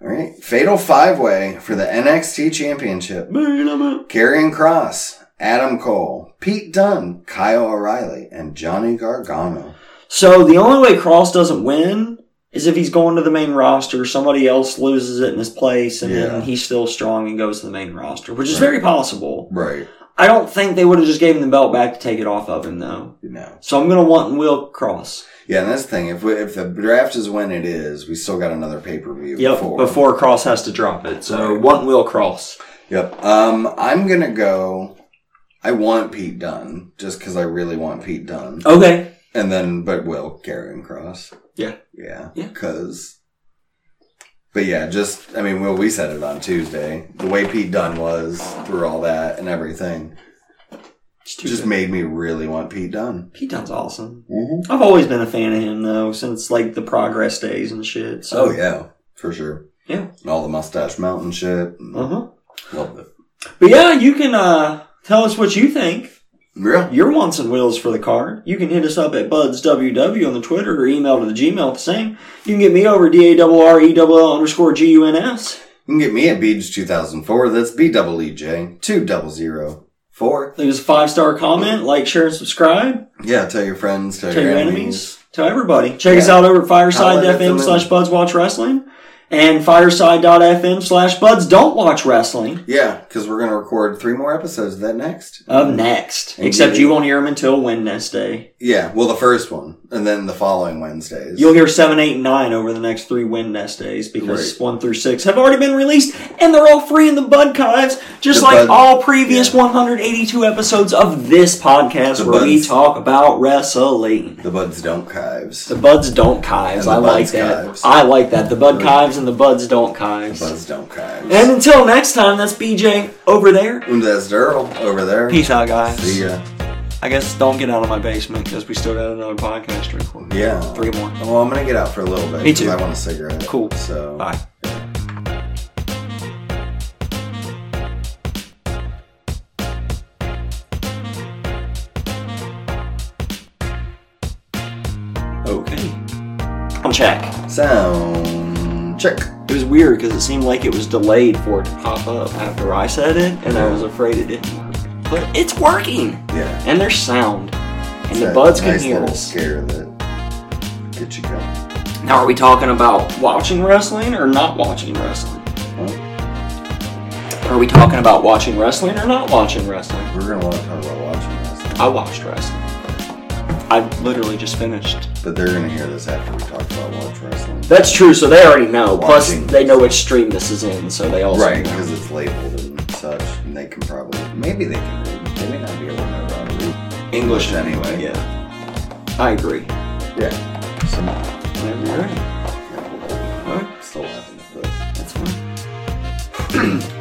[SPEAKER 1] All right. Fatal five way for the NXT Championship.
[SPEAKER 2] Man, I'm out.
[SPEAKER 1] Karrion Cross, Adam Cole, Pete Dunne, Kyle O'Reilly, and Johnny Gargano.
[SPEAKER 2] So the only way Cross doesn't win is if he's going to the main roster, somebody else loses it in his place, and
[SPEAKER 1] Yeah.
[SPEAKER 2] then he's still strong and goes to the main roster, which is
[SPEAKER 1] Right.
[SPEAKER 2] very possible.
[SPEAKER 1] Right.
[SPEAKER 2] I don't think they would have just gave him the belt back to take it off of him though.
[SPEAKER 1] No.
[SPEAKER 2] So I'm gonna want Will Cross.
[SPEAKER 1] Yeah, and that's the thing. If we, if the draft is when it is, we still got another pay per view.
[SPEAKER 2] Yep, before. Cross has to drop it. So want Will Cross.
[SPEAKER 1] Yep. Um, I'm gonna go. I want Pete Dunne just because I really want Pete Dunne,
[SPEAKER 2] Okay.
[SPEAKER 1] and then but will Karrion Cross.
[SPEAKER 2] Yeah.
[SPEAKER 1] Yeah.
[SPEAKER 2] Yeah.
[SPEAKER 1] Because. But yeah, just I mean, Will, we said it on Tuesday. The way Pete Dunne was through all that and everything
[SPEAKER 2] It's too
[SPEAKER 1] just
[SPEAKER 2] good.
[SPEAKER 1] made me really want Pete Dunne.
[SPEAKER 2] Pete Dunne's awesome.
[SPEAKER 1] Mm-hmm.
[SPEAKER 2] I've always been a fan of him though, since like the progress days and shit. So
[SPEAKER 1] Oh yeah, for sure.
[SPEAKER 2] Yeah.
[SPEAKER 1] And all the Mustache Mountain shit.
[SPEAKER 2] Uh huh.
[SPEAKER 1] Loved it.
[SPEAKER 2] But yeah, you can uh tell us what you think.
[SPEAKER 1] Yeah.
[SPEAKER 2] Your wants and wills for the card. You can hit us up at budsww on the Twitter or email to the Gmail the same. You can get me over D A R R E double L underscore G U N S.
[SPEAKER 1] You can get me at Beej2004. That's B double E J two double zero four.
[SPEAKER 2] Leave us a five star comment, like, share, and subscribe.
[SPEAKER 1] Yeah, tell your friends, tell,
[SPEAKER 2] to
[SPEAKER 1] your,
[SPEAKER 2] your
[SPEAKER 1] enemies.
[SPEAKER 2] enemies, to everybody. Check us
[SPEAKER 1] Yeah.
[SPEAKER 2] out over at
[SPEAKER 1] Holla at them
[SPEAKER 2] fireside.fm slash buds watch wrestling and fireside.fm slash buds don't watch wrestling
[SPEAKER 1] Yeah, because we're gonna record three more episodes of that next.
[SPEAKER 2] up next.
[SPEAKER 1] Indeed.
[SPEAKER 2] Except you won't hear them until Wednesday.
[SPEAKER 1] Yeah, well, the first one, and then the following Wednesdays.
[SPEAKER 2] You'll hear 7, 8, and 9 over the next three Wednesdays because
[SPEAKER 1] Right.
[SPEAKER 2] 1 through 6 have already been released and they're all free in the Budkives, just
[SPEAKER 1] The
[SPEAKER 2] like
[SPEAKER 1] Bud-
[SPEAKER 2] all previous 182 episodes of this podcast
[SPEAKER 1] The
[SPEAKER 2] where we
[SPEAKER 1] Buds.
[SPEAKER 2] talk about wrestling.
[SPEAKER 1] the buds don't kives.
[SPEAKER 2] The buds don't kives.
[SPEAKER 1] And the
[SPEAKER 2] I like
[SPEAKER 1] buds
[SPEAKER 2] that.
[SPEAKER 1] kives.
[SPEAKER 2] I like that. The bud kives and the buds don't kives.
[SPEAKER 1] buds don't kives.
[SPEAKER 2] And until next time, that's BJ over there.
[SPEAKER 1] and that's Daryl over there.
[SPEAKER 2] Peace out, guys.
[SPEAKER 1] See ya.
[SPEAKER 2] I guess don't get out of my basement because we still got another podcast to record.
[SPEAKER 1] Yeah.
[SPEAKER 2] Three more.
[SPEAKER 1] Well, I'm gonna get out for a little bit.
[SPEAKER 2] Me
[SPEAKER 1] 'cause
[SPEAKER 2] too.
[SPEAKER 1] I want a cigarette.
[SPEAKER 2] Cool.
[SPEAKER 1] So
[SPEAKER 2] Bye. Okay. I'm check.
[SPEAKER 1] Sound check.
[SPEAKER 2] It was weird because it seemed like it was delayed for it to pop up after I said it, and I was afraid it didn't work. But it's working,
[SPEAKER 1] Yeah.
[SPEAKER 2] and there's sound, and the
[SPEAKER 1] That
[SPEAKER 2] buds
[SPEAKER 1] nice
[SPEAKER 2] can hear
[SPEAKER 1] little
[SPEAKER 2] us.
[SPEAKER 1] Scare that get you going.
[SPEAKER 2] Now, are we talking about watching wrestling or not watching wrestling?
[SPEAKER 1] Well,
[SPEAKER 2] Are we talking about watching wrestling or not watching wrestling?
[SPEAKER 1] we're gonna want to talk about watching this,
[SPEAKER 2] I watched wrestling. I literally just finished.
[SPEAKER 1] but they're gonna hear this after we talk about watch wrestling.
[SPEAKER 2] That's true, so they already know.
[SPEAKER 1] Watching.
[SPEAKER 2] Plus, they know which stream this is in, so they also
[SPEAKER 1] Right,
[SPEAKER 2] know.
[SPEAKER 1] because it's labeled and such, and they can probably maybe they can read. They may not be able to know how to read.
[SPEAKER 2] English
[SPEAKER 1] anyway.
[SPEAKER 2] Yeah. I agree.
[SPEAKER 1] Yeah. So
[SPEAKER 2] Whenever you're ready.
[SPEAKER 1] yeah, we'll-
[SPEAKER 2] All right.
[SPEAKER 1] still laughing at this.
[SPEAKER 2] That's fine.